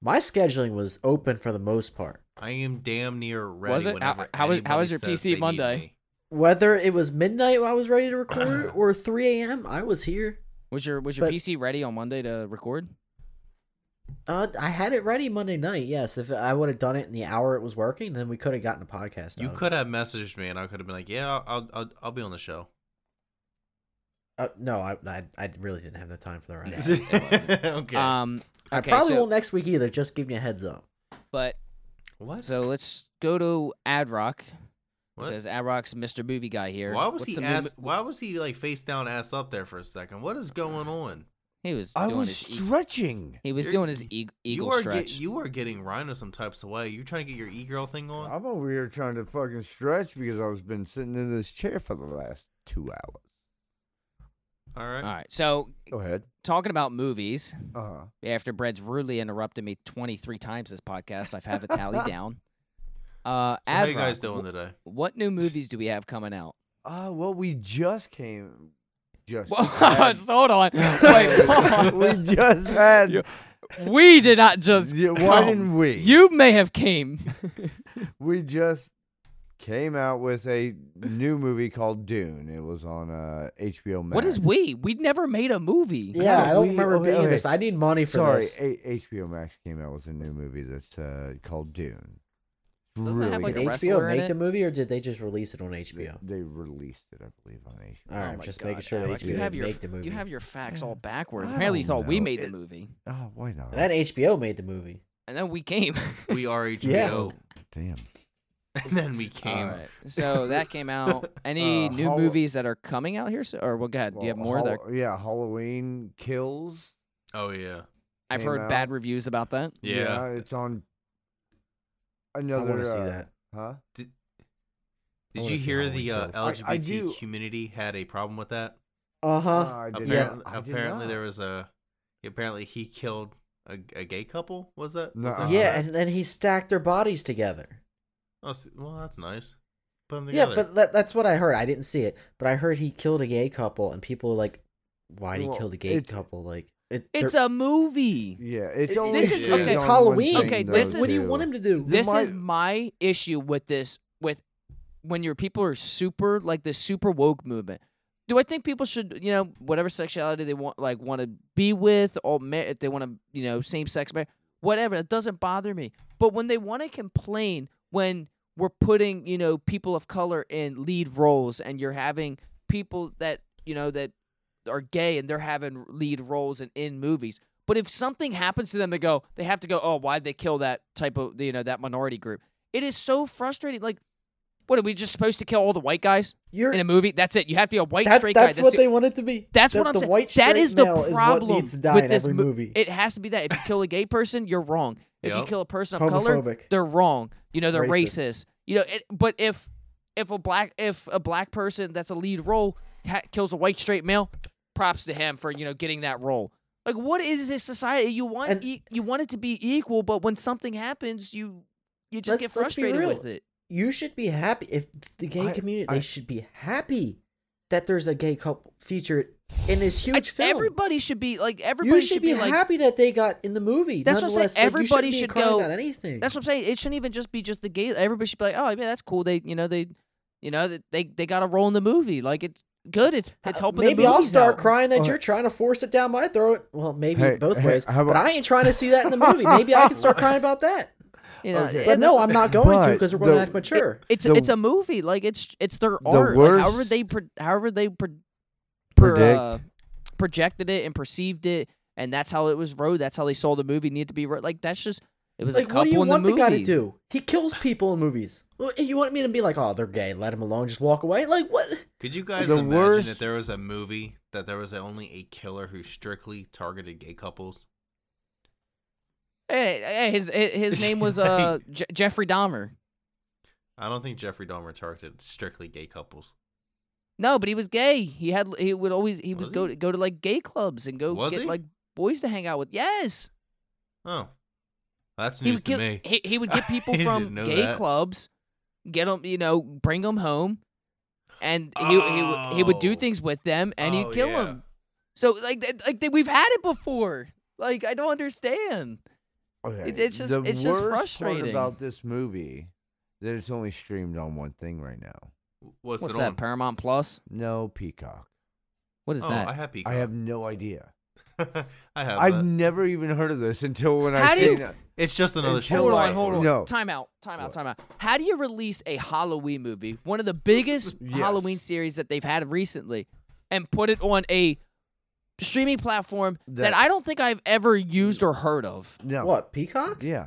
[SPEAKER 2] My scheduling was open for the most part.
[SPEAKER 4] I am damn near ready.
[SPEAKER 1] Was it? How-
[SPEAKER 4] whenever
[SPEAKER 1] how was- how
[SPEAKER 4] anybody
[SPEAKER 1] was your
[SPEAKER 4] says
[SPEAKER 1] PC
[SPEAKER 4] they need
[SPEAKER 1] Monday?
[SPEAKER 4] me.
[SPEAKER 2] Whether it was midnight when I was ready to record or 3 a.m., I was here.
[SPEAKER 1] Was your was your
[SPEAKER 2] But-
[SPEAKER 1] PC ready on Monday to record?
[SPEAKER 2] Uh, I had it ready Monday night. Yes, if I would have done it in the hour it was working, then we could have gotten a podcast.
[SPEAKER 1] Oh.
[SPEAKER 2] out of
[SPEAKER 4] You
[SPEAKER 2] it.
[SPEAKER 4] could have messaged me, and I could have been like, "Yeah, I'll I'll, I'll, I'll be on the show."
[SPEAKER 2] Uh, no, I, I I really didn't have the time for the Reiner.
[SPEAKER 1] Yeah,
[SPEAKER 2] show.
[SPEAKER 1] it
[SPEAKER 4] okay.
[SPEAKER 1] Um,
[SPEAKER 2] I
[SPEAKER 1] okay,
[SPEAKER 2] probably
[SPEAKER 1] so-
[SPEAKER 2] won't next week either. Just giving you a heads up.
[SPEAKER 1] but
[SPEAKER 4] what?
[SPEAKER 1] so let's go to AdRock
[SPEAKER 4] what?
[SPEAKER 1] because AdRock's Mr. Movie Guy here.
[SPEAKER 4] Why was
[SPEAKER 1] What's
[SPEAKER 4] he
[SPEAKER 1] the
[SPEAKER 4] ass?
[SPEAKER 1] movie-
[SPEAKER 4] Why was he like face down, ass up there for a second? What is going on?
[SPEAKER 1] He was
[SPEAKER 3] I
[SPEAKER 1] doing
[SPEAKER 3] was
[SPEAKER 1] his eag-
[SPEAKER 3] stretching.
[SPEAKER 1] he was
[SPEAKER 4] You're-
[SPEAKER 1] doing his eag- eagle
[SPEAKER 4] you are
[SPEAKER 1] stretch.
[SPEAKER 4] Get, you are getting rhino some types of way. You trying to get your e girl thing on?
[SPEAKER 3] I'm over here trying to fucking stretch because I've been sitting in this chair for the last two hours.
[SPEAKER 4] All right.
[SPEAKER 1] All right. So
[SPEAKER 3] Go ahead.
[SPEAKER 1] talking about movies,
[SPEAKER 3] Uh huh.
[SPEAKER 1] after Bread's rudely interrupted me twenty three times this podcast, I've had it tallied down. Uh,
[SPEAKER 4] So how you
[SPEAKER 1] AdRock,
[SPEAKER 4] guys doing
[SPEAKER 1] wh-
[SPEAKER 4] today?
[SPEAKER 1] What new movies do we have coming out?
[SPEAKER 3] Ah, well, we just came. Just.
[SPEAKER 1] Well,
[SPEAKER 3] had-
[SPEAKER 1] hold on. Wait, pause.
[SPEAKER 3] we just had.
[SPEAKER 1] You- we did not just.
[SPEAKER 3] Yeah, why
[SPEAKER 1] come.
[SPEAKER 3] didn't we?
[SPEAKER 1] You may have came.
[SPEAKER 3] We just came out with a new movie called Dune. It was on uh, HBO Max.
[SPEAKER 1] What is we? We never made a movie.
[SPEAKER 2] Yeah, I don't
[SPEAKER 3] we-
[SPEAKER 2] remember
[SPEAKER 3] okay,
[SPEAKER 2] being in
[SPEAKER 3] okay.
[SPEAKER 2] this. I need money for
[SPEAKER 3] Sorry,
[SPEAKER 2] this.
[SPEAKER 3] a- HBO Max came out with a new movie that's uh, called Dune.
[SPEAKER 1] Doesn't it have, like,
[SPEAKER 2] Did
[SPEAKER 1] a
[SPEAKER 3] good.
[SPEAKER 1] wrestler
[SPEAKER 2] HBO
[SPEAKER 1] in
[SPEAKER 2] make the
[SPEAKER 1] it? Oh
[SPEAKER 2] movie, or did they just release it on HBO?
[SPEAKER 3] They, they released it, I believe, on HBO.
[SPEAKER 2] All right,
[SPEAKER 1] my
[SPEAKER 2] just
[SPEAKER 1] God,
[SPEAKER 2] making sure that
[SPEAKER 1] Alex,
[SPEAKER 2] HBO
[SPEAKER 1] you have
[SPEAKER 2] didn't
[SPEAKER 1] your
[SPEAKER 2] make the movie.
[SPEAKER 1] you have your facts all backwards.
[SPEAKER 3] I
[SPEAKER 1] Apparently, you
[SPEAKER 3] don't
[SPEAKER 1] thought we
[SPEAKER 3] know.
[SPEAKER 1] made the
[SPEAKER 3] It-
[SPEAKER 1] movie,
[SPEAKER 3] Oh, why not?
[SPEAKER 2] That HBO made the movie.
[SPEAKER 1] and then we came.
[SPEAKER 4] We are HBO.
[SPEAKER 3] Damn.
[SPEAKER 4] And then we came.
[SPEAKER 1] all right. So that came out. Any
[SPEAKER 3] Uh,
[SPEAKER 1] new
[SPEAKER 3] Hol-
[SPEAKER 1] movies that are coming out here? So, or well, go ahead. Do you have
[SPEAKER 3] Well,
[SPEAKER 1] more? that
[SPEAKER 3] Hall- Yeah, Halloween Kills.
[SPEAKER 4] Oh yeah.
[SPEAKER 1] I've
[SPEAKER 3] came
[SPEAKER 1] heard
[SPEAKER 3] out.
[SPEAKER 1] bad reviews about that.
[SPEAKER 4] Yeah.
[SPEAKER 3] it's on
[SPEAKER 2] I
[SPEAKER 3] another.
[SPEAKER 2] want to see
[SPEAKER 3] uh,
[SPEAKER 2] that.
[SPEAKER 3] Huh?
[SPEAKER 4] Did
[SPEAKER 2] wanna
[SPEAKER 4] you
[SPEAKER 2] see
[SPEAKER 4] hear
[SPEAKER 2] Halloween
[SPEAKER 4] the uh,
[SPEAKER 2] Kills. I-
[SPEAKER 3] I
[SPEAKER 4] LGBT
[SPEAKER 3] do-
[SPEAKER 4] community had a problem with that?
[SPEAKER 2] Uh huh.
[SPEAKER 3] I did
[SPEAKER 4] Apparently,
[SPEAKER 3] not- I did
[SPEAKER 4] apparently
[SPEAKER 3] not.
[SPEAKER 4] there was a. Apparently he killed a, a gay couple. Was that? was
[SPEAKER 3] Nuh-uh.
[SPEAKER 4] that
[SPEAKER 2] Yeah,
[SPEAKER 4] correct?
[SPEAKER 2] and then he stacked their bodies together.
[SPEAKER 4] Oh, s- well, that's nice. Put them
[SPEAKER 2] Yeah,
[SPEAKER 4] together.
[SPEAKER 2] but that, that's what I heard. I didn't see it, but I heard he killed a gay couple, and people were like, "Why did he
[SPEAKER 3] Well,
[SPEAKER 2] kill the gay
[SPEAKER 3] it's-
[SPEAKER 2] couple?" Like, it,
[SPEAKER 1] It's
[SPEAKER 2] they're-
[SPEAKER 1] a movie.
[SPEAKER 3] Yeah, it's
[SPEAKER 2] It-
[SPEAKER 3] only
[SPEAKER 1] this is-
[SPEAKER 3] based
[SPEAKER 1] okay,
[SPEAKER 3] on
[SPEAKER 1] it's
[SPEAKER 2] Halloween.
[SPEAKER 3] one
[SPEAKER 1] Okay,
[SPEAKER 3] thing,
[SPEAKER 1] this
[SPEAKER 3] though,
[SPEAKER 1] is-
[SPEAKER 2] what do you
[SPEAKER 3] too.
[SPEAKER 2] want him to do?
[SPEAKER 1] This is
[SPEAKER 3] my-
[SPEAKER 1] my issue with this with when your people are super like the super woke movement. Do I think people should, you know, whatever sexuality they want like want to be with or ma- if they want to, you know, same sex marriage, whatever, it doesn't bother me. But when they want to complain when we're putting, you know, people of color in lead roles and you're having people that, you know, that are gay and they're having lead roles in, in movies. But if something happens to them, they go, they have to go, oh, why'd they kill that type of, you know, that minority group? It is so frustrating. Like, what are we just supposed to kill all the white guys
[SPEAKER 2] You're
[SPEAKER 1] in a movie? That's it. You have to be a white
[SPEAKER 2] that-
[SPEAKER 1] straight guy.
[SPEAKER 2] that's what
[SPEAKER 1] the-
[SPEAKER 2] they want it to be.
[SPEAKER 1] that's
[SPEAKER 2] That
[SPEAKER 1] what I'm
[SPEAKER 2] the
[SPEAKER 1] saying.
[SPEAKER 2] White
[SPEAKER 1] that
[SPEAKER 2] straight
[SPEAKER 1] is the
[SPEAKER 2] male
[SPEAKER 1] problem
[SPEAKER 2] is what needs to die
[SPEAKER 1] with
[SPEAKER 2] in
[SPEAKER 1] this
[SPEAKER 2] every
[SPEAKER 1] mo-
[SPEAKER 2] movie.
[SPEAKER 1] It has to be that if you kill a gay person, you're wrong. If you
[SPEAKER 4] Yep.
[SPEAKER 1] kill a person of color,
[SPEAKER 2] Homophobic.
[SPEAKER 1] they're wrong. You know, they're
[SPEAKER 2] Racist.
[SPEAKER 1] racist. You know, it, but if if a black if a black person that's a lead role ha- kills a white straight male, props to him for you know getting that role. Like, what is this society? You want
[SPEAKER 2] And-
[SPEAKER 1] e- you want it to be equal, but when something happens, you you just
[SPEAKER 2] Let's-
[SPEAKER 1] get
[SPEAKER 2] let's be
[SPEAKER 1] frustrated
[SPEAKER 2] real.
[SPEAKER 1] with it.
[SPEAKER 2] You should be happy if the gay
[SPEAKER 3] I-
[SPEAKER 2] community
[SPEAKER 3] I-
[SPEAKER 2] they should be happy that there's a gay couple featured in this huge
[SPEAKER 1] And
[SPEAKER 2] film.
[SPEAKER 1] Everybody should be like everybody
[SPEAKER 2] you should, be,
[SPEAKER 1] like
[SPEAKER 2] happy that they got in the movie.
[SPEAKER 1] That's what I'm saying.
[SPEAKER 2] Nonetheless, like,
[SPEAKER 1] Everybody
[SPEAKER 2] you shouldn't be
[SPEAKER 1] should
[SPEAKER 2] crying
[SPEAKER 1] go-
[SPEAKER 2] about anything.
[SPEAKER 1] That's what I'm saying. It shouldn't even just be just the gay. Everybody should be like, oh yeah, that's cool. They you know they you know that they they got a role in the movie. Like it's good. It's it's helping. the
[SPEAKER 2] Uh, Maybe I'll
[SPEAKER 1] movies
[SPEAKER 2] start
[SPEAKER 1] out.
[SPEAKER 2] crying that
[SPEAKER 3] Well-
[SPEAKER 2] you're trying to force it down my throat. Well, maybe
[SPEAKER 3] Oh, Hey,
[SPEAKER 2] both
[SPEAKER 3] hey,
[SPEAKER 2] ways.
[SPEAKER 3] how
[SPEAKER 2] but
[SPEAKER 3] about-
[SPEAKER 2] I ain't trying to see that in the movie. Maybe I can start crying about that.
[SPEAKER 1] You know,
[SPEAKER 3] Okay.
[SPEAKER 1] and
[SPEAKER 2] But no,
[SPEAKER 1] it's-
[SPEAKER 2] I'm not going to
[SPEAKER 3] but
[SPEAKER 2] because we're going
[SPEAKER 3] the-
[SPEAKER 2] to act mature.
[SPEAKER 1] It's
[SPEAKER 3] The-
[SPEAKER 1] it's a movie. Like it's it's their
[SPEAKER 3] The
[SPEAKER 1] art. like,
[SPEAKER 3] worst-
[SPEAKER 1] however they pro- however they pro- pro-
[SPEAKER 3] Predict.
[SPEAKER 1] uh, projected it and perceived it, and that's how it was wrote. That's how they sold the movie. Needed to be wrote. Like that's just it was a
[SPEAKER 2] like,
[SPEAKER 1] couple
[SPEAKER 2] what do you
[SPEAKER 1] in
[SPEAKER 2] want
[SPEAKER 1] the
[SPEAKER 2] the,
[SPEAKER 1] movie.
[SPEAKER 2] guy to do? He kills people in movies. Well, You want me to be like, oh, they're gay, let him alone, just walk away? Like, what?
[SPEAKER 4] Could you guys
[SPEAKER 3] The
[SPEAKER 4] imagine
[SPEAKER 3] worst-
[SPEAKER 4] if there was a movie that there was only a killer who strictly targeted gay couples?
[SPEAKER 1] Hey, hey, Eh, his his name was uh Je- Jeffrey Dahmer.
[SPEAKER 4] I don't think Jeffrey Dahmer targeted strictly gay couples.
[SPEAKER 1] No, but he was gay. He had he would always he was,
[SPEAKER 4] Was
[SPEAKER 1] go
[SPEAKER 4] he?
[SPEAKER 1] go to like gay clubs and go
[SPEAKER 4] Was
[SPEAKER 1] get
[SPEAKER 4] he?
[SPEAKER 1] like boys to hang out with. Yes,
[SPEAKER 4] Oh, that's
[SPEAKER 1] he
[SPEAKER 4] news
[SPEAKER 1] would
[SPEAKER 4] to
[SPEAKER 1] get
[SPEAKER 4] me.
[SPEAKER 1] he, he would get people
[SPEAKER 4] I didn't
[SPEAKER 1] from
[SPEAKER 4] know
[SPEAKER 1] gay
[SPEAKER 4] that.
[SPEAKER 1] clubs, get them you know bring them home, and he he would- he would do
[SPEAKER 4] Oh.
[SPEAKER 1] things with them and
[SPEAKER 4] Oh,
[SPEAKER 1] he'd kill
[SPEAKER 4] yeah.
[SPEAKER 1] them. So like that- like that- we've had it before. Like I don't understand.
[SPEAKER 3] Okay,
[SPEAKER 1] it's just-
[SPEAKER 3] the
[SPEAKER 1] it's just
[SPEAKER 3] worst
[SPEAKER 1] frustrating.
[SPEAKER 3] part about this movie that it's only streamed on one thing right now.
[SPEAKER 4] What's,
[SPEAKER 1] What's
[SPEAKER 4] it
[SPEAKER 1] that?
[SPEAKER 4] on?
[SPEAKER 1] Paramount Plus?
[SPEAKER 3] No Peacock.
[SPEAKER 1] What is
[SPEAKER 4] oh,
[SPEAKER 1] that?
[SPEAKER 4] I have Peacock.
[SPEAKER 3] I have no idea.
[SPEAKER 4] I have.
[SPEAKER 3] I've
[SPEAKER 4] that.
[SPEAKER 3] never even heard of this until when
[SPEAKER 1] How
[SPEAKER 3] I
[SPEAKER 1] do you-
[SPEAKER 3] seen it.
[SPEAKER 4] It's just another
[SPEAKER 3] Until
[SPEAKER 4] show.
[SPEAKER 1] hold
[SPEAKER 3] July.
[SPEAKER 1] on, hold on.
[SPEAKER 3] No.
[SPEAKER 1] Time out, time out,
[SPEAKER 3] What?
[SPEAKER 1] time out. How do you release a Halloween movie, one of the biggest
[SPEAKER 3] Yes.
[SPEAKER 1] Halloween series that they've had recently, and put it on a streaming platform that,
[SPEAKER 3] That-
[SPEAKER 1] I don't think I've ever used or heard of?
[SPEAKER 3] No.
[SPEAKER 2] What, Peacock?
[SPEAKER 3] Yeah.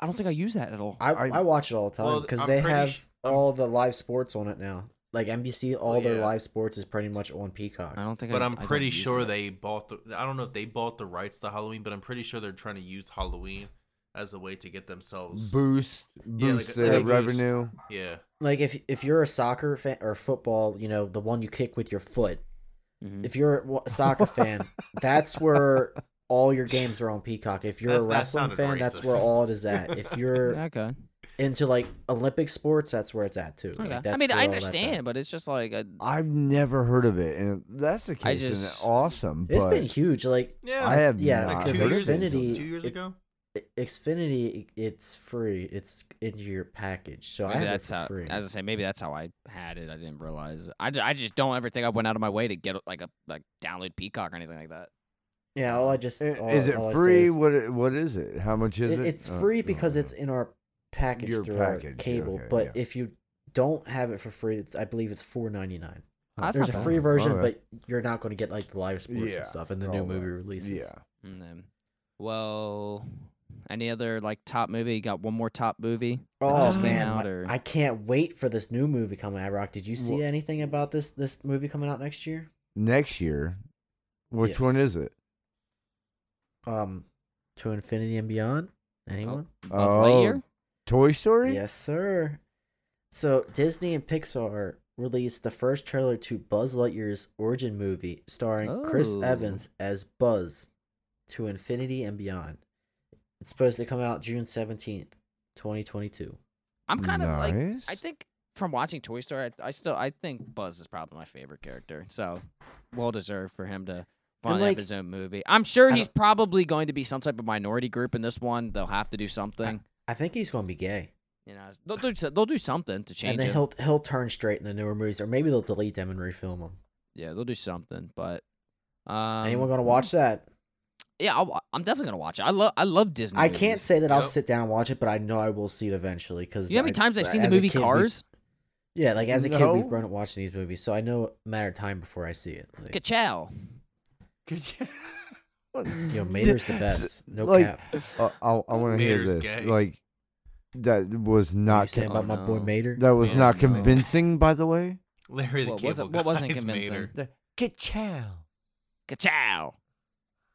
[SPEAKER 1] I don't think I use that at all.
[SPEAKER 2] I, I,
[SPEAKER 3] I-
[SPEAKER 2] watch it all the time
[SPEAKER 4] Well,
[SPEAKER 2] because
[SPEAKER 4] I'm
[SPEAKER 2] they
[SPEAKER 4] pretty
[SPEAKER 2] have
[SPEAKER 4] sh- I'm-
[SPEAKER 2] all the live sports on it now. Like NBC, all
[SPEAKER 4] Well,
[SPEAKER 2] their
[SPEAKER 4] yeah.
[SPEAKER 2] live sports is pretty much on Peacock.
[SPEAKER 1] I don't think.
[SPEAKER 4] But
[SPEAKER 1] I,
[SPEAKER 4] I'm
[SPEAKER 1] I don't
[SPEAKER 4] pretty
[SPEAKER 1] use
[SPEAKER 4] sure
[SPEAKER 1] that.
[SPEAKER 4] they bought the. I don't know if they bought the rights to Halloween, but I'm pretty sure they're trying to use Halloween as a way to get themselves.
[SPEAKER 3] Boost
[SPEAKER 4] Yeah, like
[SPEAKER 3] boost
[SPEAKER 4] a-
[SPEAKER 3] their
[SPEAKER 2] like a
[SPEAKER 4] boost.
[SPEAKER 3] revenue.
[SPEAKER 4] Yeah.
[SPEAKER 2] Like if if you're a soccer fan or football, you know the one you kick with your foot.
[SPEAKER 1] Mhm.
[SPEAKER 2] If you're a wa- soccer fan, that's where all your games are on Peacock. If you're a
[SPEAKER 4] That's- that
[SPEAKER 2] wrestling
[SPEAKER 4] sounded
[SPEAKER 2] fan, that's where
[SPEAKER 4] racist.
[SPEAKER 2] all it is at. If you're
[SPEAKER 1] Okay.
[SPEAKER 2] into like Olympic sports, that's where it's at too. Like,
[SPEAKER 1] okay. I
[SPEAKER 2] that's
[SPEAKER 1] mean,
[SPEAKER 2] where
[SPEAKER 1] I
[SPEAKER 2] all that's at.
[SPEAKER 1] understand, but it's just like I,
[SPEAKER 3] I've never heard of it, and if that's the case. then
[SPEAKER 1] just-
[SPEAKER 3] awesome.
[SPEAKER 2] It's
[SPEAKER 3] but
[SPEAKER 2] been huge. Like
[SPEAKER 4] Yeah.
[SPEAKER 3] I have
[SPEAKER 2] yeah,
[SPEAKER 3] not
[SPEAKER 4] like two
[SPEAKER 2] because
[SPEAKER 3] heard
[SPEAKER 4] years,
[SPEAKER 3] of it.
[SPEAKER 2] Xfinity-
[SPEAKER 4] two years
[SPEAKER 2] it-
[SPEAKER 4] ago.
[SPEAKER 2] Xfinity, it's free. It's into your package, so I
[SPEAKER 1] maybe
[SPEAKER 2] have
[SPEAKER 1] that's
[SPEAKER 2] it for
[SPEAKER 1] how.
[SPEAKER 2] free.
[SPEAKER 1] As I say, maybe that's how I had it. I didn't realize. I, ju- I just don't ever think I went out of my way to get like a like download Peacock or anything like that.
[SPEAKER 2] yeah, all I just
[SPEAKER 3] I-
[SPEAKER 2] all-
[SPEAKER 3] is it
[SPEAKER 2] all I say
[SPEAKER 3] free?
[SPEAKER 2] is-
[SPEAKER 3] What i- what is it? How much is
[SPEAKER 2] It-
[SPEAKER 3] it?
[SPEAKER 2] It's
[SPEAKER 3] Uh,
[SPEAKER 2] free
[SPEAKER 3] I don't
[SPEAKER 2] because
[SPEAKER 3] know.
[SPEAKER 2] it's in our package
[SPEAKER 3] Your
[SPEAKER 2] through our
[SPEAKER 3] package,
[SPEAKER 2] cable.
[SPEAKER 3] okay,
[SPEAKER 2] but
[SPEAKER 3] yeah.
[SPEAKER 2] if you don't have it for free, it's, I believe it's four ninety nine.
[SPEAKER 1] Oh, that's
[SPEAKER 2] There's a
[SPEAKER 1] not bad.
[SPEAKER 2] free version,
[SPEAKER 3] Okay.
[SPEAKER 2] but you're not going to get like the live sports
[SPEAKER 3] Yeah,
[SPEAKER 2] and stuff and the
[SPEAKER 3] all
[SPEAKER 2] new
[SPEAKER 3] that.
[SPEAKER 2] movie releases.
[SPEAKER 3] Yeah.
[SPEAKER 1] And then, well, any other like top movie? You got one more top movie? that
[SPEAKER 2] Oh
[SPEAKER 1] just came
[SPEAKER 2] man,
[SPEAKER 1] out,
[SPEAKER 2] my-
[SPEAKER 1] or-
[SPEAKER 2] I can't wait for this new movie coming out. Rock, did you see
[SPEAKER 3] Wha-
[SPEAKER 2] anything about this this movie coming out next year?
[SPEAKER 3] Next year, which
[SPEAKER 2] Yes.
[SPEAKER 3] one is it?
[SPEAKER 2] Um, To Infinity and Beyond. Anyone?
[SPEAKER 1] Buzz
[SPEAKER 3] Oh,
[SPEAKER 1] Lightyear.
[SPEAKER 3] Toy Story.
[SPEAKER 2] Yes, sir. So Disney and Pixar released the first trailer to Buzz Lightyear's origin movie, starring Chris
[SPEAKER 1] Oh.
[SPEAKER 2] Evans as Buzz, to infinity and beyond. It's supposed to come out June seventeenth, twenty twenty two.
[SPEAKER 1] I'm kind of like I
[SPEAKER 3] Nice.
[SPEAKER 1] think from watching Toy Story, I, I still I think Buzz is probably my favorite character. So well deserved for him to finally
[SPEAKER 2] like,
[SPEAKER 1] have his own movie. I'm sure
[SPEAKER 2] I
[SPEAKER 1] he's probably going to be some type of minority group in this one. They'll have to do something.
[SPEAKER 2] I think he's gonna be gay,
[SPEAKER 1] you know, they'll do so- they'll do something to
[SPEAKER 2] and
[SPEAKER 1] change
[SPEAKER 2] then
[SPEAKER 1] it.
[SPEAKER 2] he'll he'll turn straight in the newer movies, or maybe they'll delete them and refilm them.
[SPEAKER 1] Yeah, they'll do something. But um,
[SPEAKER 2] Anyone gonna watch that?
[SPEAKER 1] Yeah, I'll, wa- I'm definitely gonna watch it. I love I love Disney.
[SPEAKER 2] I can't
[SPEAKER 1] movies.
[SPEAKER 2] say that I'll
[SPEAKER 4] Yep.
[SPEAKER 2] sit down and watch it, but I know I will see it eventually. Because
[SPEAKER 1] You know how many times I've seen the
[SPEAKER 2] as a
[SPEAKER 1] movie
[SPEAKER 2] kid, we-
[SPEAKER 1] Cars?
[SPEAKER 2] Yeah, like as a kid, we've
[SPEAKER 3] No.
[SPEAKER 2] grown up watching these movies, so I know a matter of time before I see it. Like,
[SPEAKER 1] Ka-chow.
[SPEAKER 3] Could you?
[SPEAKER 2] Yo, Mater's the best. No
[SPEAKER 3] like,
[SPEAKER 2] cap.
[SPEAKER 3] Uh, I, I want to hear
[SPEAKER 4] Mater's
[SPEAKER 3] this.
[SPEAKER 4] gay.
[SPEAKER 3] Like that was
[SPEAKER 2] What you
[SPEAKER 3] not
[SPEAKER 2] saying
[SPEAKER 3] con-
[SPEAKER 1] con-
[SPEAKER 2] about my boy
[SPEAKER 1] Oh, no.
[SPEAKER 2] Mater?
[SPEAKER 3] that was
[SPEAKER 4] Mater's
[SPEAKER 3] not
[SPEAKER 4] gay.
[SPEAKER 3] convincing. By the way,
[SPEAKER 4] Larry the
[SPEAKER 1] What
[SPEAKER 4] Cable
[SPEAKER 1] wasn't- what wasn't
[SPEAKER 4] Guy's
[SPEAKER 1] convincing?
[SPEAKER 4] Mater.
[SPEAKER 3] ka
[SPEAKER 1] Ka-chow.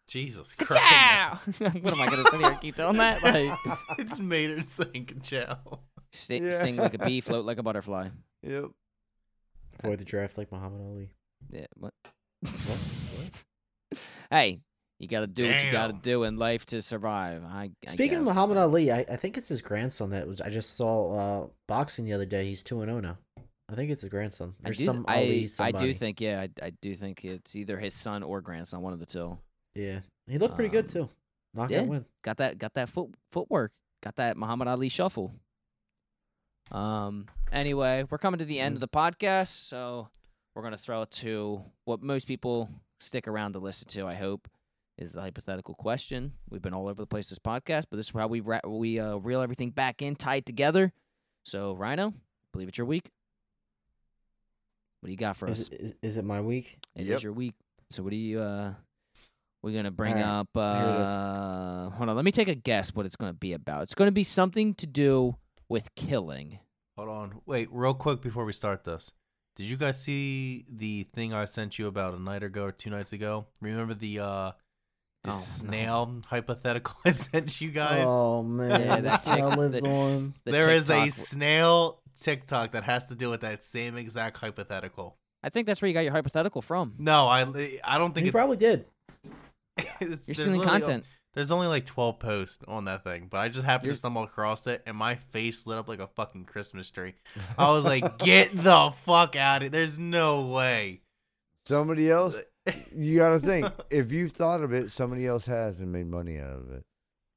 [SPEAKER 4] Jesus Christ.
[SPEAKER 1] Ka-chow. what am I gonna sit here and keep doing that? Like
[SPEAKER 4] it's Mater saying Kachow.
[SPEAKER 1] sti-
[SPEAKER 3] Yeah.
[SPEAKER 1] sting like a bee, float like a butterfly.
[SPEAKER 3] Yep.
[SPEAKER 2] Avoid the draft like Muhammad Ali.
[SPEAKER 1] Yeah. What? hey, you gotta do what you gotta
[SPEAKER 4] Damn.
[SPEAKER 1] do in life to survive. I, I
[SPEAKER 2] Speaking of
[SPEAKER 1] guess.
[SPEAKER 2] Muhammad Ali, I, I think it's his grandson that was. I just saw uh, boxing the other day. He's two and zero now. I think it's his grandson.
[SPEAKER 1] I
[SPEAKER 2] There's
[SPEAKER 1] do,
[SPEAKER 2] some Ali.
[SPEAKER 1] I, I
[SPEAKER 2] Somebody.
[SPEAKER 1] do think, yeah, I, I do think it's either his son or grandson, one of the two.
[SPEAKER 2] Yeah, he looked pretty good
[SPEAKER 1] Um,
[SPEAKER 2] too. Knockout
[SPEAKER 1] yeah.
[SPEAKER 2] win.
[SPEAKER 1] Got that, got that foot footwork, got that Muhammad Ali shuffle. Um. Anyway, we're coming to the end of the podcast, so we're gonna throw it to what most people stick around to listen to. I hope is the hypothetical question. We've been all over the place this podcast, but this is how we ra- we uh, reel everything back in, tie it together. So, Rhino, I believe it's your week. What do you got for us?
[SPEAKER 2] Is, is, is it my week?
[SPEAKER 1] It is
[SPEAKER 3] Yep.
[SPEAKER 1] your week. So what do you uh we're gonna bring
[SPEAKER 2] Alright,
[SPEAKER 1] up
[SPEAKER 2] here it is.
[SPEAKER 1] uh hold on, let me take a guess what it's gonna be about. It's gonna be something to do with killing.
[SPEAKER 4] Hold on. Wait, real quick before we start this. Did you guys see the thing I sent you about a night ago or two nights ago? Remember the uh the
[SPEAKER 1] Oh, no.
[SPEAKER 4] snail hypothetical I sent you guys?
[SPEAKER 2] Oh man,
[SPEAKER 1] Yeah,
[SPEAKER 2] that
[SPEAKER 1] that
[SPEAKER 2] still
[SPEAKER 1] chick-
[SPEAKER 2] lives
[SPEAKER 1] that-
[SPEAKER 2] on.
[SPEAKER 1] The
[SPEAKER 4] there is a
[SPEAKER 1] TikTok-
[SPEAKER 4] snail TikTok that has to do with that same exact hypothetical.
[SPEAKER 1] I think that's where you got your hypothetical from.
[SPEAKER 4] No, I I don't think
[SPEAKER 2] He
[SPEAKER 4] it's,
[SPEAKER 2] probably did.
[SPEAKER 4] it's
[SPEAKER 1] You're
[SPEAKER 4] there's
[SPEAKER 1] stealing
[SPEAKER 4] literally-
[SPEAKER 1] content.
[SPEAKER 4] There's only like 12 posts on that thing, but I just happened
[SPEAKER 1] You're-
[SPEAKER 4] to stumble across it and my face lit up like a fucking Christmas tree. I was like, "Get the fuck out of There's no way."
[SPEAKER 3] Somebody else. You gotta think. if you've thought of it, somebody else has and made money out of it.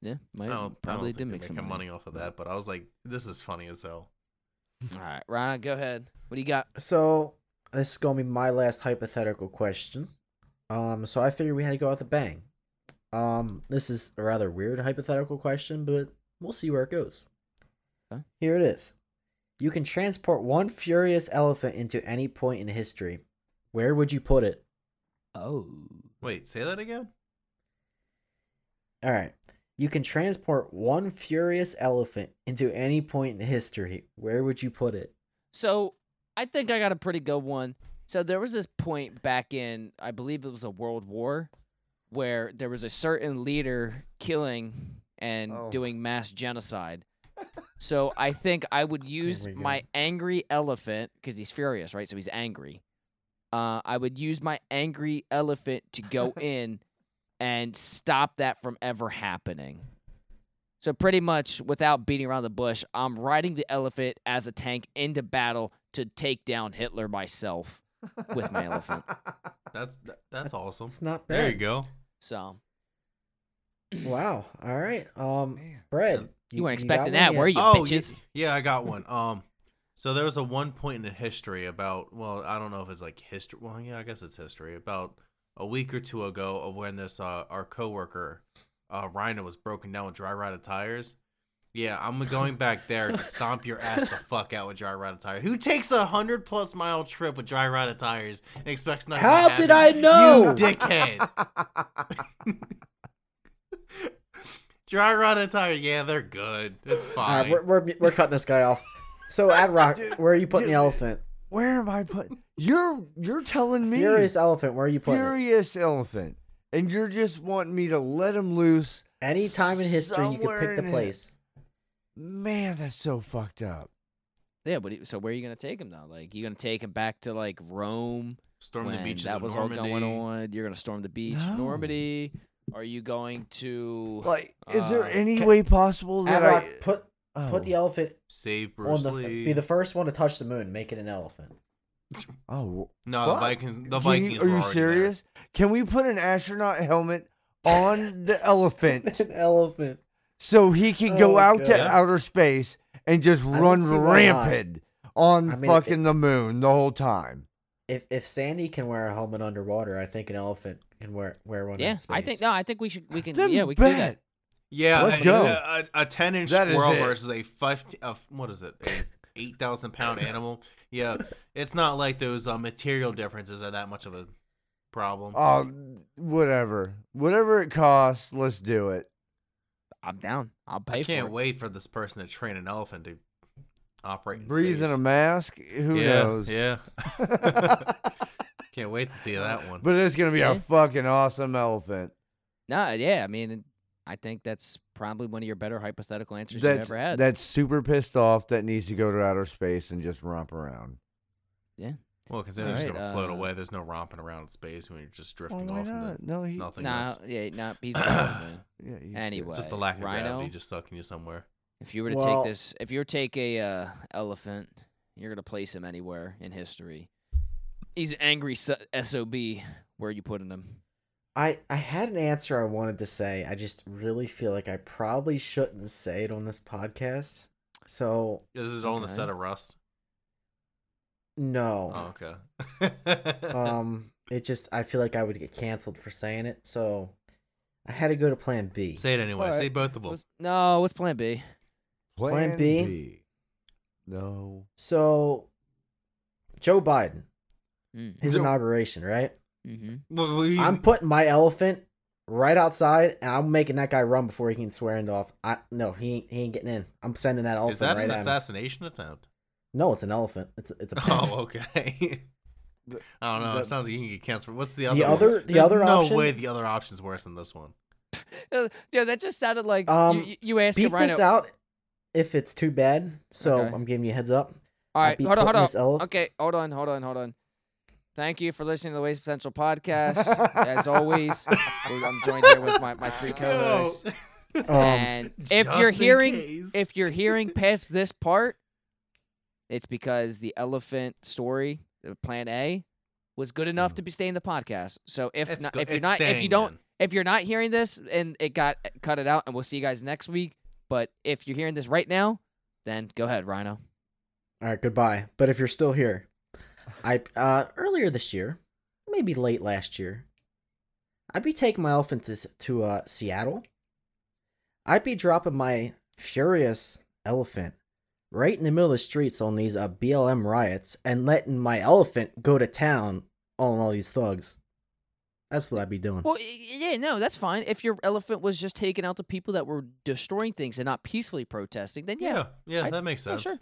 [SPEAKER 1] Yeah, might
[SPEAKER 4] Oh, I don't,
[SPEAKER 1] probably
[SPEAKER 4] I
[SPEAKER 1] did
[SPEAKER 4] don't think
[SPEAKER 1] make
[SPEAKER 4] they're
[SPEAKER 1] some
[SPEAKER 4] making
[SPEAKER 1] money.
[SPEAKER 4] money off of that, but I was like, this is funny as hell.
[SPEAKER 1] All right, Ryan, go ahead. What do you got?
[SPEAKER 2] So this is gonna be my last hypothetical question. Um, so I figured we had to go out the bang. Um, this is a rather weird hypothetical question, but we'll see where it goes.
[SPEAKER 1] Okay.
[SPEAKER 2] Here it is. You can transport one furious elephant into any point in history. Where would you put it?
[SPEAKER 1] Oh.
[SPEAKER 4] Wait, say that again?
[SPEAKER 2] All right. You can transport one furious elephant into any point in history. Where would you put it?
[SPEAKER 1] So I think I got a pretty good one. So there was this point back in, I believe it was a world war, where there was a certain leader killing and
[SPEAKER 3] Oh.
[SPEAKER 1] doing mass genocide. So I think I would use
[SPEAKER 2] we go.
[SPEAKER 1] my angry elephant because he's furious, right? So he's angry. Uh, I would use my angry elephant to go in and stop that from ever happening. So pretty much, without beating around the bush, I'm riding the elephant as a tank into battle to take down Hitler myself with my elephant.
[SPEAKER 4] That's that, that's awesome.
[SPEAKER 2] It's not bad.
[SPEAKER 4] There you go.
[SPEAKER 1] So
[SPEAKER 2] Wow. All right. Um,
[SPEAKER 3] Man.
[SPEAKER 2] Brad,
[SPEAKER 4] You
[SPEAKER 1] you weren't
[SPEAKER 2] got
[SPEAKER 1] expecting
[SPEAKER 2] one
[SPEAKER 1] that,
[SPEAKER 2] yet?
[SPEAKER 1] were you,
[SPEAKER 4] oh,
[SPEAKER 1] bitches?
[SPEAKER 4] y- yeah, I got one. Um, so there was a one point in history about, well, I don't know if it's like history. Well, yeah, I guess it's history. About a week or two ago, of when this uh, our coworker, uh, Rhino, was broken down with dry rotted tires. Yeah, I'm going back there to stomp your ass the fuck out with dry rotted tires. Who takes a hundred plus mile trip with dry rotted tires and expects nothing? to
[SPEAKER 2] How did
[SPEAKER 4] happen?
[SPEAKER 2] I know?
[SPEAKER 4] You dickhead. Dry rotted tire, yeah, they're good. It's
[SPEAKER 2] All right,
[SPEAKER 4] fine.
[SPEAKER 2] we're, we're we're cutting this guy off. So, Ad Rock,
[SPEAKER 3] Dude,
[SPEAKER 2] where are you putting
[SPEAKER 3] dude.
[SPEAKER 2] the elephant?
[SPEAKER 3] Where am I putting? You're you're telling me
[SPEAKER 2] Furious elephant, where are you putting it?
[SPEAKER 3] Furious elephant, and you're just wanting me to let him loose.
[SPEAKER 2] Any time in history, you could
[SPEAKER 3] somewhere
[SPEAKER 2] pick the
[SPEAKER 3] in it.
[SPEAKER 2] place.
[SPEAKER 3] Man, that's so fucked up.
[SPEAKER 1] Yeah, but he- so where are you gonna take him though? Like you gonna take him back to like Rome
[SPEAKER 4] Storm the
[SPEAKER 1] when
[SPEAKER 4] beaches
[SPEAKER 1] that
[SPEAKER 4] of
[SPEAKER 1] was
[SPEAKER 4] Normandy.
[SPEAKER 1] all going on? You're gonna storm the beach, in
[SPEAKER 3] No.
[SPEAKER 1] Normandy? Are you going to?
[SPEAKER 3] Like, is there
[SPEAKER 1] Uh,
[SPEAKER 3] any
[SPEAKER 2] ca-
[SPEAKER 3] way possible that
[SPEAKER 2] Ad Rock,
[SPEAKER 3] I
[SPEAKER 2] put
[SPEAKER 3] Oh,
[SPEAKER 2] Put the elephant
[SPEAKER 4] Save
[SPEAKER 2] on
[SPEAKER 4] Bruce
[SPEAKER 2] the
[SPEAKER 4] Lee.
[SPEAKER 2] be the first one to touch the moon. Make it an elephant.
[SPEAKER 3] oh
[SPEAKER 4] no,
[SPEAKER 3] What?
[SPEAKER 4] the Vikings. The
[SPEAKER 3] Can
[SPEAKER 4] Vikings.
[SPEAKER 3] you-
[SPEAKER 4] were
[SPEAKER 3] are you
[SPEAKER 4] already there.
[SPEAKER 3] serious? Can we put an astronaut helmet on the elephant
[SPEAKER 2] an elephant.
[SPEAKER 3] so he can go
[SPEAKER 2] Oh,
[SPEAKER 3] out to
[SPEAKER 4] God. Yeah.
[SPEAKER 3] outer space and just
[SPEAKER 2] don't
[SPEAKER 3] run
[SPEAKER 2] see why not.
[SPEAKER 3] rampant on
[SPEAKER 2] I mean,
[SPEAKER 3] fucking the moon the whole time?
[SPEAKER 2] If if Sandy can wear a helmet underwater, I think an elephant can wear wear one.
[SPEAKER 1] Yeah,
[SPEAKER 2] in space.
[SPEAKER 1] I think no, I think we should we can
[SPEAKER 3] Then
[SPEAKER 1] yeah we can do that.
[SPEAKER 3] bet.
[SPEAKER 4] Yeah,
[SPEAKER 3] Let's
[SPEAKER 4] a,
[SPEAKER 3] go.
[SPEAKER 4] A, a, ten inch
[SPEAKER 3] That is
[SPEAKER 4] squirrel
[SPEAKER 3] it.
[SPEAKER 4] versus a five. A, what is it? A eight thousand pound animal. Yeah, it's not like those uh, material differences are that much of a problem.
[SPEAKER 3] Oh, whatever, whatever it costs, let's do it.
[SPEAKER 1] I'm down. I'll pay
[SPEAKER 4] I
[SPEAKER 1] for
[SPEAKER 4] can't
[SPEAKER 1] it.
[SPEAKER 4] wait for this person to train an elephant to operate. In
[SPEAKER 3] Breathe in
[SPEAKER 4] space.
[SPEAKER 3] a mask. Who
[SPEAKER 4] yeah,
[SPEAKER 3] knows?
[SPEAKER 4] Yeah,
[SPEAKER 3] but
[SPEAKER 4] can't wait to see that one.
[SPEAKER 3] it's gonna be
[SPEAKER 1] Yeah.
[SPEAKER 3] a fucking awesome elephant.
[SPEAKER 1] No, yeah, I mean, I think that's probably one of your better hypothetical answers you've
[SPEAKER 3] That's,
[SPEAKER 1] ever had.
[SPEAKER 3] that's super pissed off. That needs to go to outer space and just romp around.
[SPEAKER 4] well, considering
[SPEAKER 1] All
[SPEAKER 4] it's
[SPEAKER 1] right,
[SPEAKER 4] gonna float
[SPEAKER 1] uh,
[SPEAKER 4] away, there's no romping around in space when you're just drifting
[SPEAKER 3] why
[SPEAKER 4] off into
[SPEAKER 3] not? No, he.
[SPEAKER 4] nothing.
[SPEAKER 1] Oh no,
[SPEAKER 4] else.
[SPEAKER 1] yeah, no, he's gone,
[SPEAKER 3] Yeah, you-
[SPEAKER 1] man. Anyway,
[SPEAKER 4] just the lack of
[SPEAKER 1] Rhino,
[SPEAKER 4] gravity just sucking you somewhere.
[SPEAKER 1] If you were to
[SPEAKER 2] Well-
[SPEAKER 1] take this, if you were to take a uh, elephant, you're gonna place him anywhere in history. He's an angry so- sob. Where are you putting him?
[SPEAKER 2] I I had an answer I wanted to say. I just really feel like I probably shouldn't say it on this podcast. So
[SPEAKER 4] This is all in the
[SPEAKER 1] Okay.
[SPEAKER 4] set of Rust.
[SPEAKER 2] no,
[SPEAKER 4] Oh, okay.
[SPEAKER 2] um, it just I feel like I would get canceled for saying it. So I had to go to Plan B.
[SPEAKER 4] Say it anyway.
[SPEAKER 3] Alright.
[SPEAKER 4] Say both of them.
[SPEAKER 1] What's, no, what's Plan B?
[SPEAKER 2] Plan B?
[SPEAKER 3] No.
[SPEAKER 2] So Joe Biden,
[SPEAKER 1] Mm.
[SPEAKER 2] his
[SPEAKER 4] Joe-
[SPEAKER 2] inauguration, right?
[SPEAKER 1] hmm
[SPEAKER 4] Well, we-
[SPEAKER 2] I'm putting my elephant right outside, and I'm making that guy run before he can swear into off. I no, he ain't, he ain't getting in. I'm sending that elephant
[SPEAKER 4] is that
[SPEAKER 2] right
[SPEAKER 4] an
[SPEAKER 2] at him.
[SPEAKER 4] assassination attempt?
[SPEAKER 2] No, it's an elephant. It's a- it's a.
[SPEAKER 4] Oh, okay.
[SPEAKER 3] The-
[SPEAKER 4] I don't know.
[SPEAKER 3] the-
[SPEAKER 4] It sounds like you can get canceled. What's the
[SPEAKER 2] The
[SPEAKER 4] other? one?
[SPEAKER 2] other- the
[SPEAKER 4] There's
[SPEAKER 2] other
[SPEAKER 4] no
[SPEAKER 2] option-
[SPEAKER 4] way the other option's worse than this one.
[SPEAKER 1] yeah, Uh, that just sounded like
[SPEAKER 2] Um,
[SPEAKER 1] you, you asking
[SPEAKER 2] beat
[SPEAKER 1] Rhino.
[SPEAKER 2] this out if it's too bad. So
[SPEAKER 1] Okay.
[SPEAKER 2] I'm giving you a heads up.
[SPEAKER 1] All
[SPEAKER 2] I'd
[SPEAKER 1] right,
[SPEAKER 2] be
[SPEAKER 1] hold on, hold
[SPEAKER 2] putting
[SPEAKER 1] on.
[SPEAKER 2] this elephant-
[SPEAKER 1] Okay, hold on, hold on, hold on. Thank you for listening to the Waste Potential podcast. As always, I'm joined here with my, my three co-hosts.
[SPEAKER 4] No.
[SPEAKER 2] Um,
[SPEAKER 1] and if you're
[SPEAKER 4] Just in
[SPEAKER 1] hearing
[SPEAKER 4] case.
[SPEAKER 1] if you're hearing past this part, it's because the elephant story, uh, Plan A, was good enough to be staying the podcast. So if
[SPEAKER 4] Mm. It's
[SPEAKER 1] not,
[SPEAKER 4] go-
[SPEAKER 1] if you're
[SPEAKER 4] it's
[SPEAKER 1] not if
[SPEAKER 4] staying
[SPEAKER 1] you don't
[SPEAKER 4] in.
[SPEAKER 1] if you're not hearing this and it got cut it out, and we'll see you guys next week. But if you're hearing this right now, then go ahead, Rhino.
[SPEAKER 2] all right, goodbye. But if you're still here, I uh earlier this year, maybe late last year, I'd be taking my elephant to s- to uh, Seattle. I'd be dropping my furious elephant right in the middle of the streets on these uh, BLM riots and letting my elephant go to town on all these thugs. That's what I'd be doing.
[SPEAKER 1] Well, y- y- yeah, no, that's fine. If your elephant was just taking out the people that were destroying things and not peacefully protesting, then yeah,
[SPEAKER 4] yeah, yeah,
[SPEAKER 1] I-
[SPEAKER 4] that makes
[SPEAKER 1] yeah,
[SPEAKER 4] sense.
[SPEAKER 1] sure.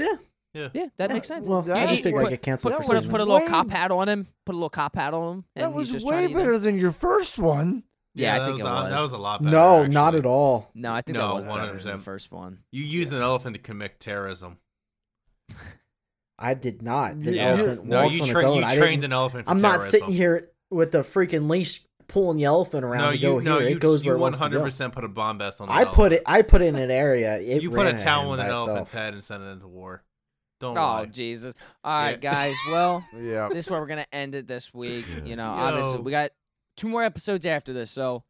[SPEAKER 2] yeah.
[SPEAKER 1] yeah, that
[SPEAKER 2] Yeah,
[SPEAKER 1] makes sense.
[SPEAKER 2] Well,
[SPEAKER 3] Yeah,
[SPEAKER 2] I
[SPEAKER 1] he-
[SPEAKER 2] just figured
[SPEAKER 1] put-
[SPEAKER 2] I get canceled
[SPEAKER 3] put-
[SPEAKER 2] for
[SPEAKER 1] put a,
[SPEAKER 2] saying
[SPEAKER 1] put a
[SPEAKER 2] that.
[SPEAKER 1] little
[SPEAKER 3] Way-
[SPEAKER 1] cop hat on him. Put a little cop hat on him, and
[SPEAKER 3] that
[SPEAKER 1] he's
[SPEAKER 3] was
[SPEAKER 1] just
[SPEAKER 3] way
[SPEAKER 1] trying to.
[SPEAKER 3] better than your first one.
[SPEAKER 1] Yeah, I
[SPEAKER 4] that
[SPEAKER 1] think
[SPEAKER 4] was,
[SPEAKER 1] it
[SPEAKER 4] a-
[SPEAKER 1] was.
[SPEAKER 4] That was a lot better.
[SPEAKER 2] No, not
[SPEAKER 4] actually.
[SPEAKER 2] at all.
[SPEAKER 1] No, I think that
[SPEAKER 4] No,
[SPEAKER 1] was better than the
[SPEAKER 4] 100%.
[SPEAKER 1] first one.
[SPEAKER 4] You used an elephant to commit terrorism.
[SPEAKER 2] I did not. The
[SPEAKER 3] Yeah.
[SPEAKER 2] elephant
[SPEAKER 4] no,
[SPEAKER 2] walks
[SPEAKER 4] you,
[SPEAKER 2] on
[SPEAKER 4] tra-
[SPEAKER 2] its own.
[SPEAKER 4] you
[SPEAKER 2] I
[SPEAKER 4] trained
[SPEAKER 2] didn't,
[SPEAKER 4] an elephant. For
[SPEAKER 2] I'm not
[SPEAKER 4] terrorism.
[SPEAKER 2] sitting here with the freaking leash pulling the elephant around
[SPEAKER 4] No,
[SPEAKER 2] to
[SPEAKER 4] you,
[SPEAKER 2] go
[SPEAKER 4] no,
[SPEAKER 2] here.
[SPEAKER 4] you,
[SPEAKER 2] it goes
[SPEAKER 4] you
[SPEAKER 2] where it wants to go.
[SPEAKER 4] 100% put a bomb vest on. The
[SPEAKER 2] I put
[SPEAKER 4] elephant.
[SPEAKER 2] it. I put it in an area. It
[SPEAKER 4] you put a
[SPEAKER 2] ran
[SPEAKER 4] towel on
[SPEAKER 2] by
[SPEAKER 4] an
[SPEAKER 2] itself.
[SPEAKER 4] elephant's head and sent it into war. Don't
[SPEAKER 1] Oh
[SPEAKER 4] lie.
[SPEAKER 1] Jesus! All right,
[SPEAKER 4] Yeah.
[SPEAKER 1] guys. Well,
[SPEAKER 3] Yeah.
[SPEAKER 1] this is where we're gonna end it this week. You know,
[SPEAKER 4] Yo.
[SPEAKER 1] obviously we got two more episodes after this, so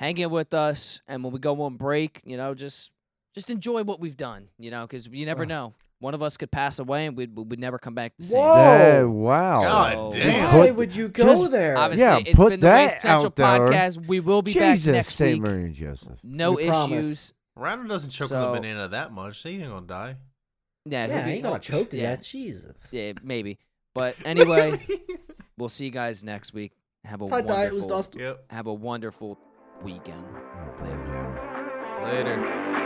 [SPEAKER 1] hang in with us. And when we go on break, you know, just just enjoy what we've done. You know, because you never
[SPEAKER 3] Ugh.
[SPEAKER 1] know. One of us could pass away, and we'd we'd never come back the same.
[SPEAKER 2] Whoa!
[SPEAKER 3] Hey,
[SPEAKER 2] Oh,
[SPEAKER 3] wow.
[SPEAKER 4] God
[SPEAKER 1] So-
[SPEAKER 4] damn.
[SPEAKER 2] Why
[SPEAKER 3] Put-
[SPEAKER 2] would you go
[SPEAKER 3] just-
[SPEAKER 2] there?
[SPEAKER 1] Obviously,
[SPEAKER 3] Yeah,
[SPEAKER 1] it's
[SPEAKER 3] put
[SPEAKER 1] been the Waste
[SPEAKER 3] that
[SPEAKER 1] Potential
[SPEAKER 3] out there.
[SPEAKER 1] podcast. We will be
[SPEAKER 3] Jesus,
[SPEAKER 1] back next
[SPEAKER 3] Saint
[SPEAKER 1] week.
[SPEAKER 3] Mary and Joseph. Oh,
[SPEAKER 1] No
[SPEAKER 2] We
[SPEAKER 1] issues.
[SPEAKER 2] promise.
[SPEAKER 4] Rhino doesn't choke on
[SPEAKER 1] So-
[SPEAKER 4] the banana that much. So he ain't gonna die.
[SPEAKER 1] Yeah, he'll
[SPEAKER 2] yeah,
[SPEAKER 1] be-
[SPEAKER 2] I ain't gonna choke to
[SPEAKER 1] yeah,
[SPEAKER 2] death. Jesus.
[SPEAKER 1] Yeah, maybe. But anyway, we'll see you guys next week. Have a
[SPEAKER 2] If I
[SPEAKER 1] wonderful
[SPEAKER 2] die, it was Dustin.
[SPEAKER 4] yep.
[SPEAKER 1] have a wonderful weekend.
[SPEAKER 3] Oh, blame him.
[SPEAKER 4] Later.